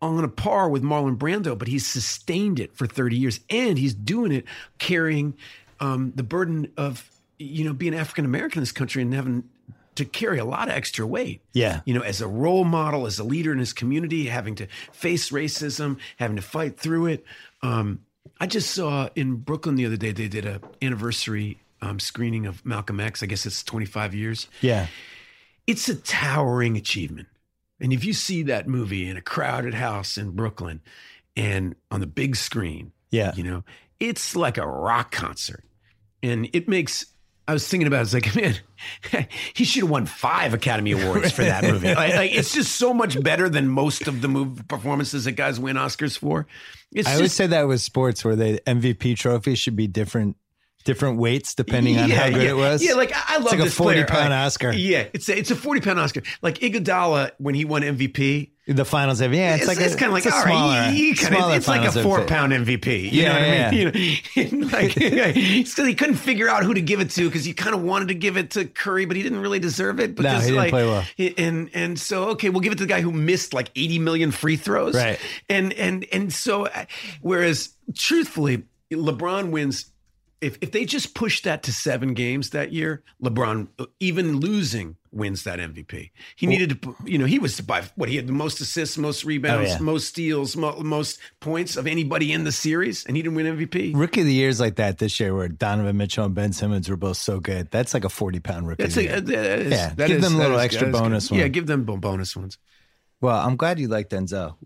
Speaker 12: on a par with Marlon Brando, but he's sustained it for 30 years, and he's doing it carrying um, the burden of you know being African American in this country and having to carry a lot of extra weight
Speaker 1: Yeah.
Speaker 12: you know, as a role model, as a leader in his community, having to face racism, having to fight through it. Um, I just saw in Brooklyn the other day they did a anniversary um, screening of Malcolm X. I guess it's 25 years.
Speaker 1: Yeah.
Speaker 12: It's a towering achievement. And if you see that movie in a crowded house in Brooklyn and on the big screen,
Speaker 1: Yeah.
Speaker 12: you know, it's like a rock concert. And it makes I was thinking about it. I was like, man, he should have won five Academy Awards for that movie. Like, like, it's just so much better than most of the movie performances that guys win Oscars for. It's
Speaker 1: I
Speaker 12: just,
Speaker 1: always say that with sports where the MVP trophy should be different different weights depending on how
Speaker 12: Yeah,
Speaker 1: good
Speaker 12: yeah.
Speaker 1: it was.
Speaker 12: Yeah, like I, I love
Speaker 1: it's like
Speaker 12: this
Speaker 1: a forty
Speaker 12: player.
Speaker 1: pound
Speaker 12: All right.
Speaker 1: Oscar.
Speaker 12: Yeah, it's a, it's a forty pound Oscar. Like Iguodala when he won MVP.
Speaker 1: The finals MVP. Yeah, it's, like a,
Speaker 12: it's kind of like
Speaker 1: it's a
Speaker 12: all right,
Speaker 1: smaller-
Speaker 12: he- he kinda-
Speaker 1: smaller
Speaker 12: it's like
Speaker 1: finals
Speaker 12: a
Speaker 1: MVP.
Speaker 12: four pound MVP. You
Speaker 1: Yeah,
Speaker 12: know what I
Speaker 1: yeah.
Speaker 12: mean? You know, like, it's 'cause he couldn't figure out who to give it to because he kind of wanted to give it to Curry, but he didn't really deserve it because
Speaker 1: he didn't
Speaker 12: like
Speaker 1: play well.
Speaker 12: and and so okay, we'll give it to the guy who missed like eighty million free throws.
Speaker 1: Right.
Speaker 12: And and and so uh, whereas truthfully, LeBron wins. If, if they just push that to seven games that year, LeBron, uh, even losing, wins that MVP. He needed to, pu- you know, he was by what he had the most assists, most rebounds,
Speaker 1: yeah.
Speaker 12: most steals, mo- most points of anybody in the series, and he didn't win MVP.
Speaker 1: Rookie of the years like that this year, where Donovan Mitchell and Ben Simmons were both so good. That's like a forty pound rookie.
Speaker 12: That's
Speaker 1: of the
Speaker 12: like, uh,
Speaker 1: year.
Speaker 12: that is,
Speaker 1: yeah,
Speaker 12: that
Speaker 1: give
Speaker 12: is-
Speaker 1: them a
Speaker 12: that
Speaker 1: little
Speaker 12: is-
Speaker 1: extra
Speaker 12: that is good.
Speaker 1: bonus.
Speaker 12: Yeah,
Speaker 1: one.
Speaker 12: give them bo- bonus ones.
Speaker 1: Well, I'm glad you like Denzel.